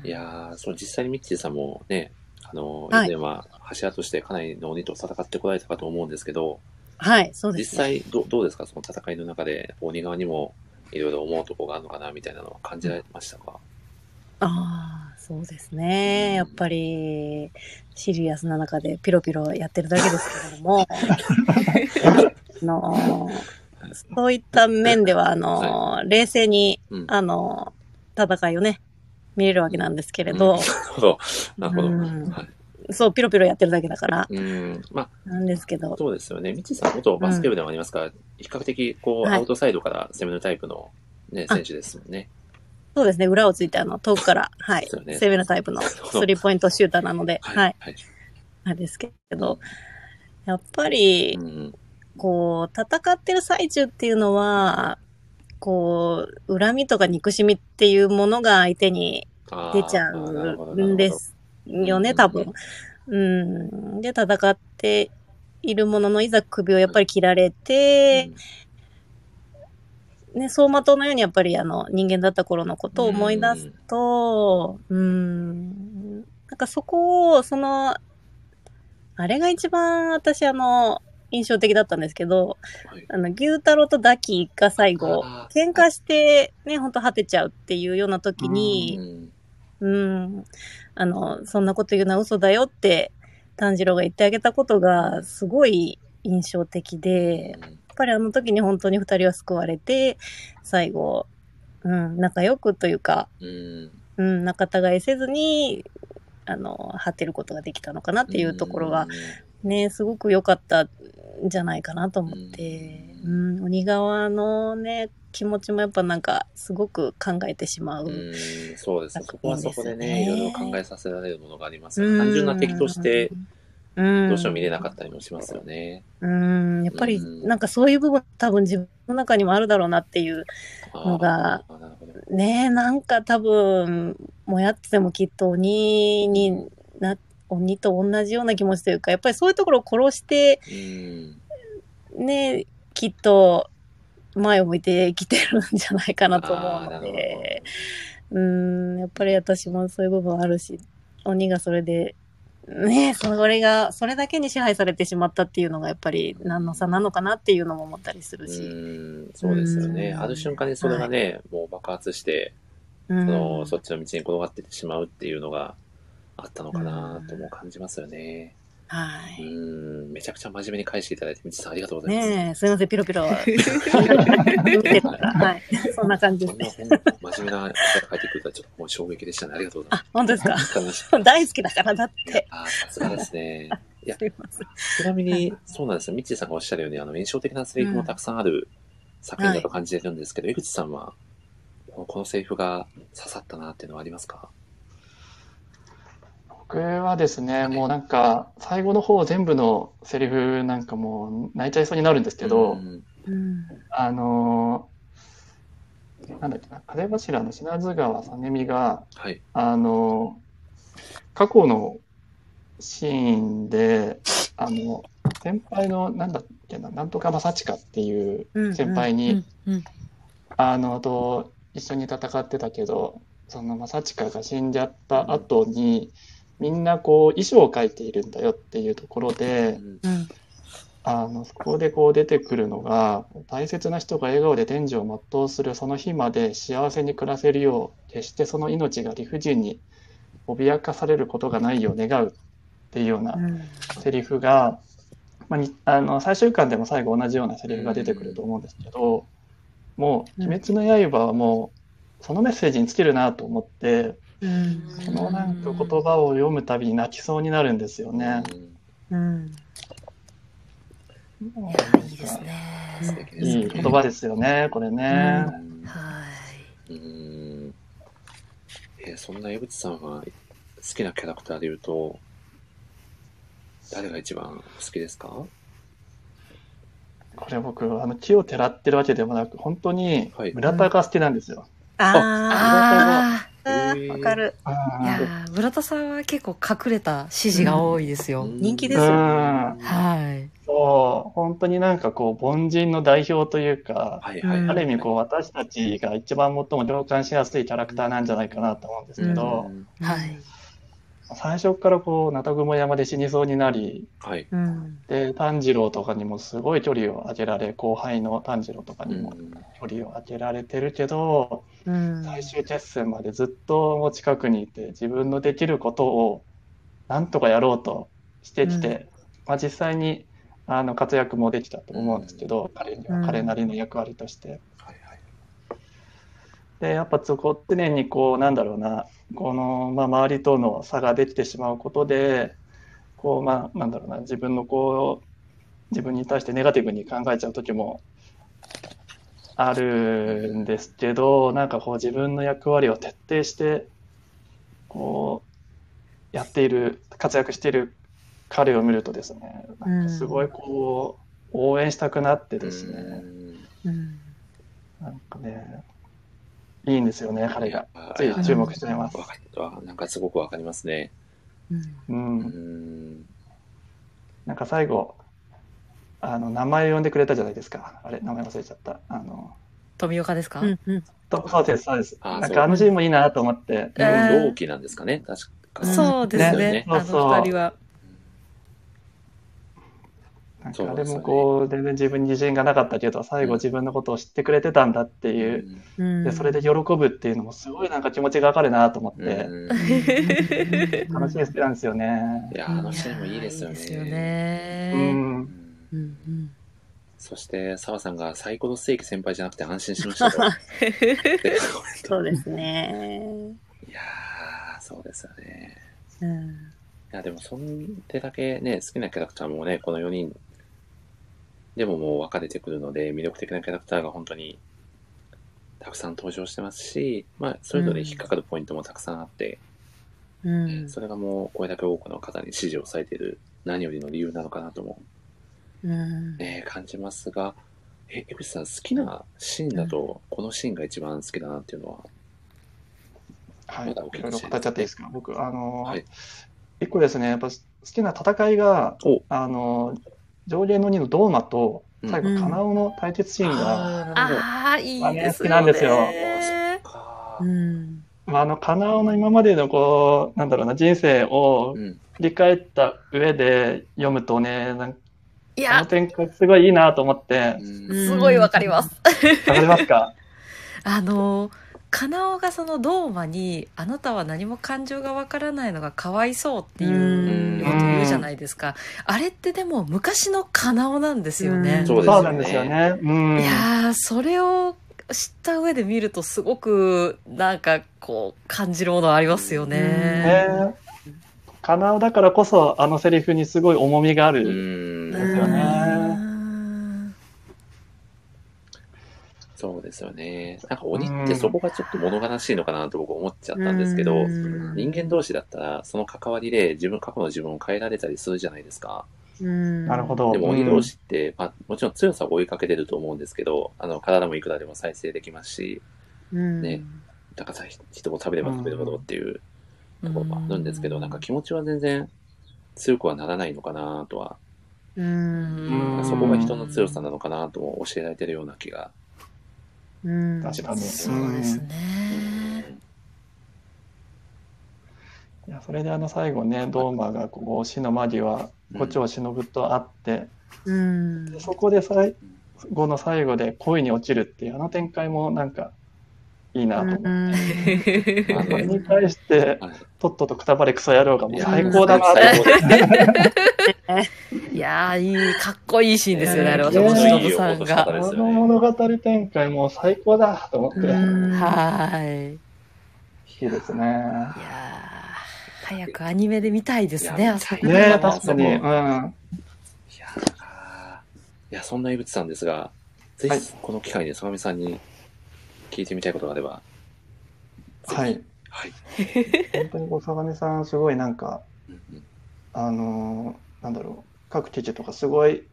A: いやー、その実際にミッチーさんもね、あの、以
C: はい
A: 前は柱としてかなりの鬼と戦ってこられたかと思うんですけど、
C: はい、そうで
A: 実
C: すね。
A: 際どどうですかその戦いの中で鬼側にもいろいろ思うとこがあるのかなみたいなのは感じられましたか、
C: ああ、そうですね。やっぱり、シリアスな中でピロピロやってるだけですけれども、あのーそういった面では、あのー冷静に、
A: うん、な
C: あのー戦いをね、見れるわけなんですけれど、
A: るほど。なるほど。
C: うん
A: はい
C: そう、ピロピロやってるだけだから、
A: うんま
C: なんですけ
A: あ、
C: ど、
A: そうですよね。ミッチーさん、元バスケ部でもありますから、比較的、こう、
C: はい
A: アウトサイドから攻めるタイプの、ね、選手ですもんね。
C: そうですね、裏をついて、あの、遠く
A: (laughs)
C: から、はい、
A: そうね
C: 攻めるタイプの
A: なるほど
C: スリーポイントシューターなので、はい、。
A: はい。
C: なんですけど、やっぱり
A: う、ん。
C: こう、戦ってる最中っていうのは、こう、恨みとか憎しみっていうものが相手に
A: あー
C: 出ちゃ
A: あーなるほど
C: うんですよね、
A: な
C: 多
A: るほど
C: 分。うん。で、戦っているものの、いざ首をやっぱり切られ
A: なる
C: て
A: ほ、ど
C: ね、走馬灯のようにやっぱりあの、人間だった頃のことを思い出すと、うん。なんかそこを、その、あれが一番私あの、印象的だったんですけど、
A: うんはい
C: あの、牛太郎とダキが最後、
A: あー
C: 喧嘩して、ね、ほんと果てちゃうっていうような時
A: う
C: に、
A: ん
C: うん、あの、そんなこと言うのは嘘だよって、炭治郎が言ってあげたことが、すごい印象的で、やっぱりあの時に本当に二人は救われて、最後、うん、仲良くというか、
A: うん。
C: うん、仲違いせずに、あの、果てることができたのかなっていうところが、ね、すごく良かったんじゃないかなと思って、
A: う
C: うん、鬼側のね、気持ちもやっぱなんか、すごく考えてしまう。
A: う
C: うん、
A: ん、そうですね。そこはそこで
C: 作
A: ね、い
C: 品
A: ろ
C: ですね
A: いろ考えさせられるものがありますよね。単純な敵として、、どうしても見れなかったりもしますよね。
C: うん、やっぱり
A: うん
C: なんかそういう部分、多分自分の中にもあるだろうなっていう、
A: あ
C: のが
A: ーなるほど。
C: ねえ、なんか多分、もやっててもきっと鬼にな、鬼と同じような気持ちというか、やっぱりそういうところを殺して、
A: うん。
C: ね、きっと前を向いて生きてるんじゃないかなと思
A: あ
C: う
A: ーな
C: の
A: るほ
C: で、うん、やっぱり私もそういう部分あるし、鬼がそれで、ねえ、それが、それだけに支配されてしまったっていうのがやっぱり何の差なのかなっていうのも思ったりする
A: ど
C: し。
A: うん、そうですよね。
C: うん
A: ある瞬間にそれがね、もう爆発して、
C: うん
A: その、そっちの道に転がってしまうっていうのがあったのかなとも感じますよね。
C: は
A: う
C: い。
A: ん、めちゃくちゃ真面目に返していただいて、みちさんありがとうございます。
C: ねえ、すいません、ピロピロ。見てたら、はい。そんな感じ
A: こ
C: で
A: ん
C: す
A: な
C: ね。
A: ほんと真面目な方が帰ってくるとはちょっともう衝撃でしたね。ありがとうござい
C: あ、本当です
A: ま
C: か
A: す。わかりました
C: 大好き (laughs) だから、だって。
A: あーさすがですね。いや
C: すいません。
A: ちなみに、そうなんですよ。ミッチーさんがおっしゃるように、あの、印象的なセリフもたくさんある作品だと感じてるんですけど、江口さんは、このこのセリフが刺さったなっていうのはありますか
D: 僕はですね、もうなんか、最後の方全部のセリフなんかもう泣いちゃいそうになるんですけど、
A: うん
C: うん。
D: あのーなんだっけな、風柱の品津川実美が、
A: はい。
D: あのー過去のシーンで、あの、先輩の、なんだっけな、なんとか正親っていう
C: うん
D: 先輩に、
B: うん
D: あの、と一緒に戦ってたけど、その正親が死んじゃった後に、みんなこう衣装を描いているんだよっていうところ
A: う
D: で、
A: ん
C: うん。
D: あの、そこでこう出てくるのが、大切な人が笑顔で天寿を全うするその日まで幸せに暮らせるよう、決してその命が理不尽に脅かされることがないよう願うっていうような
C: うん
D: セリフが、まあ、にあの最終巻でも最後同じようなセリフが出てくると思うんですけど、もう「
C: うん
D: 鬼滅の刃」はもうそのメッセージに尽きるなと思って
C: うん。
D: このなんか言葉を読むたびに泣きそうになるんですよね。
A: うん
C: うん。
B: いやいいですね。
A: 素敵ですね
D: いい言葉ですよね、これね。
B: は
A: うーんえーそんな江口さんは好きなキャラクターで言うと、誰が一番好きですか
D: これ僕、あの、木をてらってるわけでもなく、本当に
A: はい
D: 村田が好きなんですよ。
A: あ
C: あ
B: あ
C: あ
A: へー
C: ー、わかる。
B: あ、いやー村田さんは結構隠れた指示が多いですよ。
C: 人気
D: う
C: で
D: ん
C: すよ
D: うん
A: は
B: はい。
D: そう、本当になんかこう、凡人の代表というか、
A: いはい。
D: ある意味こう、私たちが一番最も共感しやすいキャラクターなんじゃないかなと思うんですけど、
A: ん
B: はい。
D: 最初からこう、なたぐも山で死にそうになり、
A: はい。
C: うん。
D: で、炭治郎とかにもすごい距離を上げられ、後輩の炭治郎とかにも距離を上げられてるけど、
C: うん。
D: 最終決戦までずっともう近くにいて自分のできることをなんとかやろうとしてきて、
C: うん
D: まあ、実際にあの活躍もできたと思うんですけど、彼に
C: う
D: は
C: ん
D: 彼なりの役割として。
A: はいはい。
D: でやっぱそこ常にこうなんだろうなこの、まあ、周りとの差ができてしまうことでこうまあなんだろうな自分のこう自分に対してネガティブに考えちゃう時もあるんですけどなんかこう自分の役割を徹底してこうやっている活躍している彼を見るとですねなんかすごいこう応援したくなってですね、
A: うん
C: うん
D: なんかね、いいんですよね、彼が。
A: はい
D: つい注目しちゃいます。
A: わかるわなんかすごくわかりますね。
C: うん
D: う。
A: うんん。
D: なんか最後、あの、名前呼んでくれたじゃないですか。あれ、名前忘れちゃった。あの、
B: 富岡ですか、
C: うんうん。
D: とそうです、そうです。
A: あ
D: なん
A: そう
D: かあのシーンもいいなと思って。
B: えー
A: 同期なんですかね確か
B: そうですね。
A: ね
B: あの
D: そうそう
B: 二人は。
D: なん
A: そう
D: か
A: な
D: あ
A: ん
D: れ
A: ですよ
D: も
A: ね
D: こう、全然自分に自信がなかったけど、最後自分のことを知ってくれてたんだって
A: う
D: いう。
A: ん
C: うん
D: で、それで喜ぶっていうのもすごいなんか気持ちがわかるなと思っ
A: う
D: て、
A: ん
D: 楽しみ好きなんですよね
A: い。や、あのシーンもいいですよ
B: い
A: ね。
B: やーいいですよ
D: う。
B: ね。
A: うんん
C: うん
A: そして、澤さんがサイコロステーキ先輩じゃなくて安心しました
B: (laughs)
A: と。で
C: そうですね。
A: いやー、そうですよね。
C: うん。
A: いや、でも、そんでだけね、好きなキャラクターもね、この4人でももう分かれてくるので、魅力的なキャラクターが本当にたくさん登場してますし、まあ、それぞれ引っかかるポイントもたくさんあって、
C: うん。
A: それがもうこれだけ多くの方に支持をされている何よりの理由なのかなとも、
C: うん。
A: ね、感じますが、え、江口さん、好きなシーンだと、このシーンが一番好きだなっていうのは、
D: はい。
A: ま
D: い
A: だお聞きし
D: ろ
A: て
D: いろ語っちゃっていいですか。僕、あの、
A: はい
D: 一個ですね、やっぱ好きな戦いが、
A: お
D: あの、上限の2のドーマと、最
C: う
D: 後、
C: ん
D: カナオの対決シーンが、
A: あーなるほど
B: ああ、いいですよね。
D: あれ好きなんですよ
A: か
C: うん。
D: まあ、あの、カナオの今までの、こう、なんだろうな、人生を
A: うん。
D: 振り返った上で読むとね、なんか、
B: い
D: こ
B: や
D: の、展開すごいいいなと思って、
A: うん
B: すごいわかります。
D: わかりますか
B: あのカナオがそのドーマに「あなたは何も感情がわからないのがかわいそう」っていうこと言うじゃないですかあれってでも昔のカナオなんですよね
C: ん
A: (laughs) そうです
D: そ
A: よね
D: うなんですよね。うん。
B: いやーそれを知った上で見るとすごくなんかこう感じるものありますよね
D: ねカナオだからこそ、あのセリフにすごい重みがあ
A: う
D: る。
A: ん
D: んですよね
B: うん
A: そうですよね。なんか鬼ってそこがちょっと物悲しいのかなと僕思っちゃったんですけど、
C: うん
A: 人間同士だったら、その関わりで自分、過去の自分を変えられたりするじゃないですか。
C: うん。
D: なるほど。
A: でも
D: うん
A: 鬼同士って、まあ、もちろん強さを追いかけてると思うんですけど、あの、体もいくらでも再生できますし、
C: うん。
A: ね高さ人を食べれば食べるほどっていうところもあるんですけど、なんか気持ちは全然強くはならないのかなとは、
B: うん
D: うん
A: そこが人の強さなのかなとも教えられてるような気が。
C: うん。
D: 確かに。
B: そうですね
D: いやそれであの最後ね、ドーマがこう死の間際、胡蝶忍と会って、
C: うん。
D: でそこで最後の最後で恋に落ちるっていう、あの展開もなんかいいなと思って、 (laughs)
A: まあ
D: それ
A: ね
D: に対して、
A: はい
D: とっととくたばれクソ野郎がもう
A: いや
D: 最高だなと
A: 最
D: 思
A: 高
D: っ
A: ですね
B: いやーいいかっこいいシーンですよねあれは
D: ね
B: 星野さんが
A: 高で
D: て、
A: す
D: こ
A: よ
D: の
A: ね
D: 物語展開もう最高だと思って、
C: うん
B: はい。
D: いいですね。
B: いやー早くアニメで見たいです
A: い
B: ね、
A: や
B: あそこ
A: 見たい
D: ね
B: の
D: 確かに、うん。
A: いやーいや、そんな井口さんですが、ぜ
D: はい
A: ひこの機会で相模さんに聞いてみたいことがあれば、
D: はい。
A: はい。
D: 本当にこう、相模さん、すごいなんか、
A: うんうん
D: あのーなんだろう、各記事とかすごい、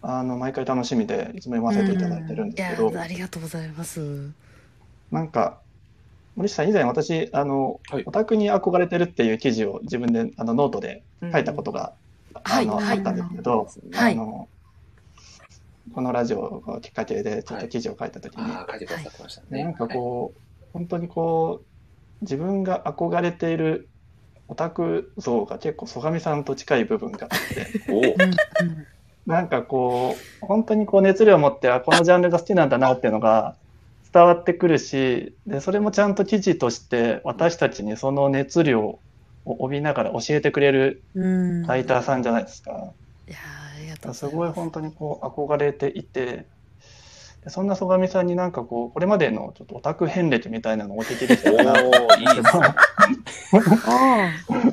D: あの、毎回楽しみで、いつも読ませていただいてるんですけど、
B: やありがとうございます。
D: なんか、森下さん、以前私、あの、
A: はい
D: オタクに憧れてるっていう記事を自分で、あの、ノートで書いたことが、あの、
B: はいはい
D: あったんですけど、
B: はい
D: あの、このラジオがきっかけで、ちょっと記事を書いたときに、
A: ああ、書いてくださってましたね。
D: なんかこう、本当にこう、自分が憧れているオタク像が結構、曽我さんと近い部分があって、
A: う。おー
D: なんかこう、本当にこう熱量を持って、あ、このジャンルが好きなんだなっていうのが伝わってくるし、で、それもちゃんと記事として、私たちにその熱量を帯びながら教えてくれる
B: うん。
D: ライターさんじゃないですか。
B: いやあありがとう
D: す
B: ござい
D: ごい
B: ます。
D: 本当にこう憧れていて、でそんな曽我さんになんかこう、これまでのちょっとオタク遍歴みたいなのをお聞きできたらなと思うんです
A: おー
D: け
A: いいですね
D: (laughs) ど、
E: あ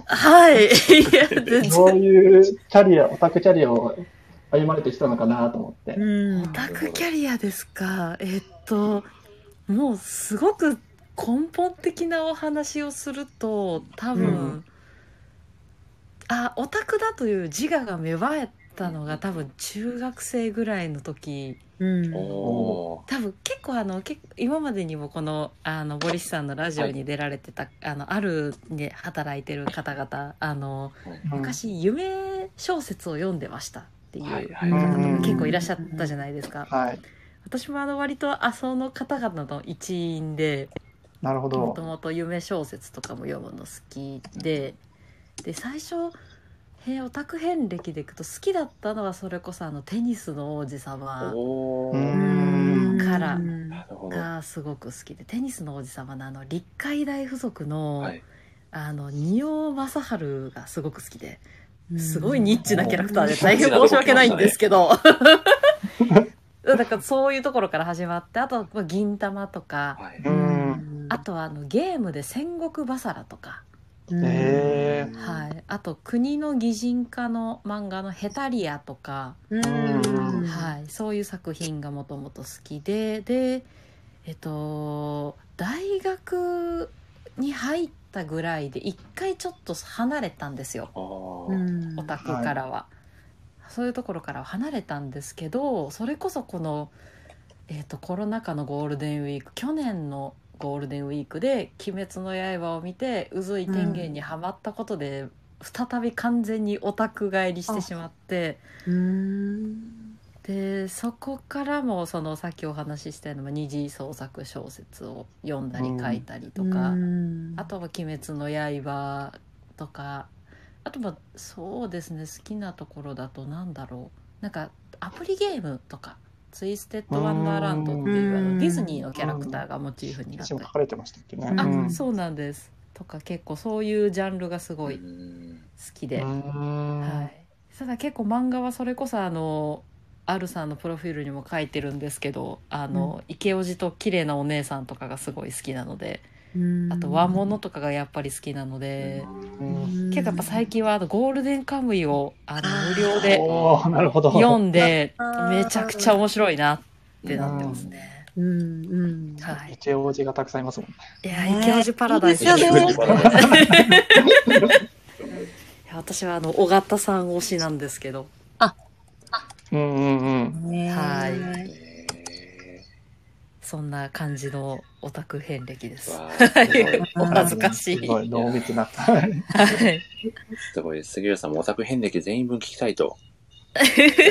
B: はい。いや、全然。
D: どういうキャリア、オタクキャリアを歩まれてきたのかなと思って。
B: うん、オタクキャリアですか。えっと、もうすごく根本的なお話をすると、多分、
D: うん
B: あ、オタクだという自我が芽生えたのが多分中学生ぐらいの時。
A: お
B: 多分結構あのけ今までにもこのあのボリスさんのラジオに出られてた、あのあるで働いてる方々あの昔夢小説を読んでましたってい
A: ー。はいうはい。
B: 方
D: うん
B: も結構いらっしゃったじゃないですか。
D: はい。
B: 私もあの割とあその方々の一員で
D: なるほ
B: も
D: ど
B: と。もと夢小説とかも読むの好きでで最初へーオタク遍歴でいくと好きだったのはそれこそあのテニスの王子様
A: お
D: う
A: ー。
D: ん
B: から
A: なるほど。は
B: がすごく好きでテニスの王子様のあの立海大附属の、
A: い。
B: あの仁王正治がすごく好きで
E: あ
B: すごいニッチなキャラクターで
A: うん
B: 大変申し訳ないんですけど。だからそういうところから始まってあとまあ銀玉とか
A: はい。
D: うん。
B: あとはあのゲームで戦国バサラとか、
D: え
A: うん
B: はい、あと国の擬人化の漫画の「ヘタリア」とか、
D: うん
B: はい、そういう作品がもともと好きでで、えっと、大学に入ったぐらいで一回ちょっと離れたんですよ
A: あー
B: オタクからは、そういうところからは離れたんですけどそれこそこの、えっとコロナ禍のゴールデンウィーク去年のゴールデンウィークで「鬼滅の刃」を見て渦井天元にはまったことで、再び完全にオタク帰りしてしまって。でそこからもそのさっきお話ししたようなまあ二次創作小説を読んだり
D: うん
B: 書いたりとか、あとは「鬼滅の刃」とかあとはそうですね好きなところだとなんだろうなんかアプリゲームとか「ツイステッド・ワンダーランド」っていうあ
C: うん
B: のディズニーのキャラクターがモチーフになっ
D: 私
B: た
D: も
B: り
D: 書、かれてましたっけね。
B: あそうなんですとか結構そういうジャンルがすごい好
A: うん
B: き
D: う
B: で。
D: ん。
B: はい、ただ結構漫画はそれこそあの R さんのプロフィールにも書いてるんですけどあの、池叔父と綺麗なお姉さんとかがすごい好きなのであと和物とかがやっぱり好きなので、
D: うん
B: 結構やっぱ最近はあのゴールデンカムイをあの無料で
D: おーなるほど。
B: 読んで
C: あー
B: めちゃくちゃ面白いなってなってますね。はい、
D: 一応王子がたくさんいますもんね。
B: いや池叔父パラダイス
C: いいです
A: (laughs)
C: よね
B: (laughs) いや私はあの尾形さん推しなんですけど、
D: うんうんうん。
C: ねえ
B: はい
A: え
B: そんな感じのオタク遍歴で
A: ー
B: す。
A: わーすごい
B: お恥ずかし
D: す
B: い。
D: ご、
B: はい
D: 濃密な。 (laughs)
B: い。
A: すごいです。杉浦さんもオタク遍歴全員分聞きたい
B: (laughs)
A: と。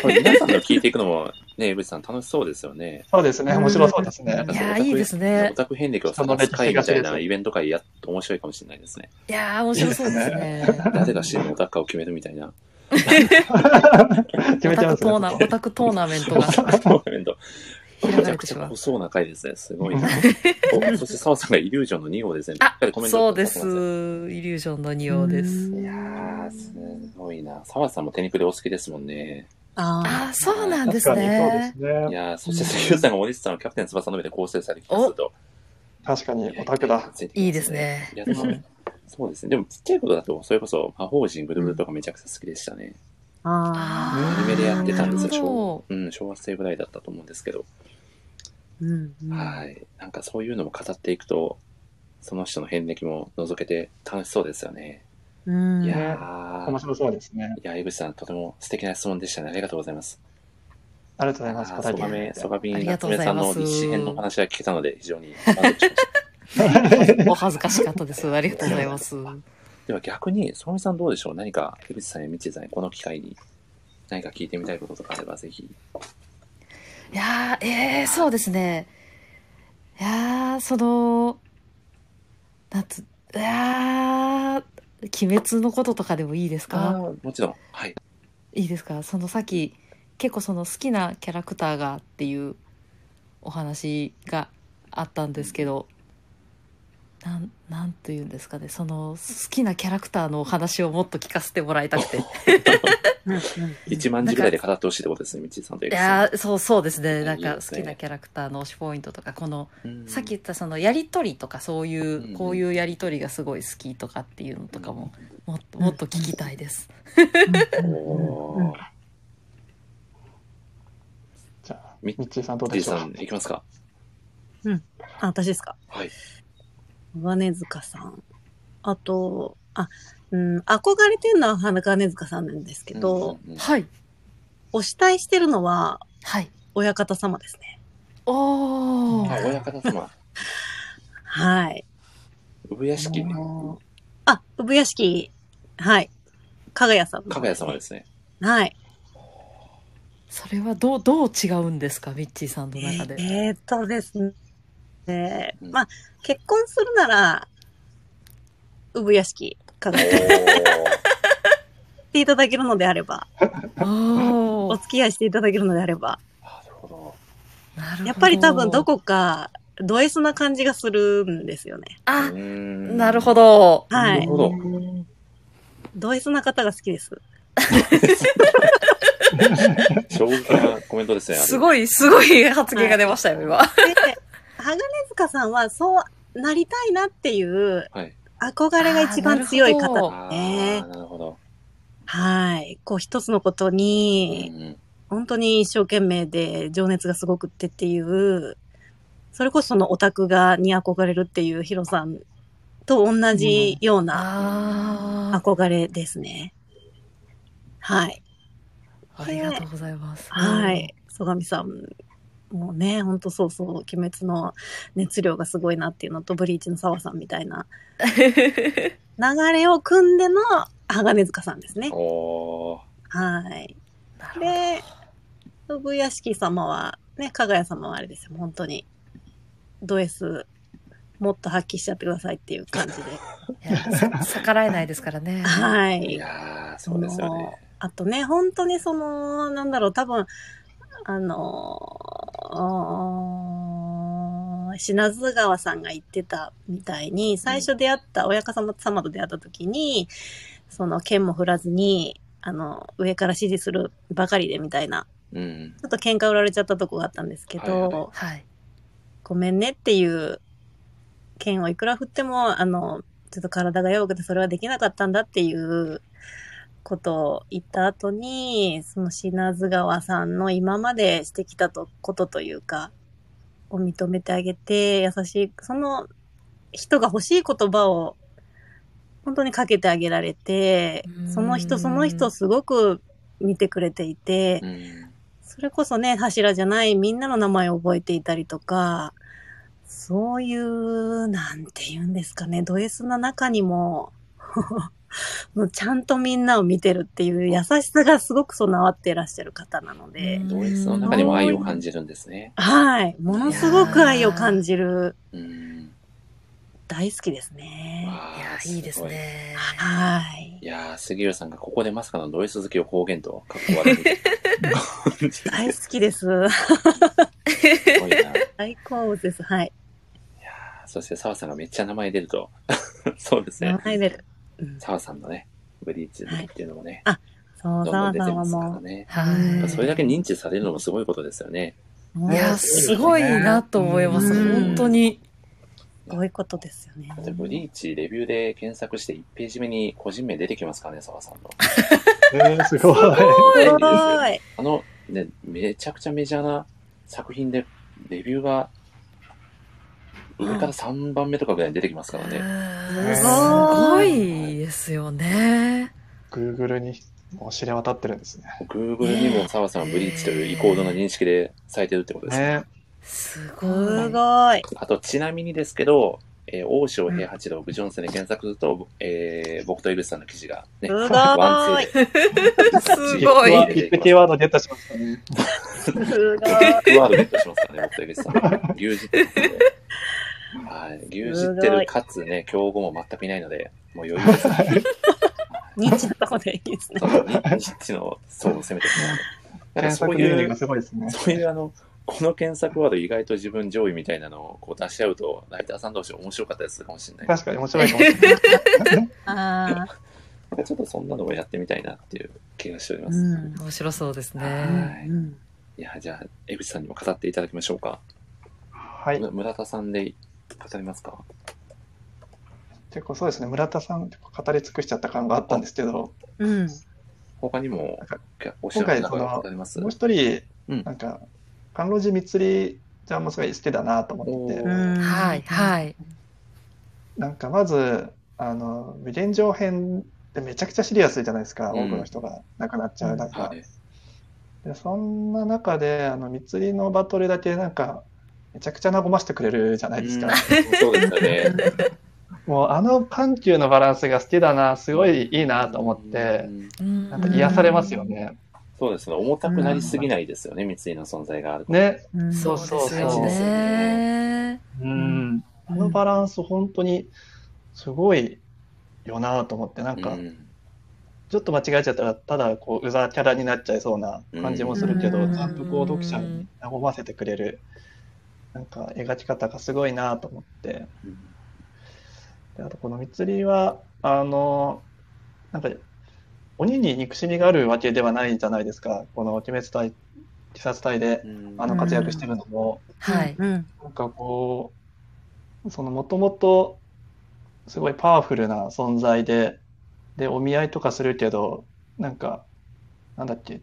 A: これ皆さんの聞いていくのも、ね、江口さん楽しそうですよね。
D: そうですね、面白そうです
A: なん
D: ね
A: か。
B: い
A: その
B: や
A: オ
B: ー
A: タク
B: いいですね
A: オタク遍歴を探す会みたいなイベント会やっと面白いかもしれない
B: (laughs)
A: ですね。
B: いやー、面白そうですね。
A: 誰が真のオタクかを決めるみたいな。
D: (laughs) 決
B: オ
D: めちゃい
B: タ
D: ま
B: ク
D: す
B: ト
D: ね。
B: ーナ、オタクトーナメントが
A: イベント
B: 開
A: めち
B: かれ
A: ゃ
B: て
A: く
B: し
A: ち
B: ま
A: ゃ
B: う
A: 濃。 (laughs) そうな回ですね。すごい
B: (laughs)
A: な。おそして澤さんがイリュージョンの2号ですね。し
B: あ
A: っかりコ、メント
B: そう
A: くだ
B: で
A: さっ
B: す。イ
A: てま
B: リュージョンの仁王です。
A: す。いやー、すごいな。澤さんも手にくれお好きですもんね。
C: あ
B: あー、そうなんで
D: 確
B: す
D: かにそうで
B: ね
D: す。ね
A: い。やー、そして杉浦さんが森下さんのキャプテン翼の上で構成されてきたすると。
D: 確かにオタクだ。。
B: いいです。ね。
A: いや、でも、そうですね。でも、ちっちゃいことだと、それこそ、魔法陣ぐるぐるとかめちゃくちゃ好きでしたね。
C: あ
A: アニメでやってたんですよ
B: なるほ
A: 昭,、うん、昭和生ぐらいだったと思うんですけど、
C: ーうんうん。
A: はいなんかそういうのも語っていくとその人の遍歴も覗けて楽しそうですよね、
C: うん
A: いやー
D: 面白そうですね。
A: いや、井口さん、とても素敵な質問でしたね。ありがとうございます。
D: ありがとうございます。
A: あーソ
D: 答
A: ガ
D: え
A: メ、
D: て
A: ソガビ
B: あ
A: ン、
B: りが
A: 夏
B: とうご
A: 目
B: ざ
A: さ
B: い
A: ん
B: ます
A: の日編のお話が聞けたので、非常に満足しました。
B: お恥ずかしかったです。ありがとうございます。
A: では逆に、ソガメさんどうでしょう何か、井口さんやみちさんにこの機会に、何か聞いてみたいこととかあれば、ぜひ。
B: いやー、えー、そうですね。いやー、その、なんつ、いやー、鬼滅のこととかでもいいですか
A: あー、もちろん。はい。
B: いいですかそのさっき、結構その好きなキャラクターがっていうお話があったんですけど、なん、なんと言うんですかね。その好きなキャラクターのお話をもっと聞かせても (laughs) らいたくて。
C: うんうん
A: 1万字ぐらいで語ってほしいってことですね、みちさんと井
B: い
A: 口さん。
B: やーそうそうですねなん
A: いい
B: か
A: です
B: 好
A: ね
B: きなキャラクターの推しポイントとかこの
A: うん
B: さっき言ったそのやり取りとかそうい
A: うんうん
B: うこういうやり取りがすごい好きとかっていうのとかももっともっと聞きたいです。
A: おー
D: じゃあ、
A: み
D: みっちーさんどう
A: じ
D: で
A: い
D: しょう
A: さん、いきますか。
C: あ、私ですか
A: はい。
C: 鋼塚さん。あと、あ、うん、憧れてるのは鋼塚さんなんですけど、
A: うんうんうん
B: はい
C: お慕いしてるのは
B: はい
C: 親方様ですね。
B: お
A: あ
B: ー
A: 親方様、
C: はい。
A: 産屋敷、
C: もうあ、産屋敷、はい。かがやさんの。
A: 加賀屋様ですね。
C: はい。
B: それはどうどう違うんですかミッチーさんの中で。
C: えーっとですね。で
A: うん
C: まあ、結婚するなら、産屋敷、かが
A: お
C: やさん
A: ー
C: っていただけるのであれば、
B: お
C: お
B: ー
C: 付き合いしていただけるのであれば、
A: なるほど。
B: なるほど
C: やっぱり多分どこか、ド S な感じがするんですよね。
B: あ
A: うーん
B: なるほ。ど。
C: は
A: ないる。ほど。
C: ド S な方が好きです。
A: 衝撃なコメントですね。
B: すごいすごい発言が出ましたよ今。
C: で、鋼塚さんはそうなりたいなっていう
A: はい。
C: 憧れが一番強い
B: あーなるほ
C: 方
B: ど
A: あ
C: ね
A: あ、なるほど。
C: はい。こう一つのこと
A: う
C: に、
A: ん
C: 本当に一生懸命で情熱がすごくってっていう、それこそそのオタクがに憧れるっていうヒロさんと同じような
B: あー
C: 憧れですね。はい。
B: ありがとうございます。
C: はい。曽我さんもね、ほんとそうそう、鬼滅の熱量がすごいなっていうのと、ブリーチの澤さんみたいな流れを組んでの鋼塚さんですね
A: うん。。おー
C: はい。
B: なるほど
C: で、産屋敷様は、ね、加賀谷様はあれですよ、本当に。ド S、もっと発揮しちゃってくださいっていう感じ
B: (laughs) い
C: で。
B: やさ逆らえないですからね。
C: はいい。
A: やー、そうですよね。
C: あとね、本当にその、なんだろう、多分、あのー、品津川さんが言ってたみたいに、最初出会った、親方様と出会った時に、その、剣も振らずに、あの、上から指示するばかりでみたいな、
A: うん。
C: ちょっと喧嘩売られちゃったとこがあったんですけど、
A: はいは
B: はい。
C: ごめんねっていう、剣をいくら振っても、あの、ちょっと体が弱くてそれはできなかったんだっていうことを言った後に、その品津川さんの今までしてきたとことというか、を認めてあげて、優しい、その人が欲しい言葉を本当にかけてあげられて
B: うー、ん
C: その人その人をすごく見てくれていて、
A: うん
C: それこそね、柱じゃないみんなの名前を覚えていたりとか、そういう、なんて言うんですかね、ド S の中にも、 (laughs) もうちゃんとみんなを見てるっていう優しさがすごく備わっていらっしゃる方なので、
B: うん
A: ド S の中にも愛を感じるんですね。
C: はい、ものすごく愛を感じる、
A: うん。
C: 大好きですね。
B: い
A: わ
B: や
A: ー
B: いいです。ね。
C: はい
A: い。やー、杉浦さんがここでまさかのド S 好きを公言と、かっこ悪い。す
C: 大好きです。 (laughs)
A: ごいな。
C: 大好物です。はい。
A: そして澤さんがめっちゃ名前出ると。 (laughs) そうですね
C: 名。前出る。うん
A: 澤さんのね、ブリーチっていうのもね、
C: そ
A: どん
C: う、
A: ど
C: 澤
A: ん出
C: さ
A: て
C: んは
A: ますか
C: も
A: らね。
B: は
A: それだけ認知されるのもすごいことですよね。
C: う、も
B: い。いうやすごいなと思います。
C: うん
B: 本当に。
C: どういうことですよね。
A: でブリーチレビューで検索して1ページ目に個人名出てきますからね、澤さんの。
D: えー、すごい。 (laughs)
A: (laughs)
C: すごい。
A: あの、ね、めちゃくちゃメジャーな作品で、レビューが、上から3番目とかぐらいに出てきますからね。
F: すごいですよね。
D: Google にもう知れ渡ってるんですね。
A: Google にも澤さんはブリーチというイコードの認識でされてるってことですね。
D: ね
F: すご
C: す
F: い。
C: ごい。
A: あと、ちなみにですけど、えー、大塩平八郎、グジョンセンで検索すると、えー僕とイルスさんの記事がね、
C: すごい
A: ワンツー
F: すごい。
D: ピップキーワード出たしましたね。
C: すごい。
A: で、ワードゲットしますからね、僕とイルスさん。牛耳ってことで。はい。牛耳ってる、かつね、競合も全くいないので、もう余裕ですね。
C: ニッチなとこでいいですね
A: そ。のニッチの層を
D: (laughs)
A: 攻めてしまう。だから
D: 検
A: そう
D: 索原
A: い
D: 理
A: う
D: が、すごいですね。
A: そういうあの、この検索ワード意外と自分上位みたいなのをこう出し合うと、ライターさん同士面白かったりするかもしれない。
D: 確かに面白いかもしれない。
C: ああ、
A: なんかちょっとそんなのをやってみたいなっていう気がしております。
F: うん、面白そうですね。
A: はい。いや、じゃあ、江口さんにも語っていただきましょうか。
D: (laughs) はい。
A: む村田さんで語りますか。
D: 結構そうですね、村田さん、語り尽くしちゃった感があったんですけど、
C: うん。
A: 他にも
D: なんか、
A: お知らせなどがございます
D: もう。一人、
A: うん
D: なんか、甘露寺光ちゃんもすごい好きだなと思って
A: お
D: て
A: ー、
F: はい、はい。
D: なんかまず、あの、無限上編ってめちゃくちゃシリアスじゃないですか、
A: うん
D: 多くの人が亡くなっちゃう中。
A: はい。
D: でそんな中で、あの、光のバトルだけなんか、めちゃくちゃ和ましてくれるじゃないですか。
A: うんそうですよね。
D: もうあの緩急のバランスが好きだな、 (laughs) すごいいいなと思って
A: う、ん
D: なんか癒されますよ
F: ね。
D: ね。
A: そうですね。重たくなりすぎないですよね、三井の存在があるから。
D: ね。
C: うん
F: そう
D: そう
F: ですよ
A: そうですよ
F: ね。
D: うん。あのバランス本当にすごいよなと思って、なんか
A: うん
D: ちょっと間違えちゃったら、ただこう、うざキャラになっちゃいそうな感じもするけ
F: う
D: ど、
F: ん
D: ちゃんとこう、読者に和ませてくれる、なんか描き方がすごいなと思って。であとこのみつりは、あの、なんか、鬼に憎しみがあるわけではないじゃないですか。この鬼滅隊、鬼殺隊で、
A: うん
D: あの活躍してるのも。
F: はい。
C: うん。
D: なんかこう、そのもともとすごいパワフルな存在で、で、お見合いとかするけど、なんか、なんだっけ、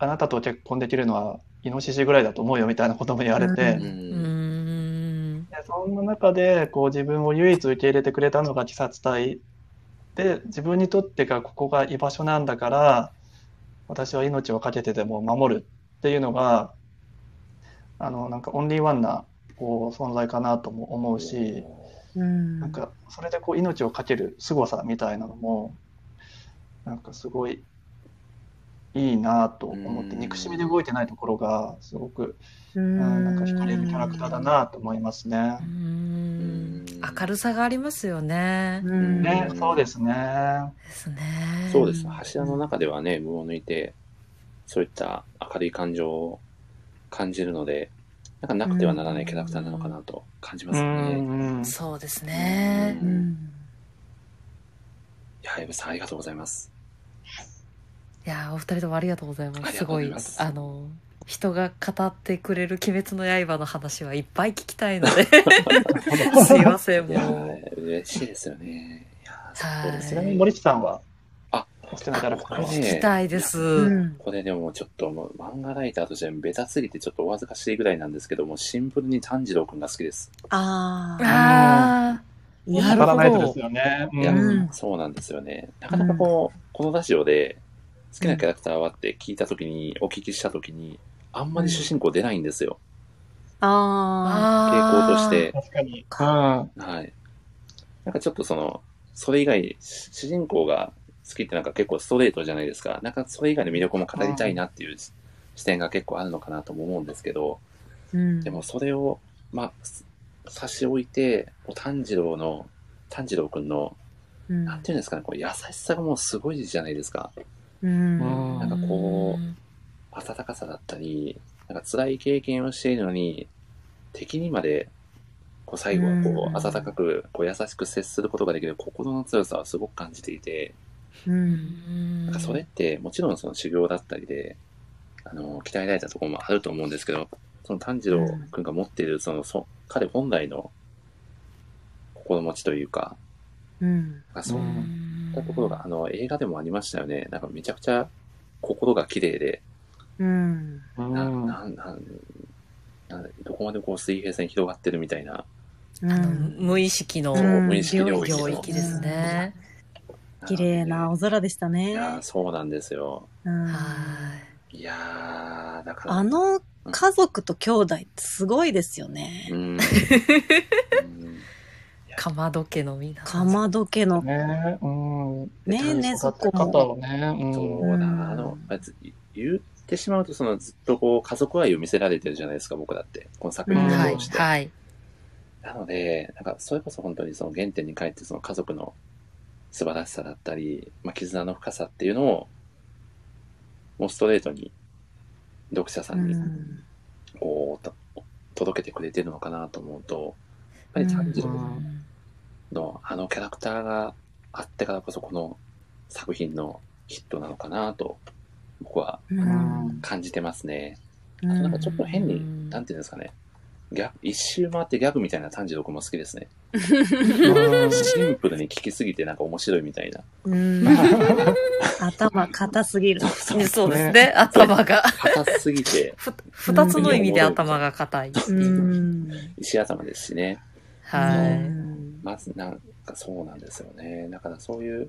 D: あなたと結婚できるのはイノシシぐらいだと思うよみたいなことも言われて、
A: う
D: で
F: うんん。
D: そんな中で、こう自分を唯一受け入れてくれたのが鬼殺隊で、自分にとってがここが居場所なんだから、私は命を懸けてでも守るっていうのが、あの、なんかオンリーワンな、こう存在かなとも思うし、
C: うん
D: なんか、それでこう命を懸ける凄さみたいなのも、なんかすごいいいなと思って、
A: うん
D: 憎しみで動いてないところが、すごく、
C: う
D: うんん、なんか惹かれるキャラクターだなと思いますね
F: う。ん明るさがありますよね。
C: うん
D: ね
A: う、ん
D: そうですね。
F: ですね。
A: そうです。柱の中ではね、無を抜いて、そういった明るい感情を感じるので、なんかなくてはならないキャラクターなのかなと感じま
D: う
A: すね。
D: ん、うん。
F: そうですね。
C: うん
A: いや、エブさん、ありがとうございます。
F: いやーお二人ともありがとうございま
A: あ
F: す。
A: り
F: す
A: がとうご
F: ご
A: ざい
F: い
A: ます
F: あの人が語ってくれる鬼滅の刃の話はいっぱい聞きたいので
A: (laughs)
F: すいません
A: い
F: も
A: や
F: う。
A: ー、嬉しいですよね。いや
F: は
A: ー、そう
F: い
A: です
D: ち
A: ね。
D: なみに (laughs) 森地さんは、
A: あ、
D: お好きなキャラクター
A: これ
D: は
A: ね
F: 聞きたいです。
C: うん
A: ここででもちょっともう漫画ライターとしてベタすぎてちょっとお恥ずかしいぐらいなんですけども、シンプルに炭治郎くんが好きです。
C: ああ、
F: あ
C: いい
F: なるほど
D: 語らないとですよね。う
A: いや
D: ん。
A: そうなんですよね。なかなかこの、このラジオで好きなキャラクターはって聞いたときに、お聞きしたときに、あんまり主人公出ないんですよ。
C: あ
F: あ
A: 傾向とし。て。
D: 確かに。うん。
A: はい。なんかちょっとその、それ以外、し主人公が好きってなんか結構ストレートじゃないですか。なんかそれ以外の魅力も語りたいなっていうし視点が結構あるのかなとも思うんですけど、
C: ーうん
A: でもそれを、まあ、す差し置いて、こう炭治郎の、炭治郎くんの、
C: うん
A: なんていうんですかね、こう優しさがもうすごいじゃないですか。
C: うん
D: うん
A: なんかこ温かさだったり、なんか辛い経験をしているのに、敵にまで、こう最後はこ
C: うん
A: う温かく、こう優しく接することができる心の強さをすごく感じていて、
C: う
F: うんん。
A: なんかそれってもちろんその修行だったりで、あの、鍛えられたところもあると思うんですけど、その炭治郎くんが持っている、その、そ彼本来の心持ちというか、
C: うん
A: なんかそう
D: うん
A: こったところが、あの、映画でもありましたよね。なんかめちゃくちゃ心が綺麗で、
C: うん。
D: う
A: な、
D: ん。
A: なん、なん、なんだどこまでこう水平線広がってるみたいな、
C: う
F: あの
C: ん。
F: 無意識の
C: うん
A: 無意識領域
F: 領
A: の
F: 域ですね。
C: 綺麗な青空でした
A: い
C: ね。
A: やー、そうなんですよ。
C: うん
F: はい
A: やー、だから。
C: あの家族と兄弟ってすごいですよ
A: う
C: ね。
A: ん、
C: (laughs)
A: うん
F: い。かまど家のみな。
C: かまどけの。
D: ねうん。
C: ねえねえ、そこ
D: 育て方
C: も。
D: をね、うん。
A: そうだ
C: うん
A: な、あの、まず言ってしまうと、そのずっとこう、家族愛を見せられてるじゃないですか、僕だって。この作品を
C: うん
F: はい
A: 通して。
F: はい。
A: なので、なんか、それこそ本当にその原点に帰って、その家族の素晴らしさだったり、まあ、絆の深さっていうのを、もうストレートに、読者さ
C: うん
A: に、
C: ん。
A: こう、と届けてくれてるのかなと思うと、やっぱり炭治郎のあのキャラクターがあってからこそ、この作品のヒットなのかなと、僕は
C: う
D: うん
C: ん。
A: 感じてますね。
C: う
A: なんか
C: ん
A: ちょっと変
F: う
A: に、
F: ん
A: なんていうんですかね。ギャ一周回ってギャグみたいな炭治郎君も好きですね。
D: うん
A: シンプルに聞きすぎてなんか面白いみたいな。
C: うん。頭硬すぎる。
F: そうですね。頭が。
A: 硬すぎて、
F: ふ二つの意味で頭が硬い。
C: うん。
A: 石頭ですしね。
F: は
C: う
F: い。
C: ん
A: まずなんかそうなんですよね。だからそういう、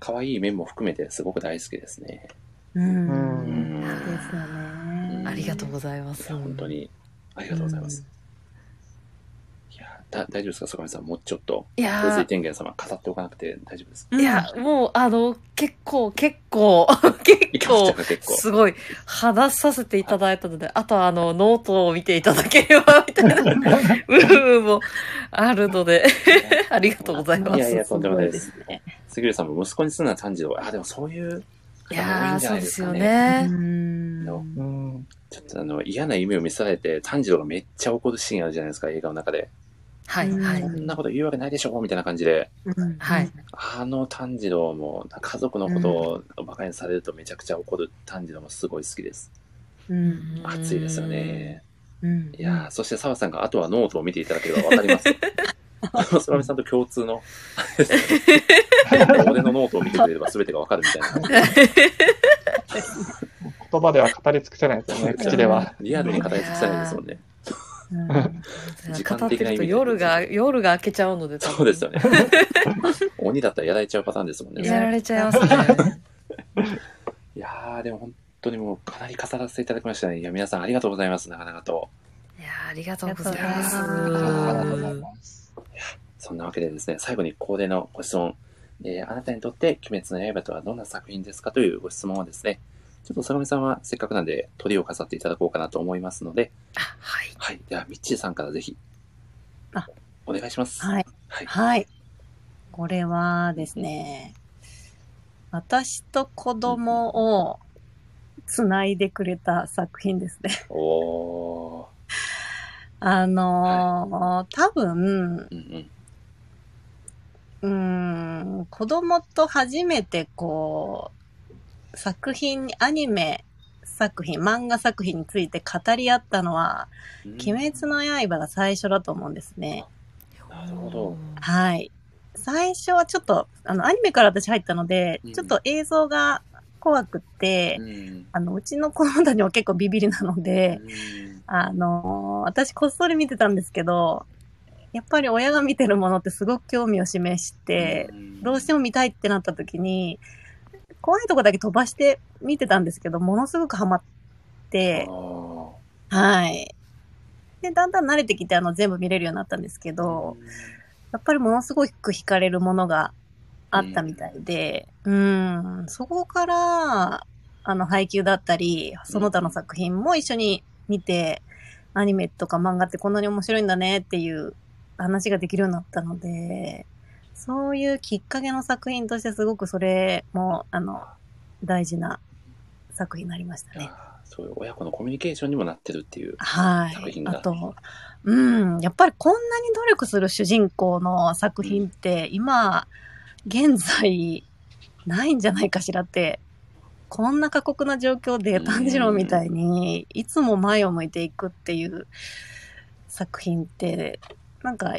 A: 可愛い面も含めてすごく大好きですね。
C: うん。
A: う
C: で
A: ん。
C: すよね。
F: ありがとうございま
A: い
F: す。
A: や、本当に、ありがとうございます。いや、だ大丈夫ですか坂上さん。もうちょっと、
F: い
A: 洪水
F: や
A: 天元様語っておかなくて大丈夫ですか
F: ー、いや、もう、あの、結構、結構、 (laughs)
A: い
F: 結
A: きました
F: 構、
A: か結構。
F: すごい、話させていただいたので、あとはあの、ノートを見ていただければ、みたいな、
A: (laughs)
F: 部分もあるので、 (laughs) ありがとうございます。
A: いやいや、とんでもない
C: そう
A: で
C: ですす。ね。
A: 杉浦さんも息子にすんな炭治郎。あ、でもそういう
F: い
A: 方も多い
F: や
A: ん
F: ー
A: じゃ
F: そ
A: な
F: う
A: い
F: で
A: ですす
F: よ
A: かね。
F: ね。
C: うん。
D: うん。
A: ちょっとあの嫌な夢を見せられて炭治郎がめっちゃ怒るシーンあるじゃないですか、映画の中で。
F: はい、は
A: こ
F: い。
A: んなこと言うわけないでしょみたいな感じで。
C: うん
F: はい。
A: あの炭治郎も、家族のことを馬鹿にされるとめちゃくちゃ怒る炭治郎もすごい好きです。
C: うん。
A: 熱いですよね。
C: うん。
A: いやーそして澤さんがあとはノートを見ていただければわかります。スラミさんと共通の、俺のノートを見てくれれば全てがわかるみたいな感じ
D: 言葉では語り尽くせないですよね、口では。
A: リアルに語り尽くせないですもんね。
C: うん
A: 時
F: 語
A: 間
F: って
A: 的な
F: る
A: 意味
F: と
A: で
F: 夜が、夜が明けちゃうので、多分
A: そうですよね。鬼だったらやられちゃうパターンですもんね。
F: やられちゃいます
A: (laughs)
F: ね。
A: いやー、でも本当にもうかなり語らせていただきましたね。いや、皆さんありがとうございます。なかなかと。
F: いやーありがとうござい
C: あり
F: ま
C: が
F: す
C: とう。
D: あ
C: ご
D: りがとうござい
F: は
D: ます。
A: そんなわけでですね、最後に恒例のご質問。えーあなたにとって鬼滅の刃とはどんな作品ですかというご質問をですね、ちょっと坂上さんはせっかくなんで鳥を飾っていただこうかなと思いますので、
F: い。
A: はい。では、ミッチーさんからぜひ
C: あ、
A: お願いします。
C: はい。
A: はい。
C: はい。これはですね、私と子供をつないでくれた作品ですね。 (laughs)
A: おー。
C: あのー多分、
A: うんうん。
C: うーん、子供と初めてこう、作品に、アニメ作品、漫画作品について語り合ったのは、
A: うん
C: 鬼滅の刃が最初だと思うんですね。
A: なるほど。
C: はい。最初はちょっと、あの、アニメから私入ったので
A: うん、
C: ちょっと映像が怖くって、
A: うん。
C: あの、うちの子供たちも結構ビビりなので、
A: うん
C: あのー私こっそり見てたんですけど、やっぱり親が見てるものってすごく興味を示して、どうしても見たいってなった時に、怖いとこだけ飛ばして見てたんですけど、ものすごくハマって、
A: も、
C: はい。で、だんだん慣れてきて、あの、全部見れるようになったんですけど、やっぱりものすごく惹かれるものがあったみたいで、うん、そこから、あの、配給だったり、その他の作品も一緒に見て、アニメとか漫画ってこんなに面白いんだねっていう話ができるようになったので、そういうきっかけの作品としてすごくそれも、あの、大事な作品になりましたね。
A: あーそういう親子のコミュニケーションにもなってるっていう。
C: は
A: 作
C: い
A: 品。が
C: あと、うん、やっぱりこんなに努力する主人公の作品って、今、現在、ないんじゃないかしらって、こんな過酷な状況で
A: うん
C: 炭治郎みたいに、いつも前を向いていくっていう作品って、なんか、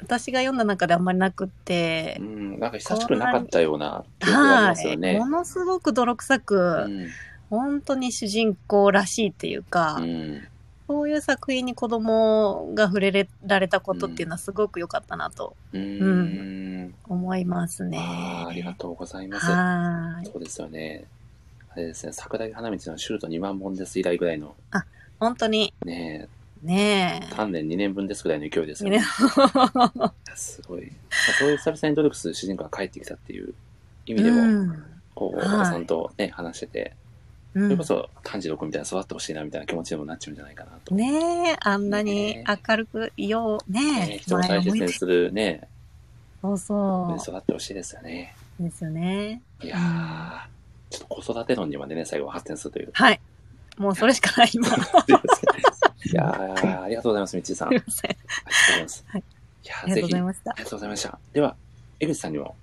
C: 私が読んだ中であんまりなくって
A: う、ん、なんか久しくなかったような記憶があり
C: は
A: ますよ
C: い、
A: ね
C: も。のすごく泥臭く、
A: うん
C: 本当に主人公らしいっていうか、
A: うん
C: そういう作品に子供が触れられたことっていうのはすごく良かったなと
A: う
C: うん思いますね。
A: あーありがとうございます。
C: はーい。
A: そうですよね。あれですね、桜木花道のシュート2万本です以来ぐらいの、
C: 本当に、
A: ね
C: ね
A: え、鍛錬2年分ですぐらいの勢いです
C: え。
A: よ
C: ね
A: ね。すごい。まあそういう久々に努力する主人公が帰ってきたっていう意味でも、
C: うん
A: こう、お
C: はい
A: 母さんとね、話してて、
C: う
A: それ
C: ん
A: こそ炭治郎君みたいに育ってほしいなみたいな気持ちにもなっちゃうんじゃないかなと。
C: ねえ、あんなに
A: ね
C: 明るくいよう、
A: ね
C: ねえ、
A: 人を大切にするね、
C: そうそ
A: 育ってほしいですよね。
C: う。ですよね。
A: いやー、ちょっと子育て論にまでね、最後は発展するという。
C: はい。もうそれしかない、
A: (laughs)
C: 今。 (laughs)
A: いやー、ありがとうございます、みっちーさん。あ
C: すい
A: り
C: ません。
A: がとうございます。
C: はい、
A: やー、
C: ありが
A: ぜ
C: とうご
A: ひ、
C: ざ
A: あ
C: いました
A: り。がとうございました。では、江口さんにも、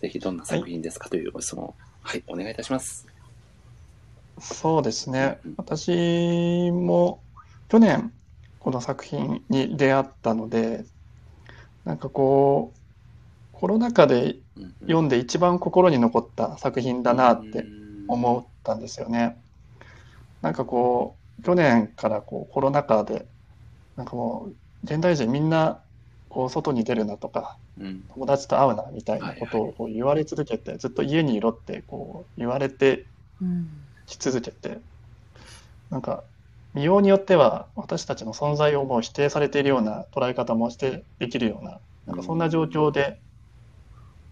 A: ぜひどんな作品ですかというご質問を、はい、お願いいたします。
D: そうですね。私も去年この作品に出会ったので、なんかこう、コロナ禍で
A: うんうん
D: 読んで一番心に残った作品だなって
A: う
D: 思ったんですよね。なんかこう、去年からこうコロナ禍で、なんかもう、現代人みんな、こう、外に出るなとか、
A: ん。うん
D: 友達と会うなみたいなこと
A: はい
D: をこう言われ続けて、ずっと家にいろってこう言われて
C: うん。
D: き続けて、なんか、見ようによっては私たちの存在をもう否定されているような捉え方もしてできるような、なんかそんな状況で、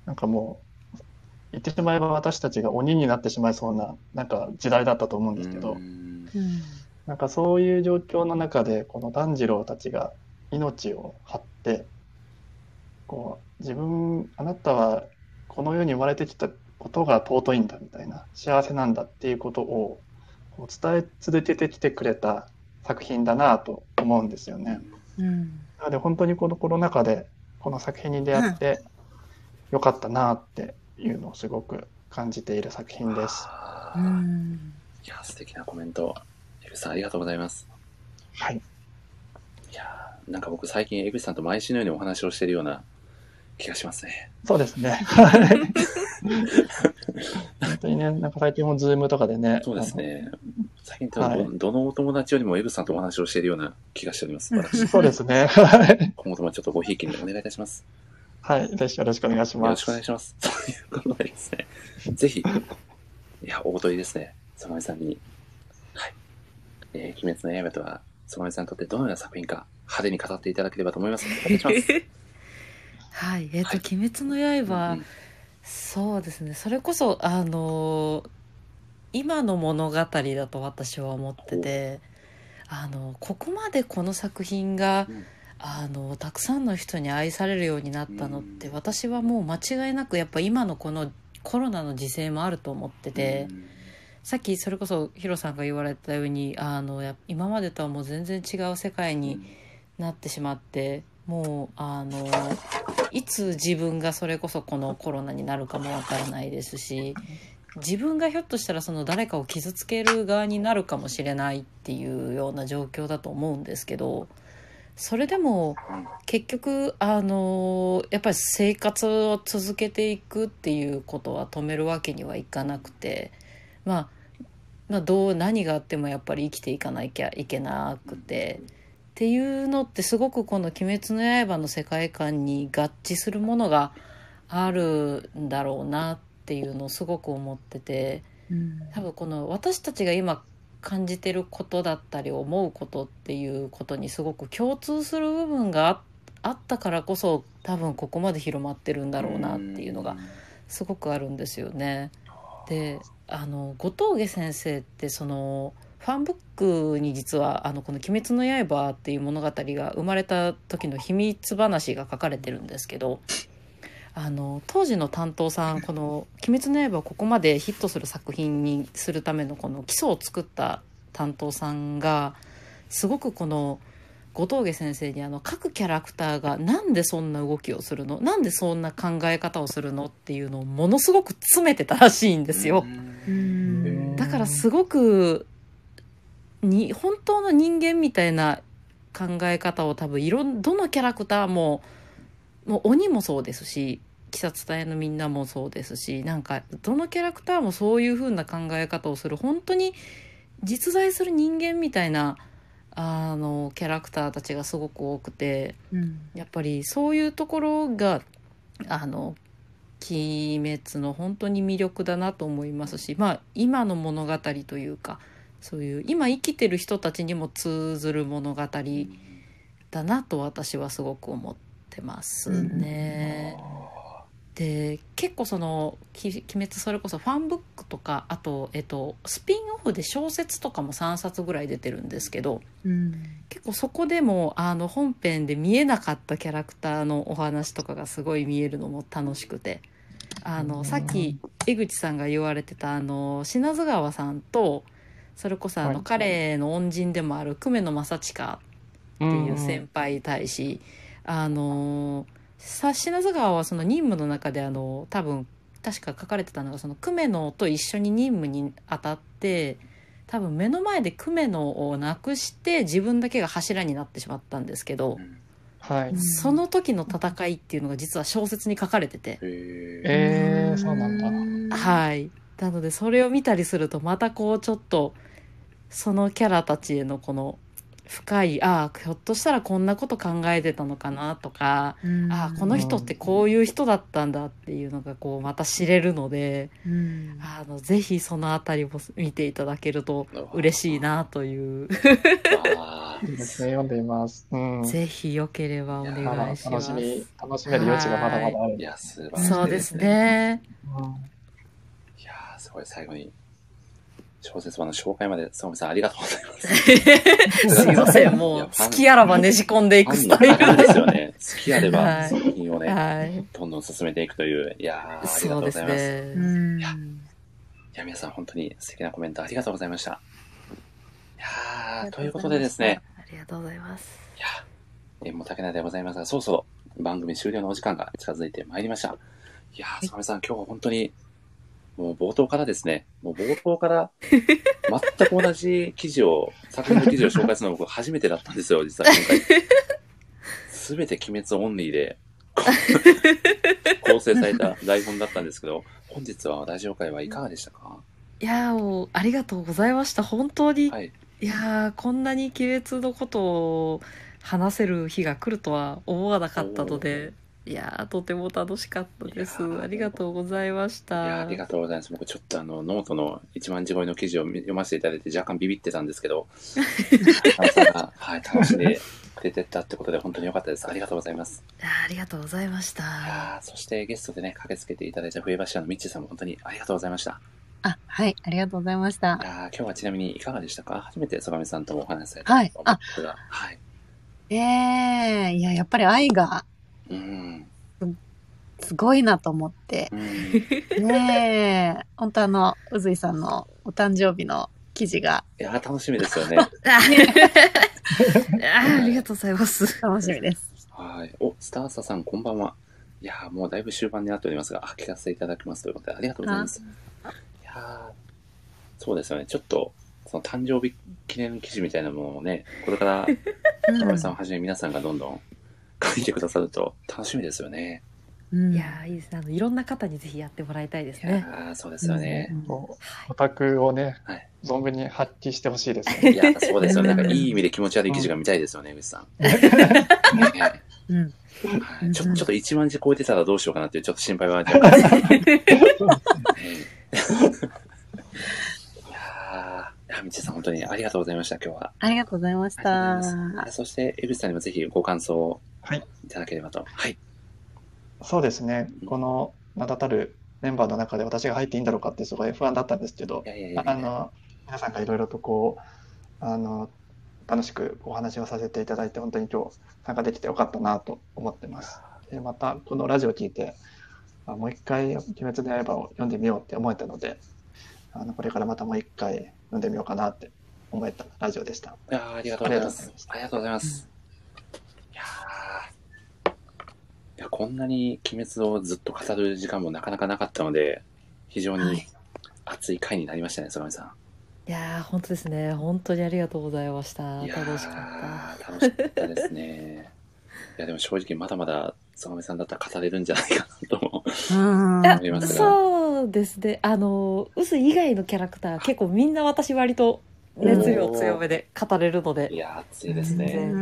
D: なんかもう、言ってしまえば私たちが鬼になってしまいそうな、なんか時代だったと思うんですけど、
A: うん
C: うん
D: なんかそういう状況の中で、この炭治郎たちが命を張って、こう、自分、あなたはこの世に生まれてきたことが尊いんだみたいな、幸せなんだっていうことをこう伝え続けてきてくれた作品だなと思うんですよね。
C: うん。
D: なので本当にこのコロナ禍でこの作品に出会ってよかったなっていうのをすごく感じている作品です。
A: あ
C: う
A: ー
C: ん。
A: いやー、素敵なコメント。江口さん、ありがとうございます。
D: はい。
A: いやーなんか僕最近江口さんと毎週のようにお話をしているような気がしますね。
D: そうです
A: (laughs)
D: ね。はい本当にね、なんか最近もズームとかでね、
A: そうですね。最近多
D: はい
A: 分どのお友達よりも江口さんとお話をしているような気がしており
C: (laughs)
A: ます。
D: あの。
A: 私、
D: そうですね。 (laughs) はい
A: 今後ともちょっとごひいきにお願いいたします。
D: はい。ぜひよろしくお願いし
A: よろ
D: ま
A: しく
D: す。
A: お願いします。そういうことでですね。ぜ (laughs) ひ、いや、大鳥ですね。相模さんに。はい。えー、鬼滅の刃とは、相模さんにとってどのような作品か、派手に語っていただければと思います。お
B: (laughs)
A: 願いします。
B: はい、えっ、と、
A: はい
B: 鬼滅の刃、
A: うん
B: そうですね、それこそ、あのー今の物語だと私は思ってて、あの、ここまでこの作品が、
A: うん
B: あのたくさんの人に愛されるようになったのって、
A: うん
B: 私はもう間違いなくやっぱ今のこのコロナの時勢もあると思ってて、
A: うん
B: さっきそれこそヒロさんが言われたようにあのや今までとはもう全然違う世界になってしまってもうあのいつ自分がそれこそこのコロナになるかもわからないですし自分がひょっとしたらその誰かを傷つける側になるかもしれないっていうような状況だと思うんですけどそれでも
A: うん
B: 結局あのやっぱり生活を続けていくっていうことは止めるわけにはいかなくてまあまあどう何があってもやっぱり生きていかなきゃいけなくて。っていうのってすごくこの「鬼滅の刃」の世界観に合致するものがあるんだろうなっていうのをすごく思ってて
C: うん
B: 多分この私たちが今感じてることだったり思うことっていうことにすごく共通する部分がああったからこそ多分ここまで広まってるんだろうなっていうのがすごくあるんですよね。であの後藤家先生ってそのファンブックに実は「あのこの鬼滅の刃」っていう物語が生まれた時の秘密話が書かれてるんですけどあの当時の担当さんこの「鬼滅の刃」をここまでヒットする作品にするためのこの基礎を作った担当さんがすごくこの後藤家先生にあの各キャラクターがなんでそんな動きをするのなんでそんな考え方をするのっていうのをものすごく詰めてたらしいんですよ。
A: うん
C: うん
B: だからすごくに本当の人間みたいな考え方を多分いろんどのキャラクターももう鬼もそうですし鬼殺隊のみんなもそうですしなんかどのキャラクターもそういう風な考え方をする本当に実在する人間みたいなあのキャラクターたちがすごく多くて
C: うん。
B: やっぱりそういうところがあの鬼滅の本当に魅力だなと思いますしまあ今の物語というかそういう今生きてる人たちにも通ずる物語だなと私はすごく思ってますね。で結構その「き鬼滅」それこそファンブックとかあと、えっと、スピンオフで小説とかも3冊ぐらい出てるんですけど
C: うん。
B: 結構そこでもあの本編で見えなかったキャラクターのお話とかがすごい見えるのも楽しくてあのさっき江口さんが言われてたあの品津川さんとそれこそあ
D: は
B: の
D: い
B: 彼の恩人でもある久米野正親
D: て
B: っていう先輩に対し、あのーさ品津川はその任務の中であの多分確か書かれてたのがその久米野と一緒に任務に当たって多分目の前で久米野をなくして自分だけが柱になってしまったんですけど、
D: はい。
B: その時の戦いっていうのが実は小説に書かれてて、
A: え
D: えー、そうなんだ。
C: だ
B: はいなのでそれを見たりするとまたこうちょっとそのキャラたちへのこの深いああひょっとしたらこんなこと考えてたのかなとか
C: い
B: ああこの人ってこういう人だったんだっていうのがこうまた知れるので
C: うん。
B: あのぜひそのあたりも見ていただけると
A: ー、
B: 嬉しいなという
A: あ
D: いいですね、読んでいます。うん。
B: ぜひよければお
A: ひ
B: 願
D: 楽
B: いしま
D: し
B: す。
D: み、楽しめる余地がまだまだある
A: ー。いや、素晴らしい
B: そうです。ね。
A: いやー、すごい、最後に、小説版の紹介まで、相馬さんありがとうございます。
B: すいま
D: (laughs)
B: せん、もう、好きあらばねじ込んでいく
A: ファン
B: ス
A: の
B: タイ
A: 方
B: ル
A: で
B: ですす
A: よね。 (laughs) 好きあれ
B: は
A: ば、
B: い
A: 作品をね、
B: はい。
A: どんどん進めていくという、いやー、ありがと
B: そうう
A: ご
B: で
A: ざい
B: す
A: ます。
B: ね。
C: うん。
A: いや、皆さん本当に素敵なコメントありがとうございました。いや
B: あ
A: ー、
B: りが
A: という
B: ご
A: こと
B: ざ
A: で
B: ま
A: ですすね、。
B: ありがとうございます。
A: いやー、えーもう竹内でございますが、そろそろ番組終了のお時間が近づいてまいりました。いやー、相馬さん、今日は本当に、もう冒頭からですね、もう冒頭から、全く同じ記事を、作品の記事を紹介するのは僕初めてだったんです (laughs) よ、実は今回。すべて鬼滅オンリーで、 (laughs) こう構成された台本だったんですけど、本日はラジオ会はいかがでしたか
B: いやーもうありがとうございました。本当に、、
A: はいい。
B: やーこんなに鬼滅のことを話せる日が来るとは思わなかったので、いやーとても楽しかったです
A: いや。ー
B: ありがとうございまし
A: いや
B: た。
A: ありがとうございます。僕ちょっとあのノートの1万字超えの記事を見読ませていただいて若干ビビってたんですけ (laughs) ど、高橋さんが、はい、楽しんでくれてたってことで本当に良かったです。ありがとうございます。
B: いやーありがとうございました。
A: いやーそしてゲストでね、駆けつけていただいた冬柱のミッチーさんも本当にありがとうございました。
C: あ、はい、ありがとうございました
A: い。やー今日はちなみにいかがでしたか初めてそがみさんともお話しされた
C: はい
A: と思うんですが。はい。
C: ええいや、やっぱり愛が
A: うん。
C: すごいなと
A: (laughs)
C: 思って。
A: うん。
C: ねえ、本当あの、うずいさんのお誕生日の記事が
A: いやー楽しみですよね。
B: あーありがとうございます。
C: 楽しみです。
A: はい。お、スターサさんこんばんは。いやーもうだいぶ終盤になっておりますが、あ聞かせていただきますということでありがとうございます。いやーそうですよね。ちょっと、その誕生日記念記事みたいなものもね、これから、
C: う
A: 田
C: ん
A: 辺さんをはじめ皆さんがどんどん書いてくださると楽しみですよね。
C: うん
B: いやーいいですね。あのいろんな方にぜひやってもらいたいですね。
A: ああ、そうですよね。
D: も
B: はいう
D: オタクをね
A: はい、
D: 存分に発揮してほしいです
A: い
D: ね。
A: やー、そうですよね。なんかいい意味で気持ち悪い記事が見たいですよね、江口さん。ね
C: うん。
A: はいちょちょっと1万字超えてたらどうしようかなっていうちょっと心配はあります。いやーいや、みちさん本当にありがとうございました、今日は。
C: ありがとうございまし
A: あ
C: た
A: りが。とうございますそして、江口さんにもぜひご感想を
D: はい
A: いただければと。はい。
D: そうですね、この名だたるメンバーの中で私が入っていいんだろうかってすごい不安だったんですけど
A: い、やいやいや
D: ああの皆さんがいろいろとこうあの楽しくお話をさせていただいて本当に今日参加できてよかったなと思ってます。でまたこのラジオ聞いてあもう一回「鬼滅の刃」を読んでみようって思えたのであのこれからまたもう一回読んでみようかなって思えたラジオでした。
A: いやーありがとうございます。ありがとうございます。いやーいやこんなに鬼滅をずっと語る時間もなかなかなかったので、非常
C: は
A: に
C: い
A: 熱い回になりましたね、そらみさ
B: いやー本当ですね。本当にありがとうございました。
A: ん。いや
B: 楽しかった。
A: (laughs) ー楽しかったですね。いや、でも正直まだまだ坂上さんだったら語れるんじゃないかなと (laughs) も
C: うん。
A: 思いますが、
B: そうですねあのウス以外のキャラクター結構みんな私割と熱量強めで語れるの
A: い
B: で、
A: や、熱いです
B: 全
A: ね
B: 然。
C: う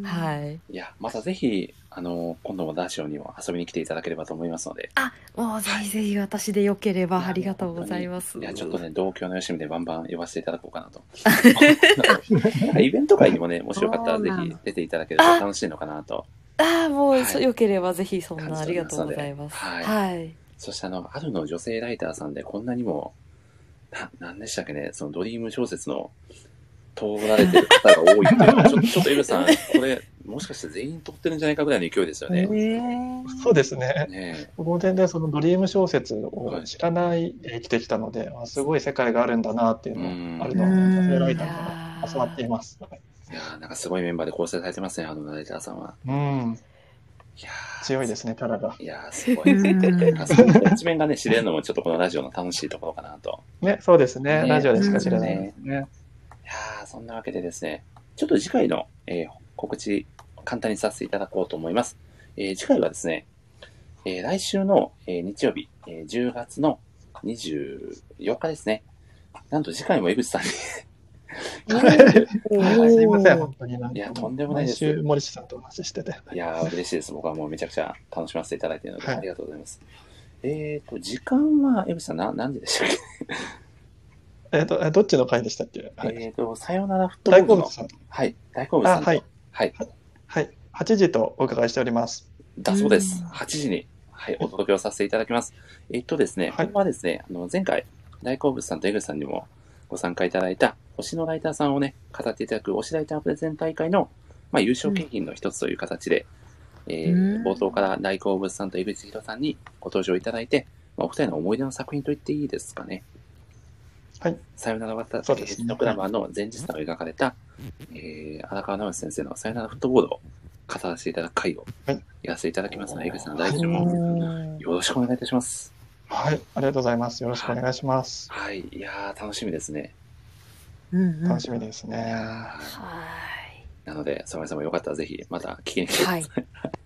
C: ん
B: はい
A: いや、またぜひ、あの、今度もダーシオにも遊びに来ていただければと思いますので、
B: もうぜひぜひ私でよければありがとうございます
A: いや、ちょっとね、同居のよしみでバンバン呼ばせていただこうかなと。
C: (laughs)
A: イベント会にもね、もしよかったらぜ
C: そうなん
A: ひ
C: だ
A: 出ていただければ楽しいのかなと。
B: ああもう、
A: はい
B: そよければぜひそんなあ
A: 感じ
B: り
A: ており
B: が
A: ます
B: とう
A: の
B: ご
A: で
B: ざいます
A: はい
B: はい、
A: そしてあの、あるの女性ライターさんでこんなにも、な、なんでしたっけね、そのドリーム小説の通られてる方が多いっていうの
C: (laughs)
A: は、ちょっと、ちょっとエルさん、これ、もしかして全員通ってるんじゃないかぐらいの勢いですよね。ね
C: へ
D: そうですね。
A: え。
D: 僕も全然そのドリーム小説を知らないで生きてきたので、あすごい世界があるんだなっていうのがあるのを、
C: うん
D: 女性ライ
B: い
D: ターから
B: や
D: 教わっています。
A: いやーなんかすごいメンバーで構成されてますね、あのライターさんは。
D: うん、
A: いやー
D: 強いですね、キャラが。
A: いやーすごい。
C: うん
A: (laughs) あそういった一面がね、知れるのもちょっとこのラジオの楽しいところかなと。
D: ね、そうですね。
A: ね
D: ラジオでしか知らないです
A: い
D: ね。
A: やーそんなわけでですね、ちょっと次回の、えー告知、簡単にさせていただこうと思います。えー次回はですね、えー来週の、えー日曜日、えー10月の24日ですね。なんと次回も江口さん
D: (laughs)
A: に考えてる。 (laughs)
D: はいすいません、本当になん
A: い
D: か。
A: やとんでもないです
D: 毎週、森氏さんとお話ししてて。
A: いやー嬉しいです。僕はもうめちゃくちゃ楽しませていただいているので、
D: はい
A: ありがとうございます。えっ、と、時間は、江口さんな何時でしたっけ、
D: えっと、えどっちの回でしたっけ、はい
A: えっ、と、さよならフットボー
D: 大
A: ル
D: 好
A: の
D: 物。さん。
A: はい、大好物さ
D: あ、
A: んと。
D: はい。
A: はい。
D: はい。8時とお伺いしております。
A: だそうです
C: うん。
A: 8時に、はい、お届けをさせていただきます。えっとですね、
D: はい
A: これはですね、あの前回、大好物さんと江口さんにもご参加いただいた、星のライターさんをね、語っていただく推しライタープレゼン大会の、まあ、優勝景品の一つという形で、えー
C: うん
A: 冒頭から大好物さんと江口宏さんにご登場いただいて、まあ、お二人の思い出の作品と言っていいですかね。
D: はい。
A: さよなら渡
D: そうですね
A: のクラマーの前日談を描かれた、えー、荒川直樹先生のさよならフットボールを語らせていただく回を
D: はい
A: やらせていただきますので、江口さん、
D: はい
A: 来週もよろしくお願いいたします。
D: はい。ありがとうございます。よろしくお願いします。
A: はい。いやー、楽しみですね。
D: 楽しみです
A: い
D: ね。
A: やーなので、沢井さんもよかったらぜひ、また聞きに来て。
B: はい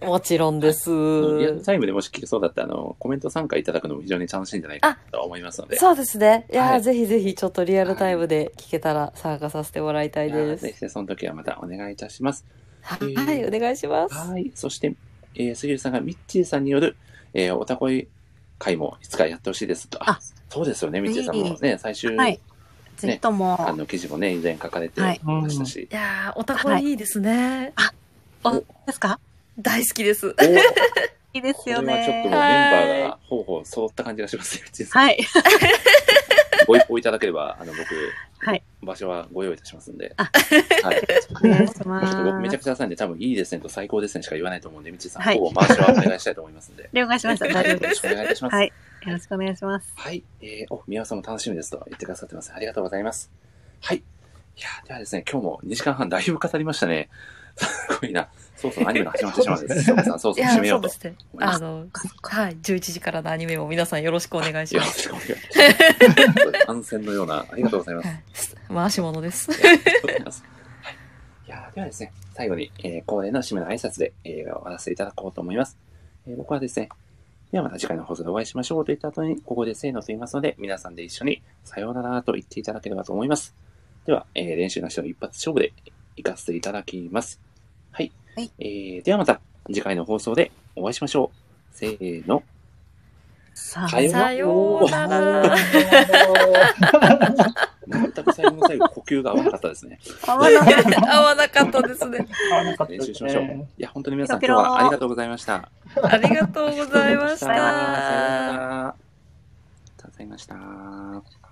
B: もちろんです、
A: リアルタイムでもし聞けそうだったら、あの、コメント参加いただくのも非常に楽しいんじゃないかなと思いますので。
B: そうですねいやー、
A: はい
B: ぜひぜひちょっとリアルタイムで聞けたら参加させてもらいたい
A: いやー
B: です
A: ぜひね、その時はまたお願いいたします。
B: はい、はいお願いします
A: はい。そして、えー、杉浦さんがミッチーさんによる、えー、おたこい会もいつかやってほしいですと。あ
C: あ、
A: そうですよね。ミッチーさんもね、最終、
C: はい。ぜひと
A: あ
C: も、
A: の、記事もね、以前書かれて
C: はい
A: ましたし。
G: いやーおたこいいですね、
C: お、ですか
G: 大好き
A: (laughs)
G: です
A: おー
C: いいですよ
A: これはちょっとも。うメン
C: ね
A: バーがほうほう揃った感じがしますね。ミッチーさん
C: はい。
A: ご一報いた (laughs) だければ、あの、僕、
C: はい
A: 場所はご用意いたしますんで。
C: あ
A: はい。
C: お願いしま
A: ちょっと僕めちゃ
C: す。
A: くちゃさんで、多分いいですねと最高ですねしか言わないと思うんで、みちさん、
C: はい
A: ほぼ回しはお願いしたいと思いますんで。
C: 了解しました。大丈夫
A: よ
C: で
A: ろし
C: す。
A: くお願いいたします。
C: はい。よろしくお願いします。
A: はい。えー、お、宮尾さんも楽しみですと言ってくださってます。ありがとうございます。はい。いやーではですね、今日も2時間半だいぶ語りましたね。すごいな。そうそう、アニメが始まってしまうん
C: (laughs)
A: です。そうそう、そう
G: い
A: そう、
G: やー
A: 締め
G: そ
A: よ
G: う
A: う
G: で
A: と
G: すね
A: 思いま
G: あ
A: す。
G: のはい11時からのアニメも皆さんよろしくお願いし
A: よ
G: ま
C: (laughs)
A: ろ
G: す
A: しくお願いします。感染のような、ありがとうございます。
G: はい回し物です
A: ありがとうございます。 (laughs) はいいやーではですね、最後に、えー恒例の締めの挨拶で、えー終わらせていただこうと思います。えー僕はですね、ではまた次回の放送でお会いしましょうと言った後に、ここでせーのと言いますので、皆さんで一緒に、さようならと言っていただければと思います。では、えー練習なしの一発勝負で行かせていただきます。はい。
C: はい
A: えーではまた次回の放送でお会いしましょう。せーの。
C: さあ、
A: さよ
G: さようなら
A: 全く最後の最後、呼吸が合わなかったですね。
C: 合わなかっ
G: (laughs)
C: た
G: 合わなかったですね
A: 練習しましょう。いや、本当に皆さん、
C: ピ
A: 今
C: ロ
A: 日
C: ピロ
A: はありがとうございました。
G: ありがとうございまし
A: さよ
G: た
A: うならさようならありがとうございました。